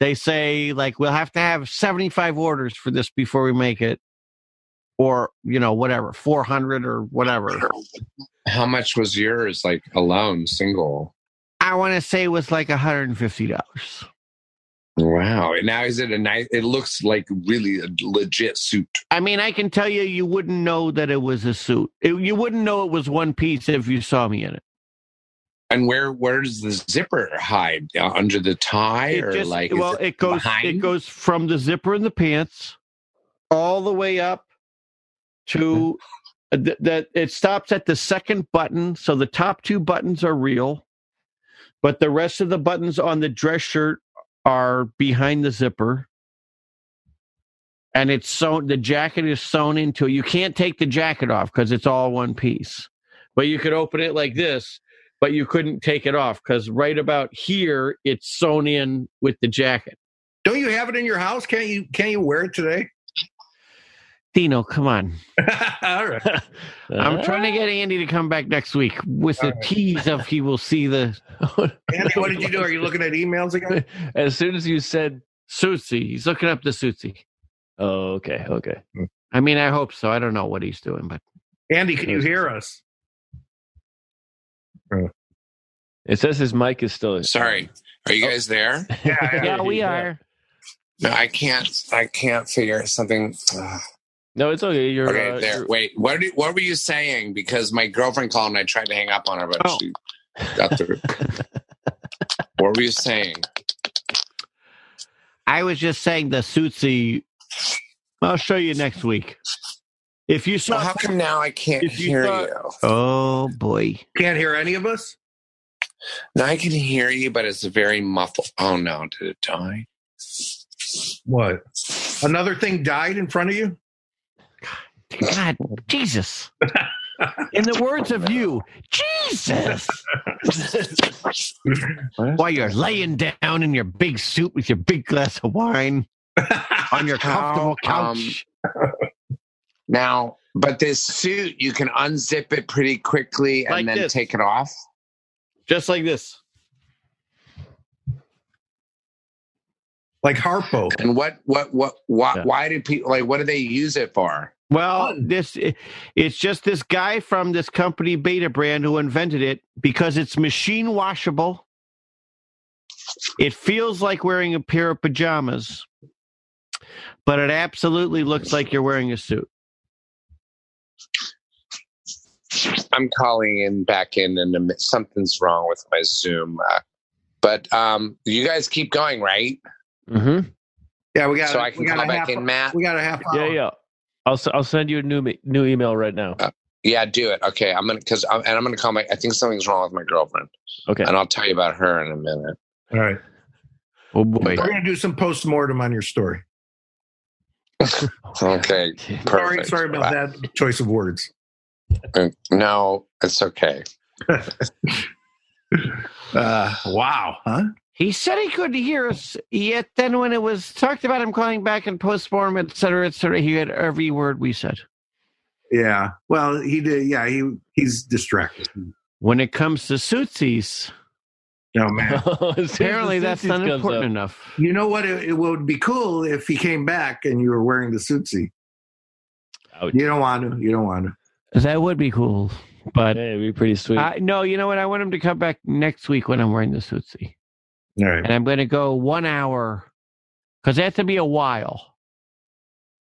S4: they say like we'll have to have 75 orders for this before we make it or you know whatever 400 or whatever.
S6: How much was yours, like alone, single?
S4: I want to say it was like $150.
S6: Wow. And Now is it a nice? It looks like really a legit suit.
S4: I mean, I can tell you you wouldn't know that it was a suit. It- you wouldn't know it was one piece if you saw me in it.
S6: And where where does the zipper hide Uh, under the tie
S4: It
S6: or
S4: just-
S6: like? is
S4: well, it, goes it
S6: behind?
S4: goes from the zipper in the pants all the way up to
S6: Mm-hmm.
S4: th- that. It stops at the second button, so the top two buttons are real, but the rest of the buttons on the dress shirt are behind the zipper. And it's sewn. The jacket is sewn into. it. You can't take the jacket off because it's all one piece. But you could open it like this, but you couldn't take it off because right about here it's sewn in with the jacket.
S2: Don't you have it in your house? Can't you? Can't you wear it today?
S4: Dino, come on.
S2: All right.
S4: I'm trying to get Andy to come back next week with a tease of he will see the
S2: Andy, what did you do? Are you looking at emails again?
S3: as soon as you said,
S4: Suitsy. He's looking up the Suitsy.
S3: "Oh, okay, okay,"
S4: I mean, I hope so. I don't know what he's doing, but
S2: Andy, can you hear us?
S3: it says his mic is still.
S6: Sorry, are
S4: Oh.
S6: you guys there?
S2: Yeah, yeah.
S4: yeah, we are.
S6: No, I can't. I can't figure something. Uh, Ugh.
S3: No, it's okay. You're
S6: okay,
S3: uh,
S6: there.
S3: you're-
S6: Wait, what? Did, what were you saying? Because my girlfriend called and I tried to hang up on her, but
S4: Oh.
S6: she Got through. what were you saying?
S4: I was just saying the suitsi. I'll show you next week. If you
S6: Well,
S4: saw,
S6: how come now I can't
S4: If you
S6: hear
S4: thought-
S6: you?
S4: oh boy,
S2: Can't hear any of us?
S6: Now I can hear you, but it's very muffled. Oh no, did it die?
S2: What? Another thing died in front of you?
S4: God, Jesus! In the words of you, Jesus, while you're laying down in your big suit with your big glass of wine on your comfortable
S6: How, um,
S4: couch.
S6: Now, but this suit, you can unzip it pretty quickly and
S4: Like
S6: then
S4: this.
S6: take it off.
S4: just like this.
S2: like Harpo.
S6: And what, what, what, why,
S4: Yeah.
S6: why do people like? What do they use it for?
S4: Well,
S2: Fun.
S4: this it- it's just this guy from this company Beta Brand who invented it because it's machine washable. It feels like wearing a pair of pajamas, but it absolutely looks like you're wearing a suit.
S6: I'm calling in back in, and a mi- something's wrong with my Zoom. Uh, but um, you guys keep going, right?
S3: Mm-hmm.
S2: Yeah, we got.
S6: so I can
S2: we got
S6: call
S2: a
S6: back
S2: half.
S6: in, Matt.
S2: We got a half hour.
S3: Yeah, yeah. I'll s- I'll send you a new me- new email right now.
S6: Yeah, do it. Okay, I'm gonna because I'm, and I'm gonna call my. I think something's wrong with my girlfriend,
S3: Okay.
S6: and I'll tell you about her in a minute.
S2: All right,
S4: Oh
S2: we're
S4: boy.
S2: gonna do some post mortem on your story.
S6: Okay,
S2: Sorry,
S6: perfect.
S2: sorry about that choice of words.
S6: that. No, it's okay.
S2: Uh, wow, huh?
S4: He said he couldn't hear us, yet then when it was talked about him calling back and postmortem, et cetera, et cetera, he had every word we said.
S2: Yeah. Well, he did. Yeah, he he's distracted.
S4: When it comes to suitsies,
S2: No man.
S4: apparently that's not important enough.
S2: You know what? It, it would be cool if he came back and you were wearing the suitsie.
S3: Ouch.
S2: You don't want to. You don't want to.
S4: That would be cool, but
S3: Hey, it'd be pretty sweet.
S4: I, no, you know what? I want him to come back next week when I'm wearing the suitsie,
S2: All right.
S4: and I'm going to go one hour because that has to be a while,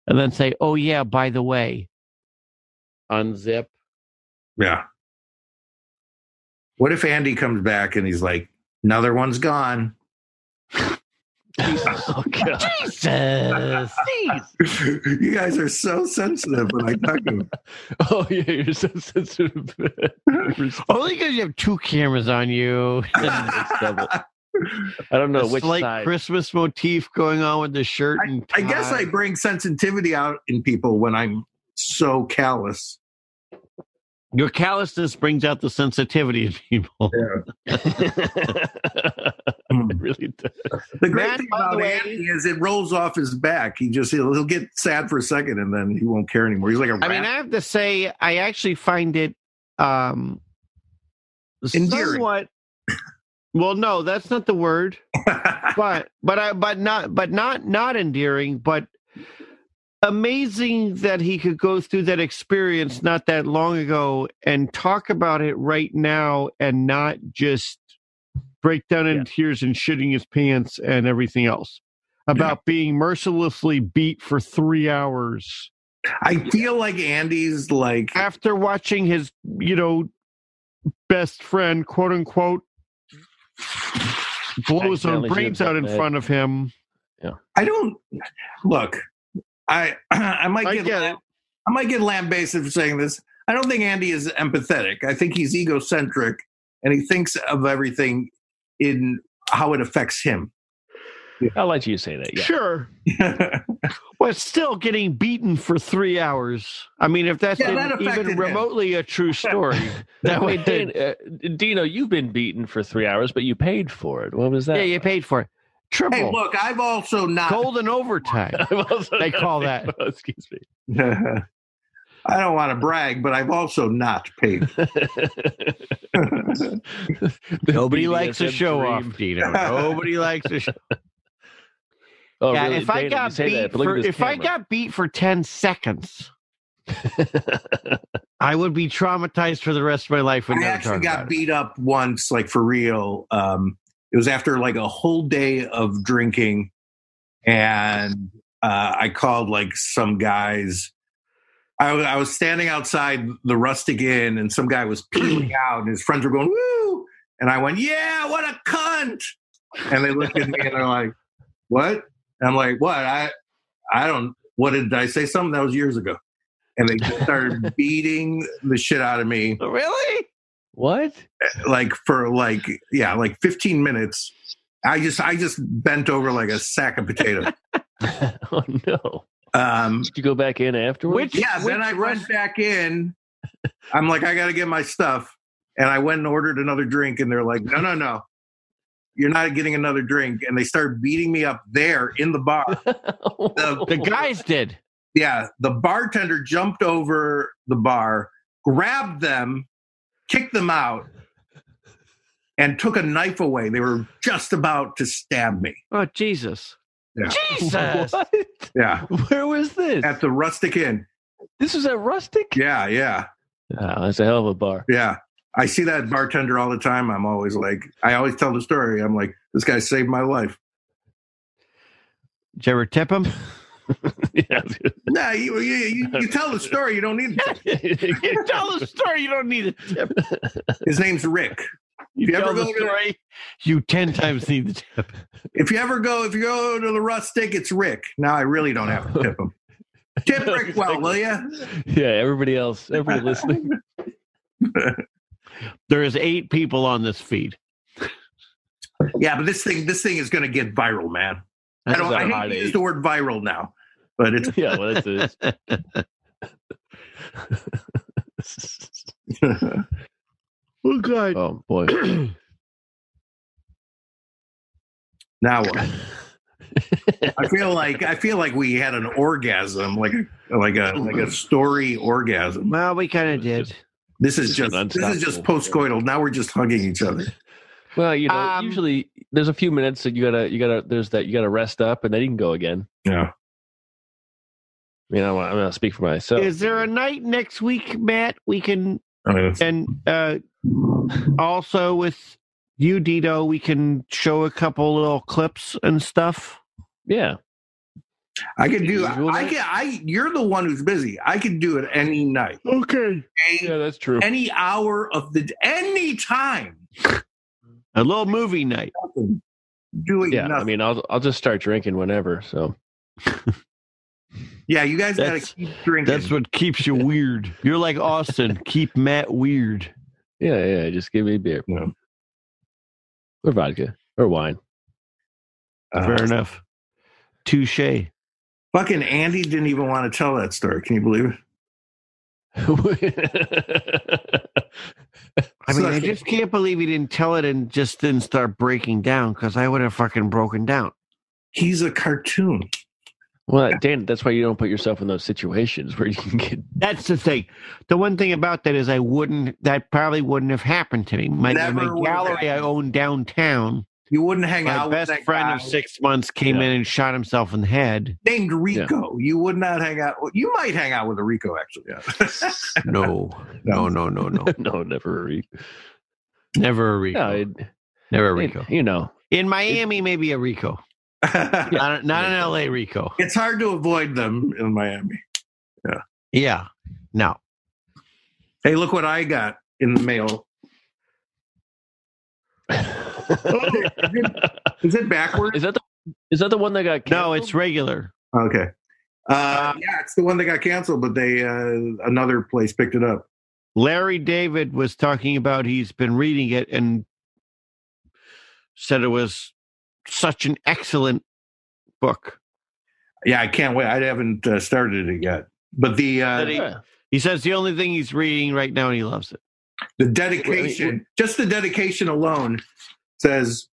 S4: and then say, "Oh yeah, by the way, unzip."
S2: Yeah. What if Andy comes back and he's like, another one's gone?
S3: oh god.
S4: Jesus, jeez.
S2: you guys are so sensitive when I talk to him.
S3: Oh yeah, you're so sensitive.
S4: only because you have two cameras on you.
S3: It's double. I don't know
S4: It's
S3: which
S4: like
S3: side.
S4: Christmas motif going on with the shirt
S2: I,
S4: and
S2: I guess
S4: tie.
S2: I bring sensitivity out in people when I'm so callous.
S4: your callousness brings out the sensitivity in people.
S3: It really does.
S2: The great
S4: Matt,
S2: thing
S4: by the
S2: about
S4: way-
S2: Andy is it rolls off his back. He just he'll, he'll get sad for a second and then he won't care anymore. He's like a rat.
S4: I mean, I have to say, I actually find it um
S2: Endearing.
S4: somewhat. Well, no, that's not the word, but but I but not but not not endearing, but amazing that he could go through that experience not that long ago and talk about it right now and not just break down in
S3: Yeah.
S4: tears and shitting his pants and everything else about being mercilessly beat for three hours
S2: I feel like Andy's like
S4: after watching his, you know, best friend, quote unquote, blow his own
S3: Accidentally
S4: brains
S3: shoot him
S4: out
S3: in
S4: in
S3: the head.
S4: front of him.
S2: I don't look. I I might
S4: I
S2: get,
S4: get it.
S2: I might get lambasted for saying this. I don't think Andy is empathetic. I think he's egocentric, and he thinks of everything in how it affects him.
S3: I'll let you say that. Yeah.
S4: Sure.
S2: yeah,
S4: But still getting beaten for three hours. I mean, if that's
S2: Yeah, that affected
S4: even
S2: him.
S4: remotely a true story, that
S3: Wait,
S4: would
S3: Dan, uh, Dino, you've been beaten for three hours, but you paid for it. What was that?
S4: yeah, you paid for it. Triple.
S2: hey, look, I've also not.
S4: golden overtime.
S3: I'm also
S4: They
S3: not-
S4: call that.
S3: Excuse me.
S2: I don't want to brag, but I've also not paid.
S3: The
S4: Nobody likes to
S3: BDSM
S4: show
S3: dream.
S4: off, Dino. Nobody likes to show
S3: Oh,
S4: yeah,
S3: really?
S4: if
S3: Dana,
S4: I
S3: you
S4: got
S3: say that,
S4: beat
S3: but look at
S4: for,
S3: this
S4: if I
S3: camera.
S4: got beat for ten seconds, I would be traumatized for the rest of my life. When
S2: I
S4: never
S2: actually
S4: talk about
S2: got
S4: it.
S2: beat up once, like for real. Um, it was after like a whole day of drinking, and uh, I called like some guys. I wa- I was standing outside the rustic inn, and some guy was peeling out, and his friends were going woo, And I went, yeah, what a cunt. And they looked at me and they're like, what? And I'm like, what? I, I don't, what did I say? Something that was years ago. And they just started beating the shit out of me,
S4: Really?
S3: What?
S2: like for like, yeah, like 15 minutes. I just, I just bent over like a sack of potatoes.
S3: oh no!
S2: Um,
S3: Did you go back in afterwards?
S4: Which-
S2: yeah, then I went back in. I'm like, I got to get my stuff. And I went and ordered another drink, and they're like, no, no, no. You're not getting another drink. And they started beating me up there in the bar.
S3: the,
S4: The guys did.
S2: Yeah, the bartender jumped over the bar, grabbed them, kicked them out, and took a knife away. They were just about to stab me.
S4: Oh Jesus!
S2: Yeah.
S4: Jesus!
S3: What?
S2: Yeah,
S3: Where was this?
S2: at the Rustic Inn.
S3: this was at Rustic.
S2: Yeah, yeah.
S3: Oh, that's a hell of a bar.
S2: Yeah. I see that bartender all the time. I'm always like, I always tell the story. I'm like, this guy saved my life.
S4: Did you ever tip him?
S3: yeah.
S2: Nah, you, you, you, you tell the story. You don't need to.
S4: you tell the story. You don't need a tip.
S2: His name's Rick.
S4: You,
S2: You ever
S4: tell the
S2: go to-
S4: story. You ten times need the tip.
S2: If you ever go, if you go to the rustic, it's Rick. Now I really don't have to tip him. Tip Rick well, will you?
S3: yeah, everybody else, everybody listening.
S4: There is eight people on this feed.
S2: Yeah, but this thing, this thing is going to get viral, man. I
S3: That's
S2: don't.
S3: our
S2: I
S3: hot
S2: hate to use
S3: eight.
S2: the word viral now, but it's
S3: Yeah, well, that's it.
S4: Oh God!
S3: oh boy.
S2: now. What? I feel like I feel like we had an orgasm, like a like a like a story orgasm.
S4: Well, we kind of
S3: It was
S4: did.
S2: This is
S3: This
S2: just
S3: is
S2: this is just
S3: unstoppable.
S2: postcoital. Now we're just hugging each other.
S3: Well, you know,
S4: Um,
S3: usually there's a few minutes that you gotta, you gotta, there's that you gotta rest up, and then you can go again.
S2: Yeah.
S3: You know, I'm gonna speak for myself.
S4: Is there a night next week, Matt? We can
S2: I mean,
S4: and uh, also with you, Dito, we can show a couple little clips and stuff.
S3: Yeah.
S2: I could do.
S3: Usual
S2: I
S3: night?
S2: can. I. You're the one who's busy. I could do it any night,
S4: Okay.
S2: any,
S3: Yeah, that's true.
S2: any hour of the any time.
S4: A little movie night.
S2: Nothing. Doing
S3: Yeah,
S2: nothing.
S3: I mean, I'll I'll just start drinking whenever. So
S2: yeah, you guys got to
S4: that's-
S2: keep drinking.
S4: That's what keeps you weird. You're like Austin. Keep Matt weird.
S3: yeah, yeah, just give me beer
S2: Yeah.
S3: or vodka or wine.
S2: Uh,
S4: Fair enough. Touche.
S2: fucking Andy didn't even want to tell that story. Can you believe it?
S4: I mean, I
S2: Such a-
S4: just can't believe he didn't tell it and just didn't start breaking down because I would have fucking broken down.
S2: He's a cartoon.
S3: well, Dan, that's why you don't put yourself in those situations where you can get.
S4: That's the thing. The one thing about that is I wouldn't. That probably wouldn't have happened to me. My,
S2: Never
S4: my
S2: would've
S4: gallery I
S2: happened.
S4: own downtown.
S2: You wouldn't hang
S4: My
S2: out
S4: best
S2: with that
S4: friend
S2: guy
S4: of six months came
S3: Yeah.
S4: in and shot himself in the head.
S2: named Rico. You would not hang out. well, You might hang out with a Rico, actually. Yeah.
S4: No, no, no, no, no.
S3: no, never. Re-
S4: Never a Rico.
S3: no, it,
S4: Never a
S3: it-
S4: Rico.
S3: you know,
S4: In Miami, maybe a Rico. Not, not an LA Rico.
S2: it's hard to avoid them in Miami.
S4: Yeah. No.
S2: Hey, look what I got in the mail. Is it- is it backwards?
S3: is that the is that the one that got?
S4: No,
S3: Canceled?
S4: it's regular.
S2: Okay. Uh, yeah, it's the one that got canceled, but they uh, another place picked it up.
S4: Larry David was talking about he's been reading it and said it was such an excellent book.
S2: Yeah, I can't wait. I haven't uh, started it yet, but the uh,
S3: Yeah.
S4: He says the only thing he's reading right now and he loves it.
S2: the dedication, just the dedication alone, says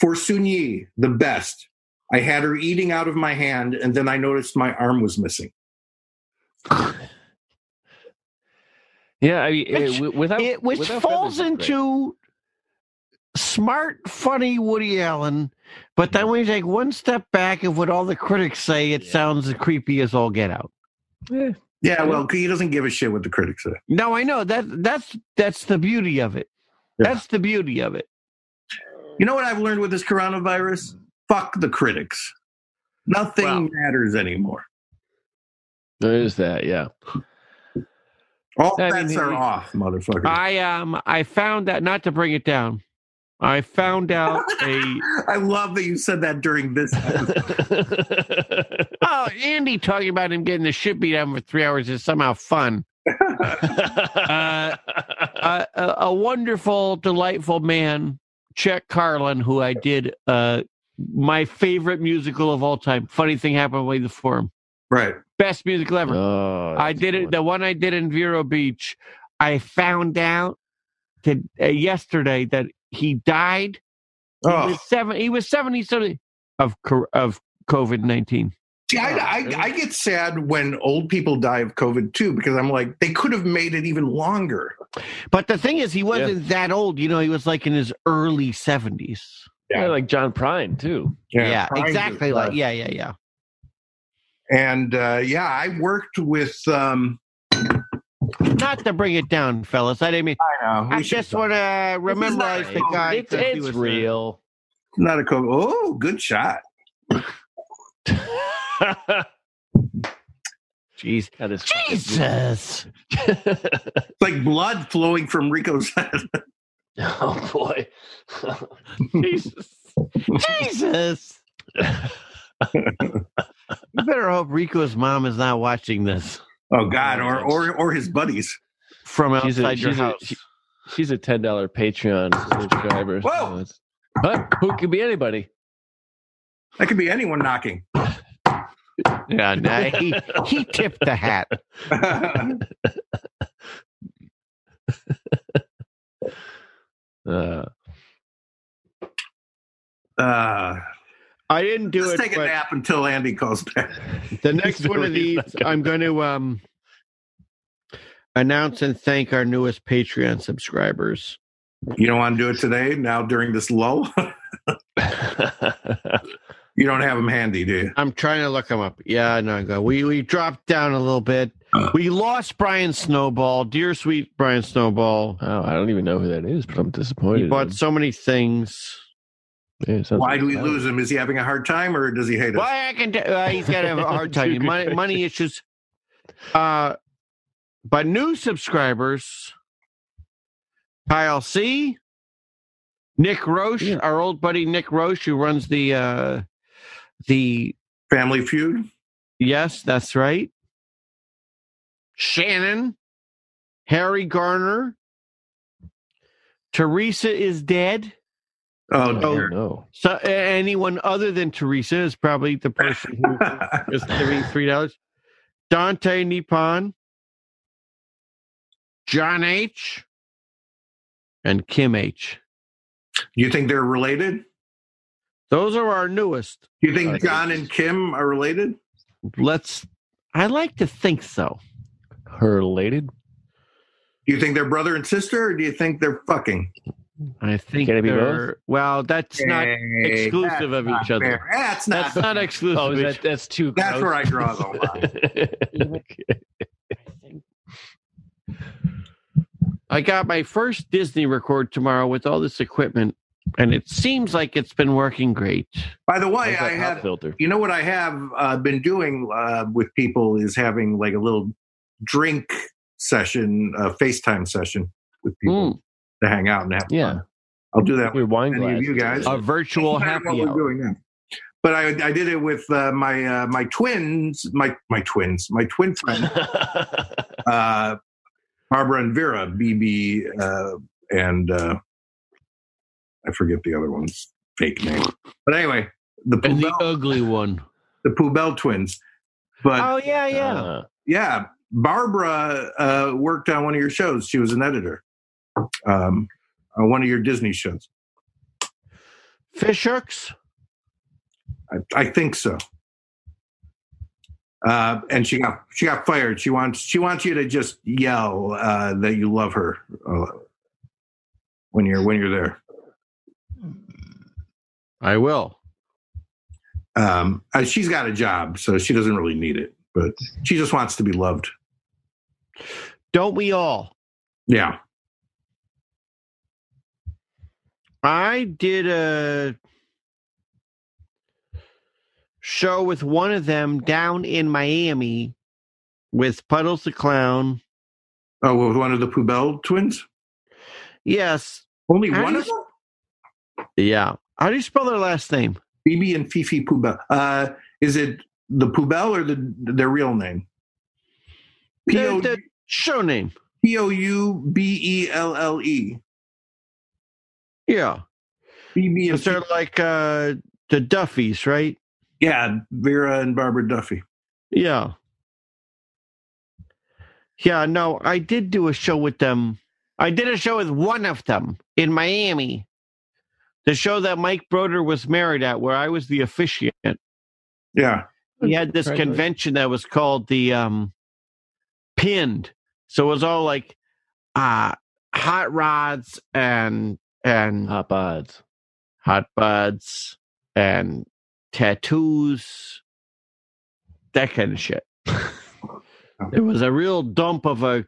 S2: for Sun Yi, the best. I had her eating out of my hand, and then I noticed my arm was missing.
S3: Yeah, I mean, eh,
S4: Which-
S3: wi- without
S4: it which
S3: without
S4: falls
S3: feathers, it's great.
S4: into smart, funny Woody Allen, but then when you take one step back of what all the critics say, it
S3: Yeah.
S4: sounds as creepy as all get out.
S2: Yeah, well, he doesn't give a shit what the critics say.
S4: No, I know that that's that's the beauty of it.
S2: Yeah.
S4: That's the beauty of it.
S2: You know what I've learned with this coronavirus? Fuck the critics. Nothing
S4: Wow.
S2: matters anymore.
S3: There is that. Yeah.
S2: All
S3: I
S2: bets
S3: mean,
S2: are
S3: it-
S2: off, motherfucker.
S4: I um I found that not to bring it down, I found out a
S2: I love that you said that during this. episode.
S4: oh Andy talking about him getting the shit beat out of him for three hours is somehow fun. Uh, uh, a, a wonderful, delightful man, Chet Carlin, who I did uh, my favorite musical of all time. Funny thing happened way before him.
S2: right.
S4: Best musical ever.
S3: Oh,
S4: I
S3: that's
S4: did
S3: a
S4: it.
S3: good
S4: The one I did in Vero Beach, I found out that uh, yesterday that he died. He
S2: Oh,
S4: was seven. He was seventy something of cor- of COVID nineteen.
S2: see, I, I, I get sad when old people die of COVID too because I'm like they could have made it even longer.
S4: But the thing is, he wasn't that old. You know, he was like in his early seventies.
S3: one. Yeah, like John Prine too.
S4: Yeah,
S2: trying to-
S4: exactly. Like yeah, yeah, yeah.
S2: and uh, yeah, I worked with. Um,
S4: Not to bring it down, fellas. I didn't mean.
S2: I know. we
S4: I
S2: should-
S4: just want to remember the guy.
S3: it's,
S4: 'cause he
S3: it's
S4: was, uh,
S3: real.
S2: not a COVID. Oh, good shot.
S4: Jeez,
S3: That is fucking-
S4: Jesus.
S2: It's like blood flowing from Rico's head.
S3: oh boy.
S4: Jesus. Jesus. you better hope Rico's mom is not watching this
S2: Oh God, or or or his buddies.
S4: from
S3: She's a-
S4: outside your
S3: she's a-
S4: house.
S3: she- She's a ten dollar Patreon subscriber.
S2: Whoa.
S3: so it's- But who could be anybody?
S2: That could be anyone knocking.
S4: yeah, nah, he, he tipped the hat.
S3: Uh,
S2: uh,
S4: I didn't do
S2: just
S4: it.
S2: take a
S4: but
S2: nap until Andy calls back.
S4: The next one of
S3: He's
S4: these, I'm going to um, announce and thank our newest Patreon subscribers.
S2: You don't want to do it today? Now during this lull,
S3: oh,
S2: you don't have him handy, do you?
S4: I'm trying to look them up. Yeah, no, go. We we dropped down a little bit. We lost Brian Snowball, dear sweet Brian Snowball.
S3: wow, I don't even know who that is, but I'm disappointed.
S4: He bought so many things.
S3: Yeah, it sounds
S2: Why
S3: like
S2: do we
S3: Tyler.
S2: lose him? Is he having a hard time, or does he hate us?
S4: Why I can? T- uh, he's got to have a hard
S3: Too
S4: time.
S3: good
S4: Money,
S3: question.
S4: money issues. Uh, but new subscribers, Kyle C, Nick Roche,
S3: Yeah.
S4: our old buddy Nick Roche, who runs the uh, the
S2: Family Feud.
S4: yes, that's right. Shannon, Harry Garner, Teresa is dead.
S2: Oh,
S3: Oh
S2: dear.
S3: no!
S4: So a- anyone other than Teresa is probably the person who is giving three dollars. Dante Nippon, John H, and Kim H.
S2: you think they're related?
S4: Those are our newest.
S2: You think John and Kim are related?
S4: Let's. I like to think so.
S3: Her related?
S2: Do you think they're brother and sister, or do you think they're fucking?
S4: I think
S3: Can it be
S4: they're- Well, that's not exclusive of each
S2: Fair.
S4: other.
S2: That's not.
S4: That's not exclusive.
S3: Oh,
S4: of
S3: is
S4: each-
S3: that, that's too.
S2: That's
S3: gross.
S2: where I draw the line.
S4: I got my first Disney record tomorrow with all this equipment, and it seems like it's been working great.
S2: By the way,
S3: Like
S2: Oh, I
S3: that hot
S2: have
S3: filter.
S2: you know what I have uh, been doing uh, with people is having like a little drink session, uh, FaceTime session with
S4: Hmm.
S2: people to hang out and have
S3: Yeah.
S2: fun. I'll do that.
S3: Your wine
S2: Any of
S3: glass.
S2: you guys?
S4: A virtual
S2: no matter what
S4: happy
S2: we're
S4: hour.
S2: doing now. But I, I did it with uh, my uh, my twins, my my twins, my twin friend, uh, Barbara and Vera, BB, uh, and uh, I forget the other one's fake name. But anyway, the
S4: And the
S2: Poubelle,
S4: ugly one.
S2: the Poubelle twins. But
S4: Oh yeah, yeah.
S3: Uh,
S2: yeah barbara uh, worked on one of your shows she was an editor um, on one of your disney shows
S4: Fish hooks.
S2: i, I think so uh, and she got she got fired she wants she wants you to just yell uh, that you love her uh, when you're when you're there
S4: I will.
S2: um, uh, she's got a job so she doesn't really need it but she just wants to be loved
S4: Don't we all?
S2: yeah
S4: I did a show with one of them down in Miami with Puddles the Clown.
S2: oh with one of the poubelle twins
S4: Yes.
S2: only
S4: How do
S2: one
S4: you
S2: of them
S4: Yeah. How do you spell their last name?
S2: Bibi and Fifi Poubel. Uh, is it the Poubel or the their real name? P
S4: Their,
S2: O
S4: their show name.
S2: P O U B E L L E.
S4: Yeah.
S2: Bibi E. and
S4: Because they're
S2: Fifi-
S4: like uh, the Duffies, right?
S2: yeah, Vera and Barbara Duffy.
S4: Yeah. Yeah, no, I did do a show with them. I did a show with one of them in Miami. The show that Mike Broder was married at, where I was the officiant.
S2: Yeah,
S4: He had this
S3: Congratulations.
S4: convention that was called the um, Pinned. So it was all like uh, hot rods and and
S3: Hot bods.
S4: hot buds and tattoos, that kind of shit. it was a real dump of a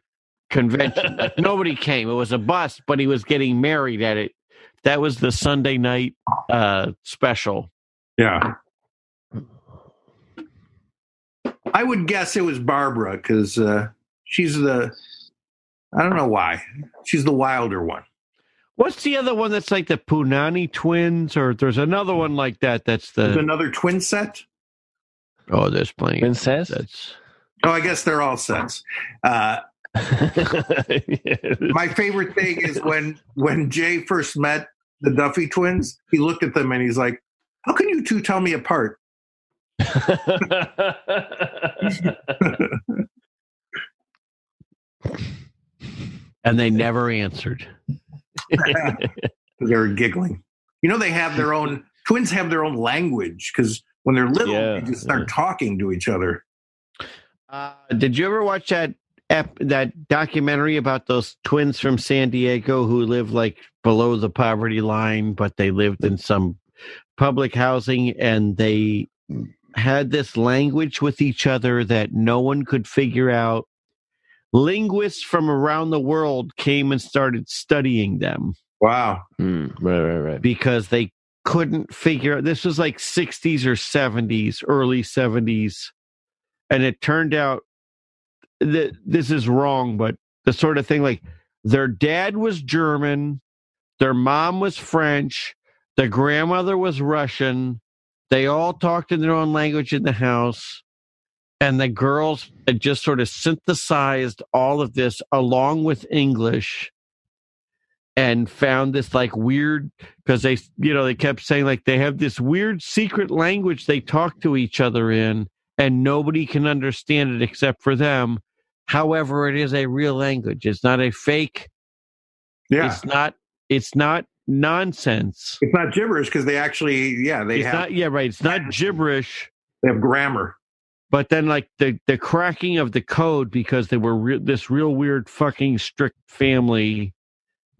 S4: convention. Like nobody came. It was a bust, but he was getting married at it. That was the Sunday night uh, special.
S2: yeah. I would guess it was Barbara because uh, she's the. I don't know why she's the wilder one.
S4: What's the other one that's like the Punani twins, or there's another one like that? That's
S2: There's
S4: the
S2: another twin set.
S4: oh, there's plenty. Of
S3: Incest?
S4: that's
S2: Oh, I guess they're all sets. Uh, my favorite thing is when when Jay first met the Duffy twins, he looked at them and he's like, "How can you two tell me apart?"
S4: and they never answered.
S2: They're giggling. You know, they have their own twins have their own language because when they're little,
S3: Yeah,
S2: they just start
S3: yeah.
S2: talking to each other.
S4: Uh, did you ever watch that ep- that documentary about those twins from San Diego who live like below the poverty line, but they lived in some public housing and they had this language with each other that no one could figure out. Linguists from around the world came and started studying them
S2: Wow.
S3: Hmm, right, right, right.
S4: because they couldn't figure this was like 60s or 70s early 70s and it turned out that this is wrong but the sort of thing like their dad was german their mom was french their grandmother was russian they all talked in their own language in the house and the girls had just sort of synthesized all of this along with english and found this like weird because they you know they kept saying like they have this weird secret language they talk to each other in and nobody can understand it except for them however it is a real language it's not a fake
S2: Yeah. It's,
S4: it's not it's not nonsense
S2: not gibberish because they actually, yeah, they
S4: it's
S2: have
S4: not yeah right it's not gibberish
S2: they have grammar.
S4: but then like the the cracking of the code because they were re- this real weird fucking strict family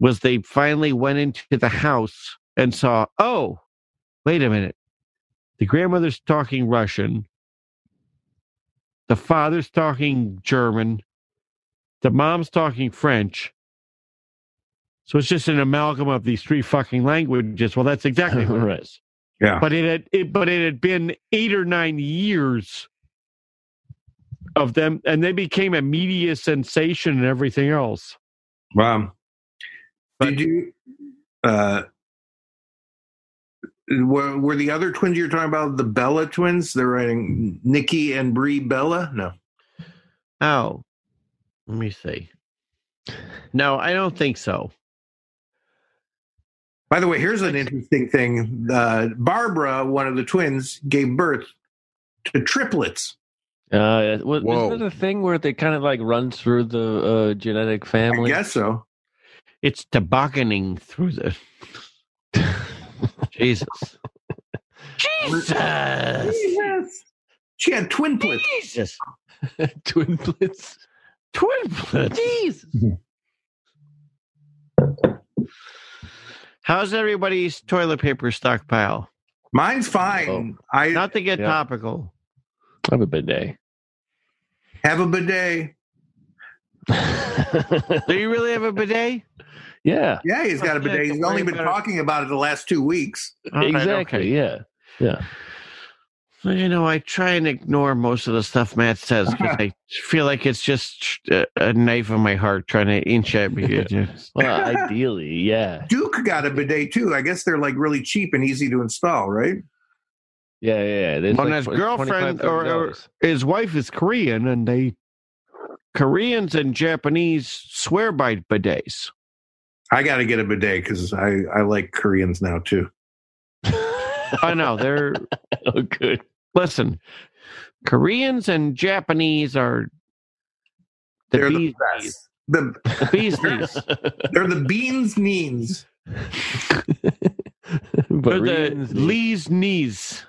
S4: was they finally went into the house and saw oh wait a minute the grandmother's talking russian the father's talking german the mom's talking french so it's just an amalgam of these three fucking languages well that's exactly what
S3: Right.
S4: it is
S2: Yeah.
S4: but it had it, but it had been eight or nine years of them and they became a media sensation and everything else
S2: Wow.
S4: But-
S2: Did Um, you? Uh, were, were the other twins you're talking about the Bella twins? They're writing Nikki and Brie Bella. No.
S4: oh let me see no i don't think so
S2: By the way, here's an interesting thing. Uh, Barbara, one of the twins, gave birth to triplets.
S3: Uh, well,
S9: Whoa.
S3: isn't it a thing where they kind of like run through the uh, genetic family?
S2: I guess so.
S4: it's tobogganing through the jesus jesus
S2: She had twinplets.
S4: jesus
S3: Twinplets.
S4: twinplets jesus how's everybody's toilet paper stockpile
S2: Mine's fine.
S3: Oh.
S2: I
S4: not to get
S3: Yeah.
S4: topical
S3: I have a bidet.
S2: have a bidet.
S4: Do you really have a bidet?
S3: yeah,
S2: Yeah, he's got a bidet. He's only been talking about it the last two weeks.
S4: All right,
S3: exactly.
S4: okay.
S3: Yeah.
S4: Well, you know, I try and ignore most of the stuff Matt says because I feel like it's just a, a knife in my heart trying to inch at me. It just-
S3: Well, ideally, yeah,
S2: Duke got a bidet too. I guess they're like really cheap and easy to install, right?
S3: yeah, yeah. yeah. There's
S4: Well,
S3: like
S4: his
S3: tw-
S4: girlfriend or- or-
S3: $25,000.
S4: His wife is Korean, and they Koreans and Japanese swear by bidets.
S2: I got to get a bidet because I I like Koreans now too.
S4: I know they're
S3: oh, good.
S4: listen. Koreans and Japanese are the
S2: They're the
S4: bees,
S2: best. The
S4: the bees knees.
S2: they're the beans knees.
S4: They're
S3: but
S4: the
S3: Reed's-
S4: Lee's knees.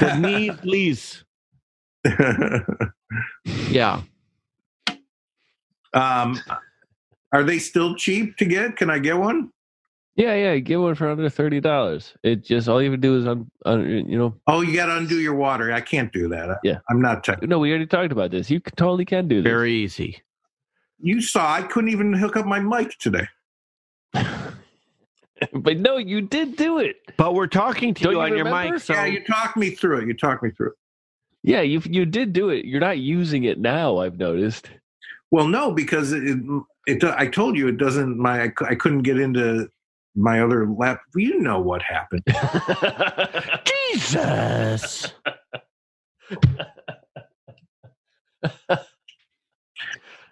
S4: The knees, Lee's. Yeah.
S2: um, are they still cheap to get? Can I get one?
S3: yeah, yeah. Get one for under thirty dollars. It just all you have to do is un, un, you know.
S2: Oh, you got to undo your water. I can't do that.
S3: Yeah.
S2: I'm not. Tech-
S3: No, we already talked about this. You c- totally can do this.
S4: Very easy.
S2: you saw I couldn't even hook up my mic today.
S3: but no, you did do it.
S4: But we're talking to
S3: Don't
S4: you
S3: you
S4: on your
S3: remember?
S4: mic, so
S2: yeah, you talked me through it. You talked me through it.
S3: Yeah, you you did do it. You're not using it now. I've noticed.
S2: Well, no, because it, it, I told you it doesn't. My I, cou- I couldn't get into my other lap. You know what happened?
S4: Jesus.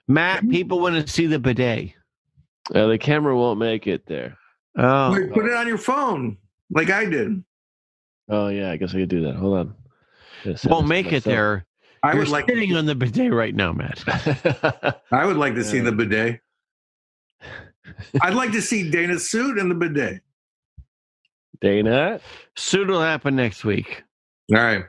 S4: Matt, people want to see the bidet.
S3: Uh, the camera won't make it there.
S4: Oh,
S2: Put it on your phone, like I did.
S3: Oh yeah, I guess I could do that. Hold on. Gotta send
S4: won't
S3: this to
S4: make it
S3: myself.
S4: there.
S2: I
S4: You're
S2: would like.
S4: sitting on the bidet right now, Matt.
S2: I would like to see the bidet. I'd like to see Dana's suit and the bidet.
S3: Dana.
S4: Soon will happen next week.
S2: All right.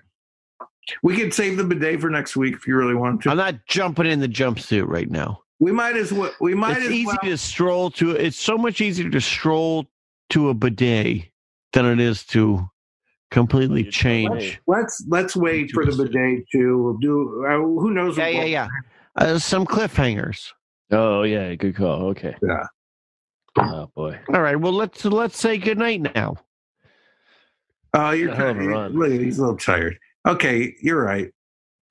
S2: We could save the bidet for next week if you really want
S4: I'm
S2: to.
S4: not jumping in the jumpsuit right now.
S2: We might as well. We might
S4: It's
S2: as
S4: easy
S2: well.
S4: to stroll to. It's so much easier to stroll to a bidet than it is to completely change.
S2: Let's let's wait for the bidet too. We'll do. Uh, who knows?
S4: Yeah, yeah, yeah. Uh, some cliffhangers.
S3: Oh yeah, good call. Okay.
S2: Yeah.
S3: Oh boy.
S4: All right. Well, let's let's say goodnight now.
S2: Oh, you're
S3: Got a hell of a
S2: tired.
S3: run.
S2: Look, he's a little tired. Okay, you're right.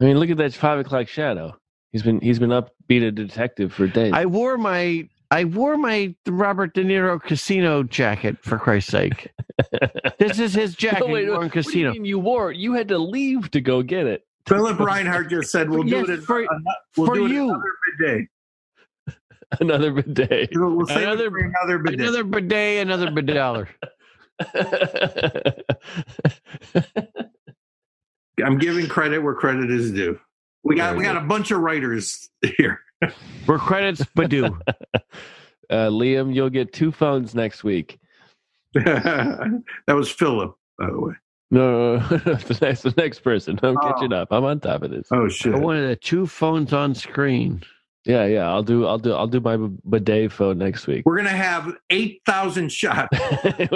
S3: I mean, look at that five o'clock shadow. He's been he's been up beat a detective for days.
S4: I wore my I wore my Robert De Niro casino jacket for Christ's sake. this is his jacket
S3: wait,
S4: he wore in
S3: what do you
S4: casino.
S3: mean you wore it? You had to leave to go get it.
S2: Philip Reinhardt just said we'll
S4: Yes,
S2: do it in,
S4: for-
S2: ano- we'll
S4: for
S2: do it
S4: you.
S2: another bidet.
S3: Another bidet.
S2: We'll, we'll save another,
S4: Another-
S2: it for another bidet.
S4: Another bidet, another bidet dollar.
S2: I'm giving credit where credit is due. We got we got a bunch of writers here.
S4: Where credits Badu.
S3: uh, Liam, you'll get two phones next week.
S2: that was Philip, by the way.
S3: No, no, no, the next the next person. I'm
S7: Oh.
S3: catching up. I'm on top of this.
S2: Oh shit!
S4: I wanted the two phones on screen.
S3: Yeah, yeah. I'll do I'll do I'll do my b- bidet phone next week.
S2: We're gonna have eight thousand shots.
S3: I'm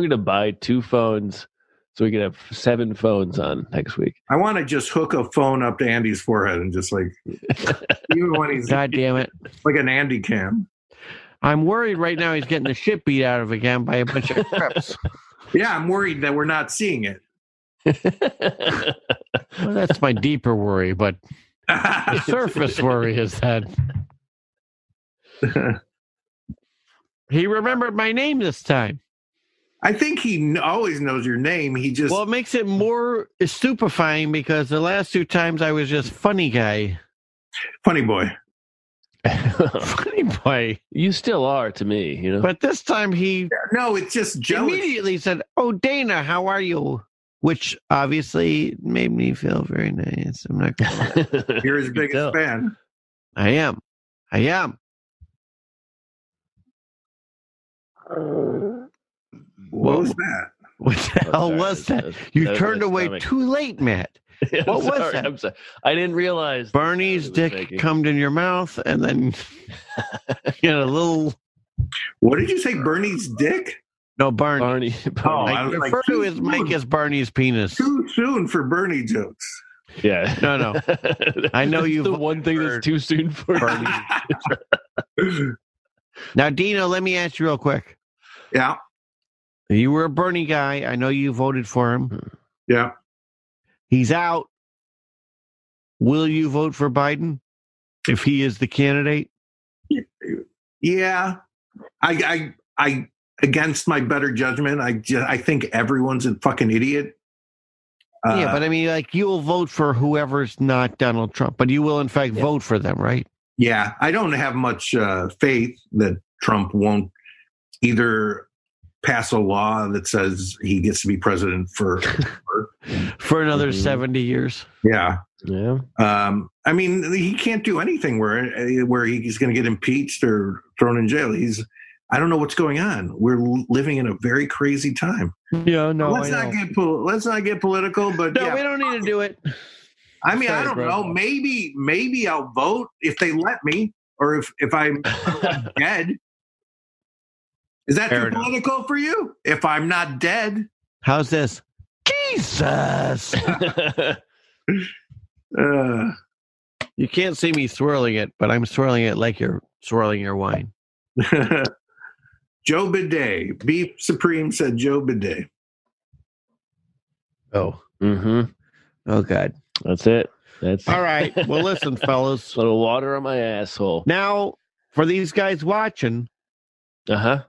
S3: gonna buy two phones so we can have seven phones on next week.
S2: I want to just hook a phone up to Andy's forehead and just like even when he's
S4: God damn it.
S2: like an Andy cam.
S4: I'm worried right now he's getting the shit beat out of again by a bunch of crips.
S2: Yeah, I'm worried that we're not seeing it.
S4: Well, that's my deeper worry, but the surface worry is that he remembered my name this time.
S2: I think he kn- always knows your name. He just
S4: Well, it makes it more stupefying because the last two times I was just funny guy,
S2: funny boy.
S4: funny boy.
S3: you still are to me, you know.
S4: But this time he
S2: No, it's just jealous.
S4: immediately said, "Oh, Dana, how are you?" Which obviously made me feel very nice. I'm not. Gonna lie.
S2: You're his
S3: You
S2: biggest
S3: tell.
S2: fan.
S4: I am. I am.
S2: What
S4: Well,
S2: was that?
S4: What the
S3: Oh,
S4: hell
S3: sorry, that's-
S4: was that?
S3: that's-
S4: You
S3: that was
S4: turned
S3: my
S4: away
S3: stomach.
S4: too late, Matt.
S3: I'm
S4: what was
S3: sorry,
S4: that?
S3: I'm sorry. I didn't realize the
S4: Bernie's
S3: sound it was
S4: dick
S3: making.
S4: cummed in your mouth, and then you had a little.
S2: What did you say? Bernie's dick?
S4: No, Barney.
S3: Barney.
S2: Oh,
S3: Barney.
S2: I
S4: I
S2: was like,
S4: refer to
S2: too
S4: his mic
S2: soon.
S4: as Barney's penis.
S2: Too soon for Bernie jokes.
S3: yeah.
S4: No, no. I know
S3: That's
S4: you've
S3: the one thing
S4: heard
S3: that's too soon for Bernie.
S4: Now, Dino, let me ask you real quick.
S2: yeah.
S4: You were a Bernie guy. I know you voted for him.
S2: Yeah.
S4: He's out. Will you vote for Biden if he is the candidate?
S2: Yeah, I, I, I, against my better judgment, I just, I think everyone's a fucking idiot. Uh,
S4: yeah, but I mean, like, you'll vote for whoever's not Donald Trump, but you will, in fact,
S3: Yeah.
S4: vote for them, right?
S2: yeah, I don't have much uh, faith that Trump won't either pass a law that says he gets to be president for.
S4: For another
S3: Mhm.
S4: 70 years.
S2: yeah,
S3: Yeah.
S2: um, I mean, he can't do anything where uh, where he's going to get impeached or thrown in jail. He's I don't know what's going on. We're living in a very crazy time.
S4: Yeah, no.
S2: let's not get pol- let's not get political, but
S4: no,
S2: yeah,
S4: we don't need to do it.
S2: I mean, I
S3: Sorry,
S2: don't
S3: bro.
S2: know. Maybe, maybe I'll vote if they let me, or if if I'm dead. Is that
S4: Fair
S2: too
S4: enough.
S2: political for you? If I'm not dead,
S4: How's this? Jesus.
S2: uh,
S4: you can't see me swirling it, but I'm swirling it like you're swirling your wine.
S2: Joe Bidet, Beef Supreme said Joe Bidet.
S4: Oh,
S3: hmm
S4: oh, God.
S3: That's it. That's
S4: All right. Well, listen, fellas.
S3: a little water on my asshole.
S4: Now, for these guys watching
S3: Uh huh.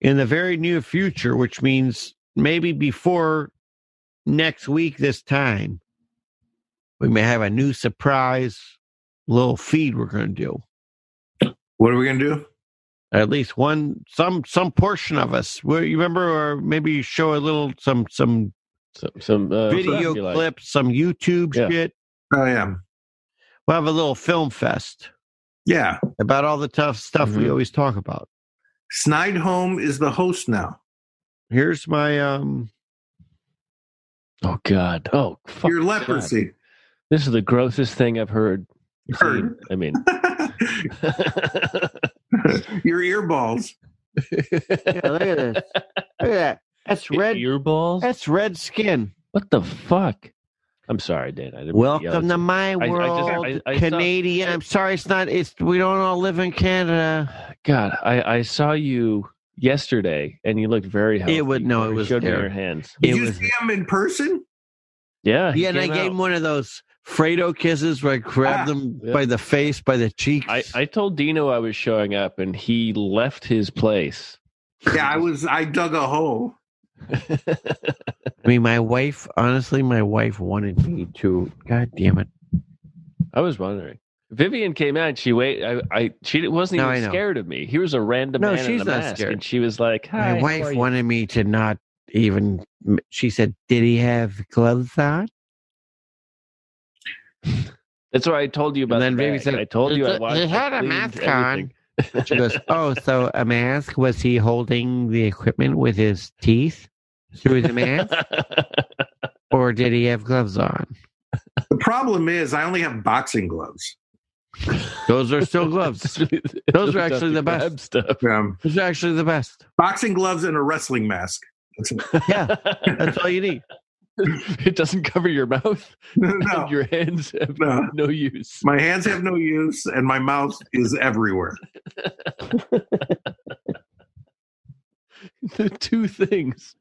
S4: in the very near future, which means maybe before next week, this time, we may have a new surprise little feed we're going to do.
S2: What are we gonna do?
S4: At least one, some, some portion of us. Well, you remember, or maybe you show a little, some, some
S3: Some, some uh,
S4: video
S3: if you like.
S4: clips, some YouTube
S3: Yeah.
S4: shit.
S2: Oh yeah,
S4: We'll have a little film fest
S2: yeah.
S4: about all the tough stuff we
S3: Mhm.
S4: always talk about.
S2: Snidehome is the host now.
S4: Here's my um
S3: Oh God. Oh fuck.
S2: Your leprosy.
S3: This is the grossest thing I've heard.
S2: Heard.
S3: seen. I mean,
S2: Your earballs.
S4: Yeah, look at this. Look at that. That's red.
S3: earballs.
S4: That's red skin.
S3: What the fuck? I'm sorry, Dan. I didn't mean yell at
S4: Welcome to
S3: you. I-
S4: my
S3: I just-
S4: world,
S3: I- I saw-
S4: Canadian. I'm sorry, it's not. It's we don't all live in Canada.
S3: God, I, I saw you yesterday, and you looked very healthy.
S4: It would- no, it
S3: You
S4: was
S3: showed me
S4: there.
S3: your hands.
S4: It
S2: Did you
S4: was-
S2: see him in person?
S3: Yeah, he
S4: yeah, and I
S3: came
S4: gave
S3: out.
S4: him one of those Fredo kisses where I grabbed
S2: Ah,
S4: them
S3: yeah.
S4: by the face, by the cheeks.
S3: I, I told Dino I was showing up, and he left his place.
S2: Yeah, I was. I dug a hole.
S4: I mean, my wife. Honestly, my wife wanted me to. God damn it.
S3: I was wondering. Vivian came out. And she wait. I, I she wasn't
S4: No, I
S3: even
S4: know.
S3: scared of me. Here was a random
S4: No,
S3: man in
S4: she's
S3: a
S4: not
S3: mask,
S4: scared.
S3: and she was like, "Hi,
S4: My
S3: how are
S4: wife
S3: you?"
S4: wanted me to not even. She said, "Did he have gloves on?"
S3: That's why I told you about.
S4: then
S3: the
S4: Vivian
S3: bag.
S4: said,
S3: "I told you I
S4: "He
S3: watched." I
S4: had a
S3: cleaned
S4: mask on."
S3: everything."
S4: She goes, Oh, so a mask? Was he holding the equipment with his teeth through the mask? or did he have gloves on?
S2: The problem is, I only have boxing gloves.
S4: Those are still gloves. Those are actually the
S3: grab
S4: best.
S3: stuff.
S2: Um,
S4: Those are actually the best.
S2: boxing gloves and a wrestling mask. That's it.
S4: Yeah, that's all you need.
S3: it doesn't cover your mouth.
S2: no,
S3: And your hands have
S2: no.
S3: no use.
S2: My hands have no use, and my mouth is everywhere.
S3: the two things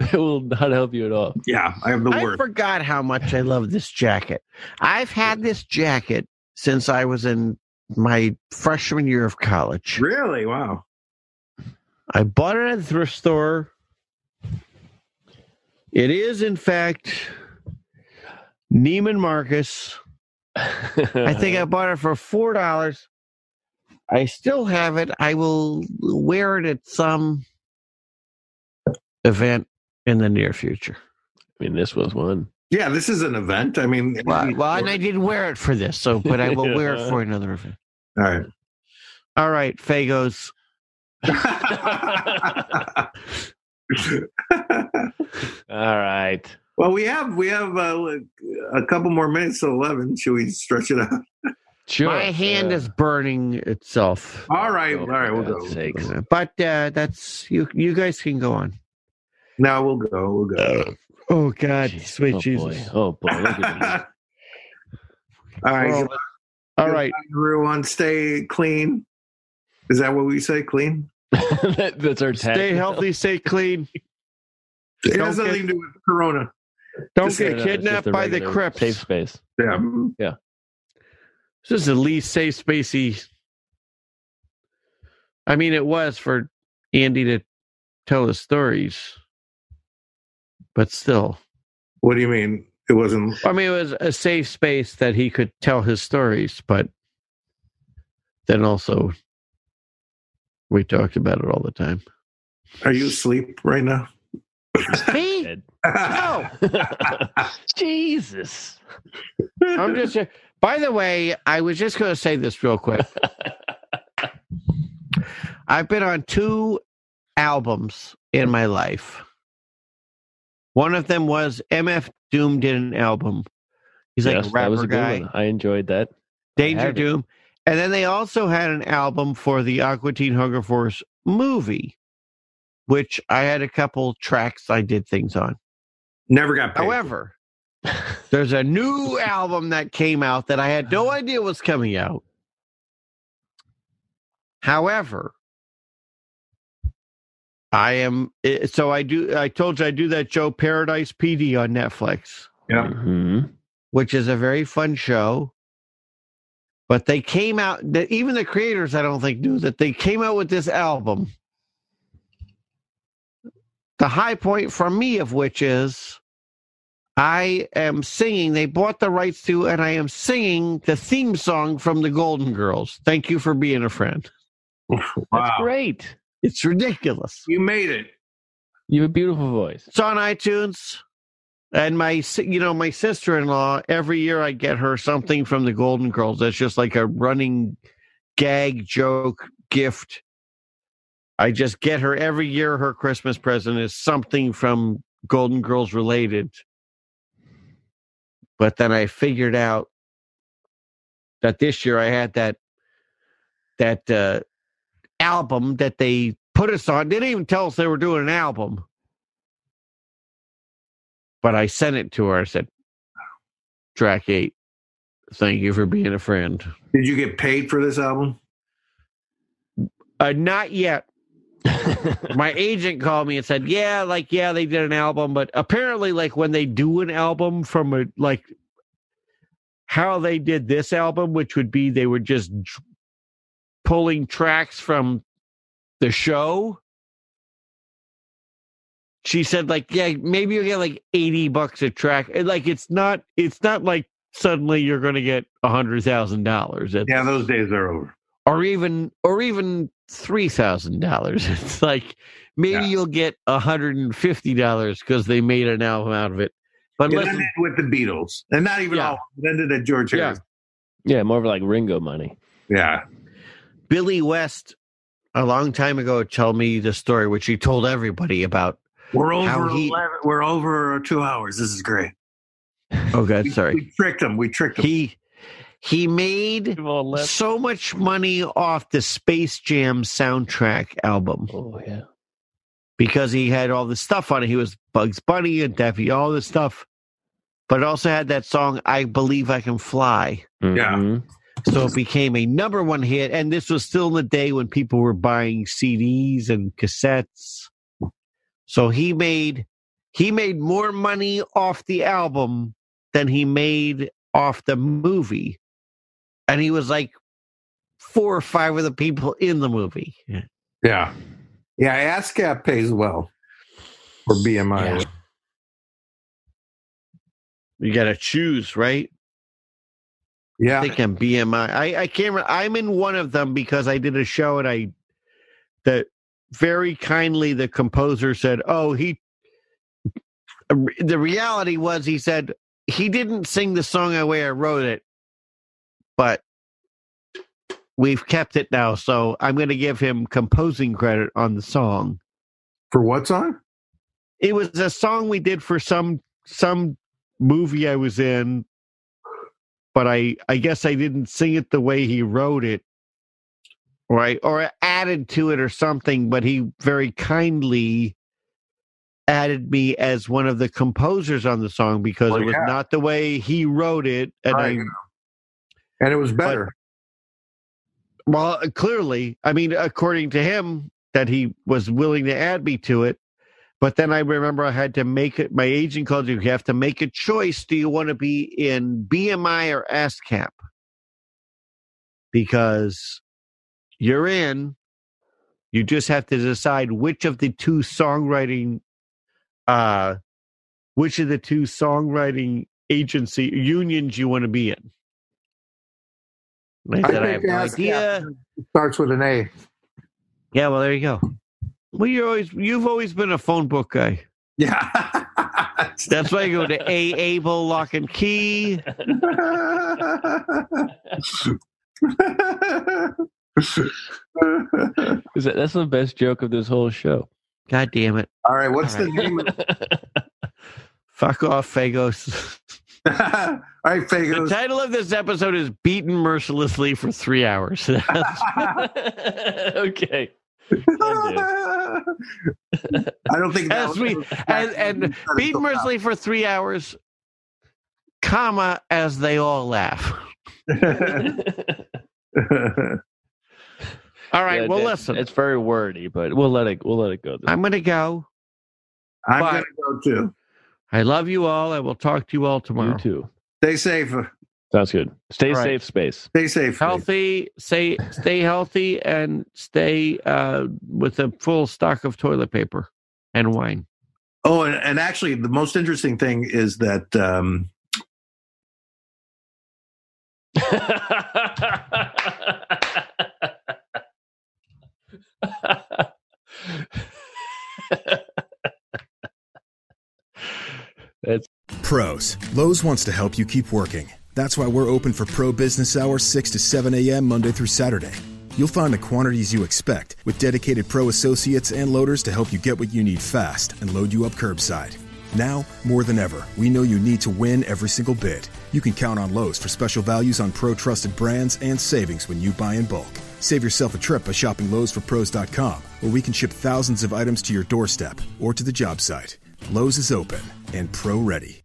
S3: that will not help you at all.
S2: Yeah, I have the
S4: I
S2: worst.
S4: forgot how much I love this jacket. I've had this jacket since I was in my freshman year of college.
S2: Really? Wow.
S4: I bought it at a thrift store. It is, in fact, Neiman Marcus. I think I bought it for four dollars. I still have it. I will wear it at some event in the near future.
S3: I mean, this was one.
S2: Yeah, this is an event. I mean,
S4: Well, Uh, well, and I did wear it for this, so but I will wear it for another event.
S2: all right.
S4: All right, Fagos.
S3: All right.
S2: well, we have we have uh, a couple more minutes to eleven. Should we stretch it out?
S3: Sure.
S4: My hand
S3: Uh, oh,
S4: is burning itself.
S2: All right, all right,
S3: for
S2: we'll
S3: God's
S2: go.
S3: sakes.
S4: But uh, that's you. You guys can go on.
S2: Now we'll go. We'll go.
S4: Oh God,
S3: Jeez.
S4: sweet
S3: oh,
S4: Jesus!
S3: Boy. Oh, boy. Look at me.
S2: all right.
S4: Oh,
S2: good
S4: All
S2: Good
S4: right,
S2: night, Everyone, stay clean. Is that what we say? Clean?
S3: That- That's our tag.
S4: Stay healthy, stay clean.
S2: It
S4: Don't
S2: has
S4: get-
S2: nothing to do with Corona.
S4: Don't
S2: Just
S3: No, no,
S4: get
S3: it's just
S4: kidnapped
S3: a
S4: by the
S3: regular
S4: Crips.
S3: Safe space.
S2: Yeah.
S4: This is the least safe spacey. I mean, it was for Andy to tell his stories, but still,
S2: What do you mean? It wasn't.
S4: I mean, it was a safe space that he could tell his stories, but then also we talked about it all the time.
S2: Are you asleep right now?
S4: Me?
S3: Dead.
S4: No,
S3: Jesus.
S4: I'm just. By the way, I was just going to say this real quick. I've been on two albums in my life. One of them was MF Doom did an album. He's like
S3: Yes,
S4: a
S3: that was
S4: rapper
S3: a good
S4: guy,
S3: one. I enjoyed that. I
S4: Danger
S3: had it.
S4: Doom, and then they also had an album for the Aqua Teen Hunger Force movie, which I had a couple tracks I did things on.
S2: Never got paid.
S4: However, there's a new album that came out that I had no idea was coming out. However, I am eh, so I do I told you I do that Joe Paradise PD on Netflix,
S2: Yeah.
S3: Mhm.
S4: which is a very fun show. But they came out that even the creators I don't think knew that they came out with this album. The high point for me of which is I am singing, they bought the rights to, and I am singing the theme song from the Golden Girls. Thank you for being a friend.
S3: That's
S2: Wow.
S3: great.
S4: It's ridiculous.
S2: You made it.
S3: You have a beautiful voice.
S4: It's on iTunes. And my, si- you know, my sister in law, every year I get her something from the Golden Girls. That's just like a running gag, joke, gift. I just get her every year her Christmas present is something from Golden Girls related. But then I figured out that this year I had that that uh, album that they put us on. They didn't even tell us they were doing an album but I sent it to her. I said, track eight, thank you for being a friend.
S2: Did you get paid for this album?
S4: Uh, not yet. My agent called me and said, yeah, like, yeah, they did an album, but apparently, like, when they do an album from a, like, how they did this album, which would be they were just tr- pulling tracks from the show. She said, like, yeah, maybe you'll get like 80 bucks a track. And, like, it's not, it's not like suddenly you're going to get a $100,000. It's-
S2: Yeah, those days are over.
S4: or even or even three thousand dollars. It's like maybe
S2: Yeah.
S4: you'll get hundred and fifty dollars because they made an album out of it. But
S2: It
S4: listen,
S2: ended with the Beatles, and not even
S4: Yeah.
S2: all. It ended at George
S4: Yeah.
S2: Harrison.
S3: Yeah, more of like Ringo money.
S2: Yeah.
S4: Billy West a long time ago told me the story which he told everybody about.
S2: We're
S4: How
S2: over.
S4: he-
S2: 11, we're over two hours. This is great.
S4: Oh God,
S2: We-
S4: sorry.
S2: We tricked them. We tricked them.
S4: He he made so much money off the Space Jam soundtrack album.
S3: Oh yeah.
S4: because he had all the stuff on it. He was Bugs Bunny and Daffy, all this stuff, but it also had that song "I Believe I Can Fly."
S2: Yeah.
S3: Mhm.
S4: So it became a number one hit, and this was still in the day when people were buying CDs and cassettes. So he made he made more money off the album than he made off the movie, and he was like four or five of the people in the movie.
S2: yeah. Yeah. ASCAP pays well for BMI.
S4: Yeah. You got to choose, right?
S2: Yeah.
S4: I think I'm BMI. I, I can't. re- I'm in one of them because I did a show and I that very kindly the composer said, "Oh, he." The reality was, he said he didn't sing the song the way I wrote it, but we've kept it now, so I'm going to give him composing credit on the song.
S2: For what song?
S4: It was a song we did for some some movie I was in, but I I guess I didn't sing it the way he wrote it, or I or I added to it or something. But he very kindly added me as one of the composers on the song because
S2: Well,
S4: it was
S2: yeah.
S4: not the way he wrote it, and
S2: Right,
S4: I
S2: yeah. And it was better.
S4: well clearly, I mean, according to him, that he was willing to add me to it. But then I remember I had to make it. My agent called you. You have to make a choice. Do you want to be in BMI or ASCAP? Because you're in. You just have to decide which of the two songwriting, uh, which of the two songwriting agency unions you want to be in. And I said, I, have no
S9: ASCAP
S4: idea.
S9: Starts with an A.
S4: Yeah, well, there you go. Well, you're always you've always been a phone book guy.
S2: Yeah.
S4: That's why you go to A Able Lock and Key.
S3: Is that, that's the best joke of this whole show.
S4: God damn it!
S2: All right. What's the name? Of,
S4: Fuck off, Fagos.
S2: all right,
S4: The
S2: Fagos.
S4: title of this episode is "Beaten Mercilessly for Three Hours." That's-
S3: okay.
S2: I don't think that
S4: As
S2: was-
S4: we- and- and Beaten mercilessly for three hours, comma, as they all laugh. All right.
S3: Yeah,
S4: well,
S3: that-
S4: listen,
S3: It's very wordy, but we'll let it we'll let it go. This
S4: I'm going to go.
S2: I'm
S4: Bye.
S2: going to go too.
S4: I love you all. I will talk to you all tomorrow.
S3: you too.
S2: Stay safe.
S3: Sounds good. Stay
S4: All right.
S3: safe, space.
S2: Stay safe.
S4: Healthy, say, stay healthy, and stay uh, with a full stock of toilet paper and wine.
S2: Oh, and, and actually, the most interesting thing is that um,
S10: Pros. Lowe's wants to help you keep working. That's why we're open for pro business hours 6 to 7 a.m. Monday through Saturday. You'll find the quantities you expect with dedicated pro associates and loaders to help you get what you need fast and load you up curbside. Now, more than ever, we know you need to win every single bid. You can count on Lowe's for special values on pro trusted brands and savings when you buy in bulk. Save yourself a trip by shopping Lowe'sForPros.com, where we can ship thousands of items to your doorstep or to the job site. Lowe's is open and pro ready.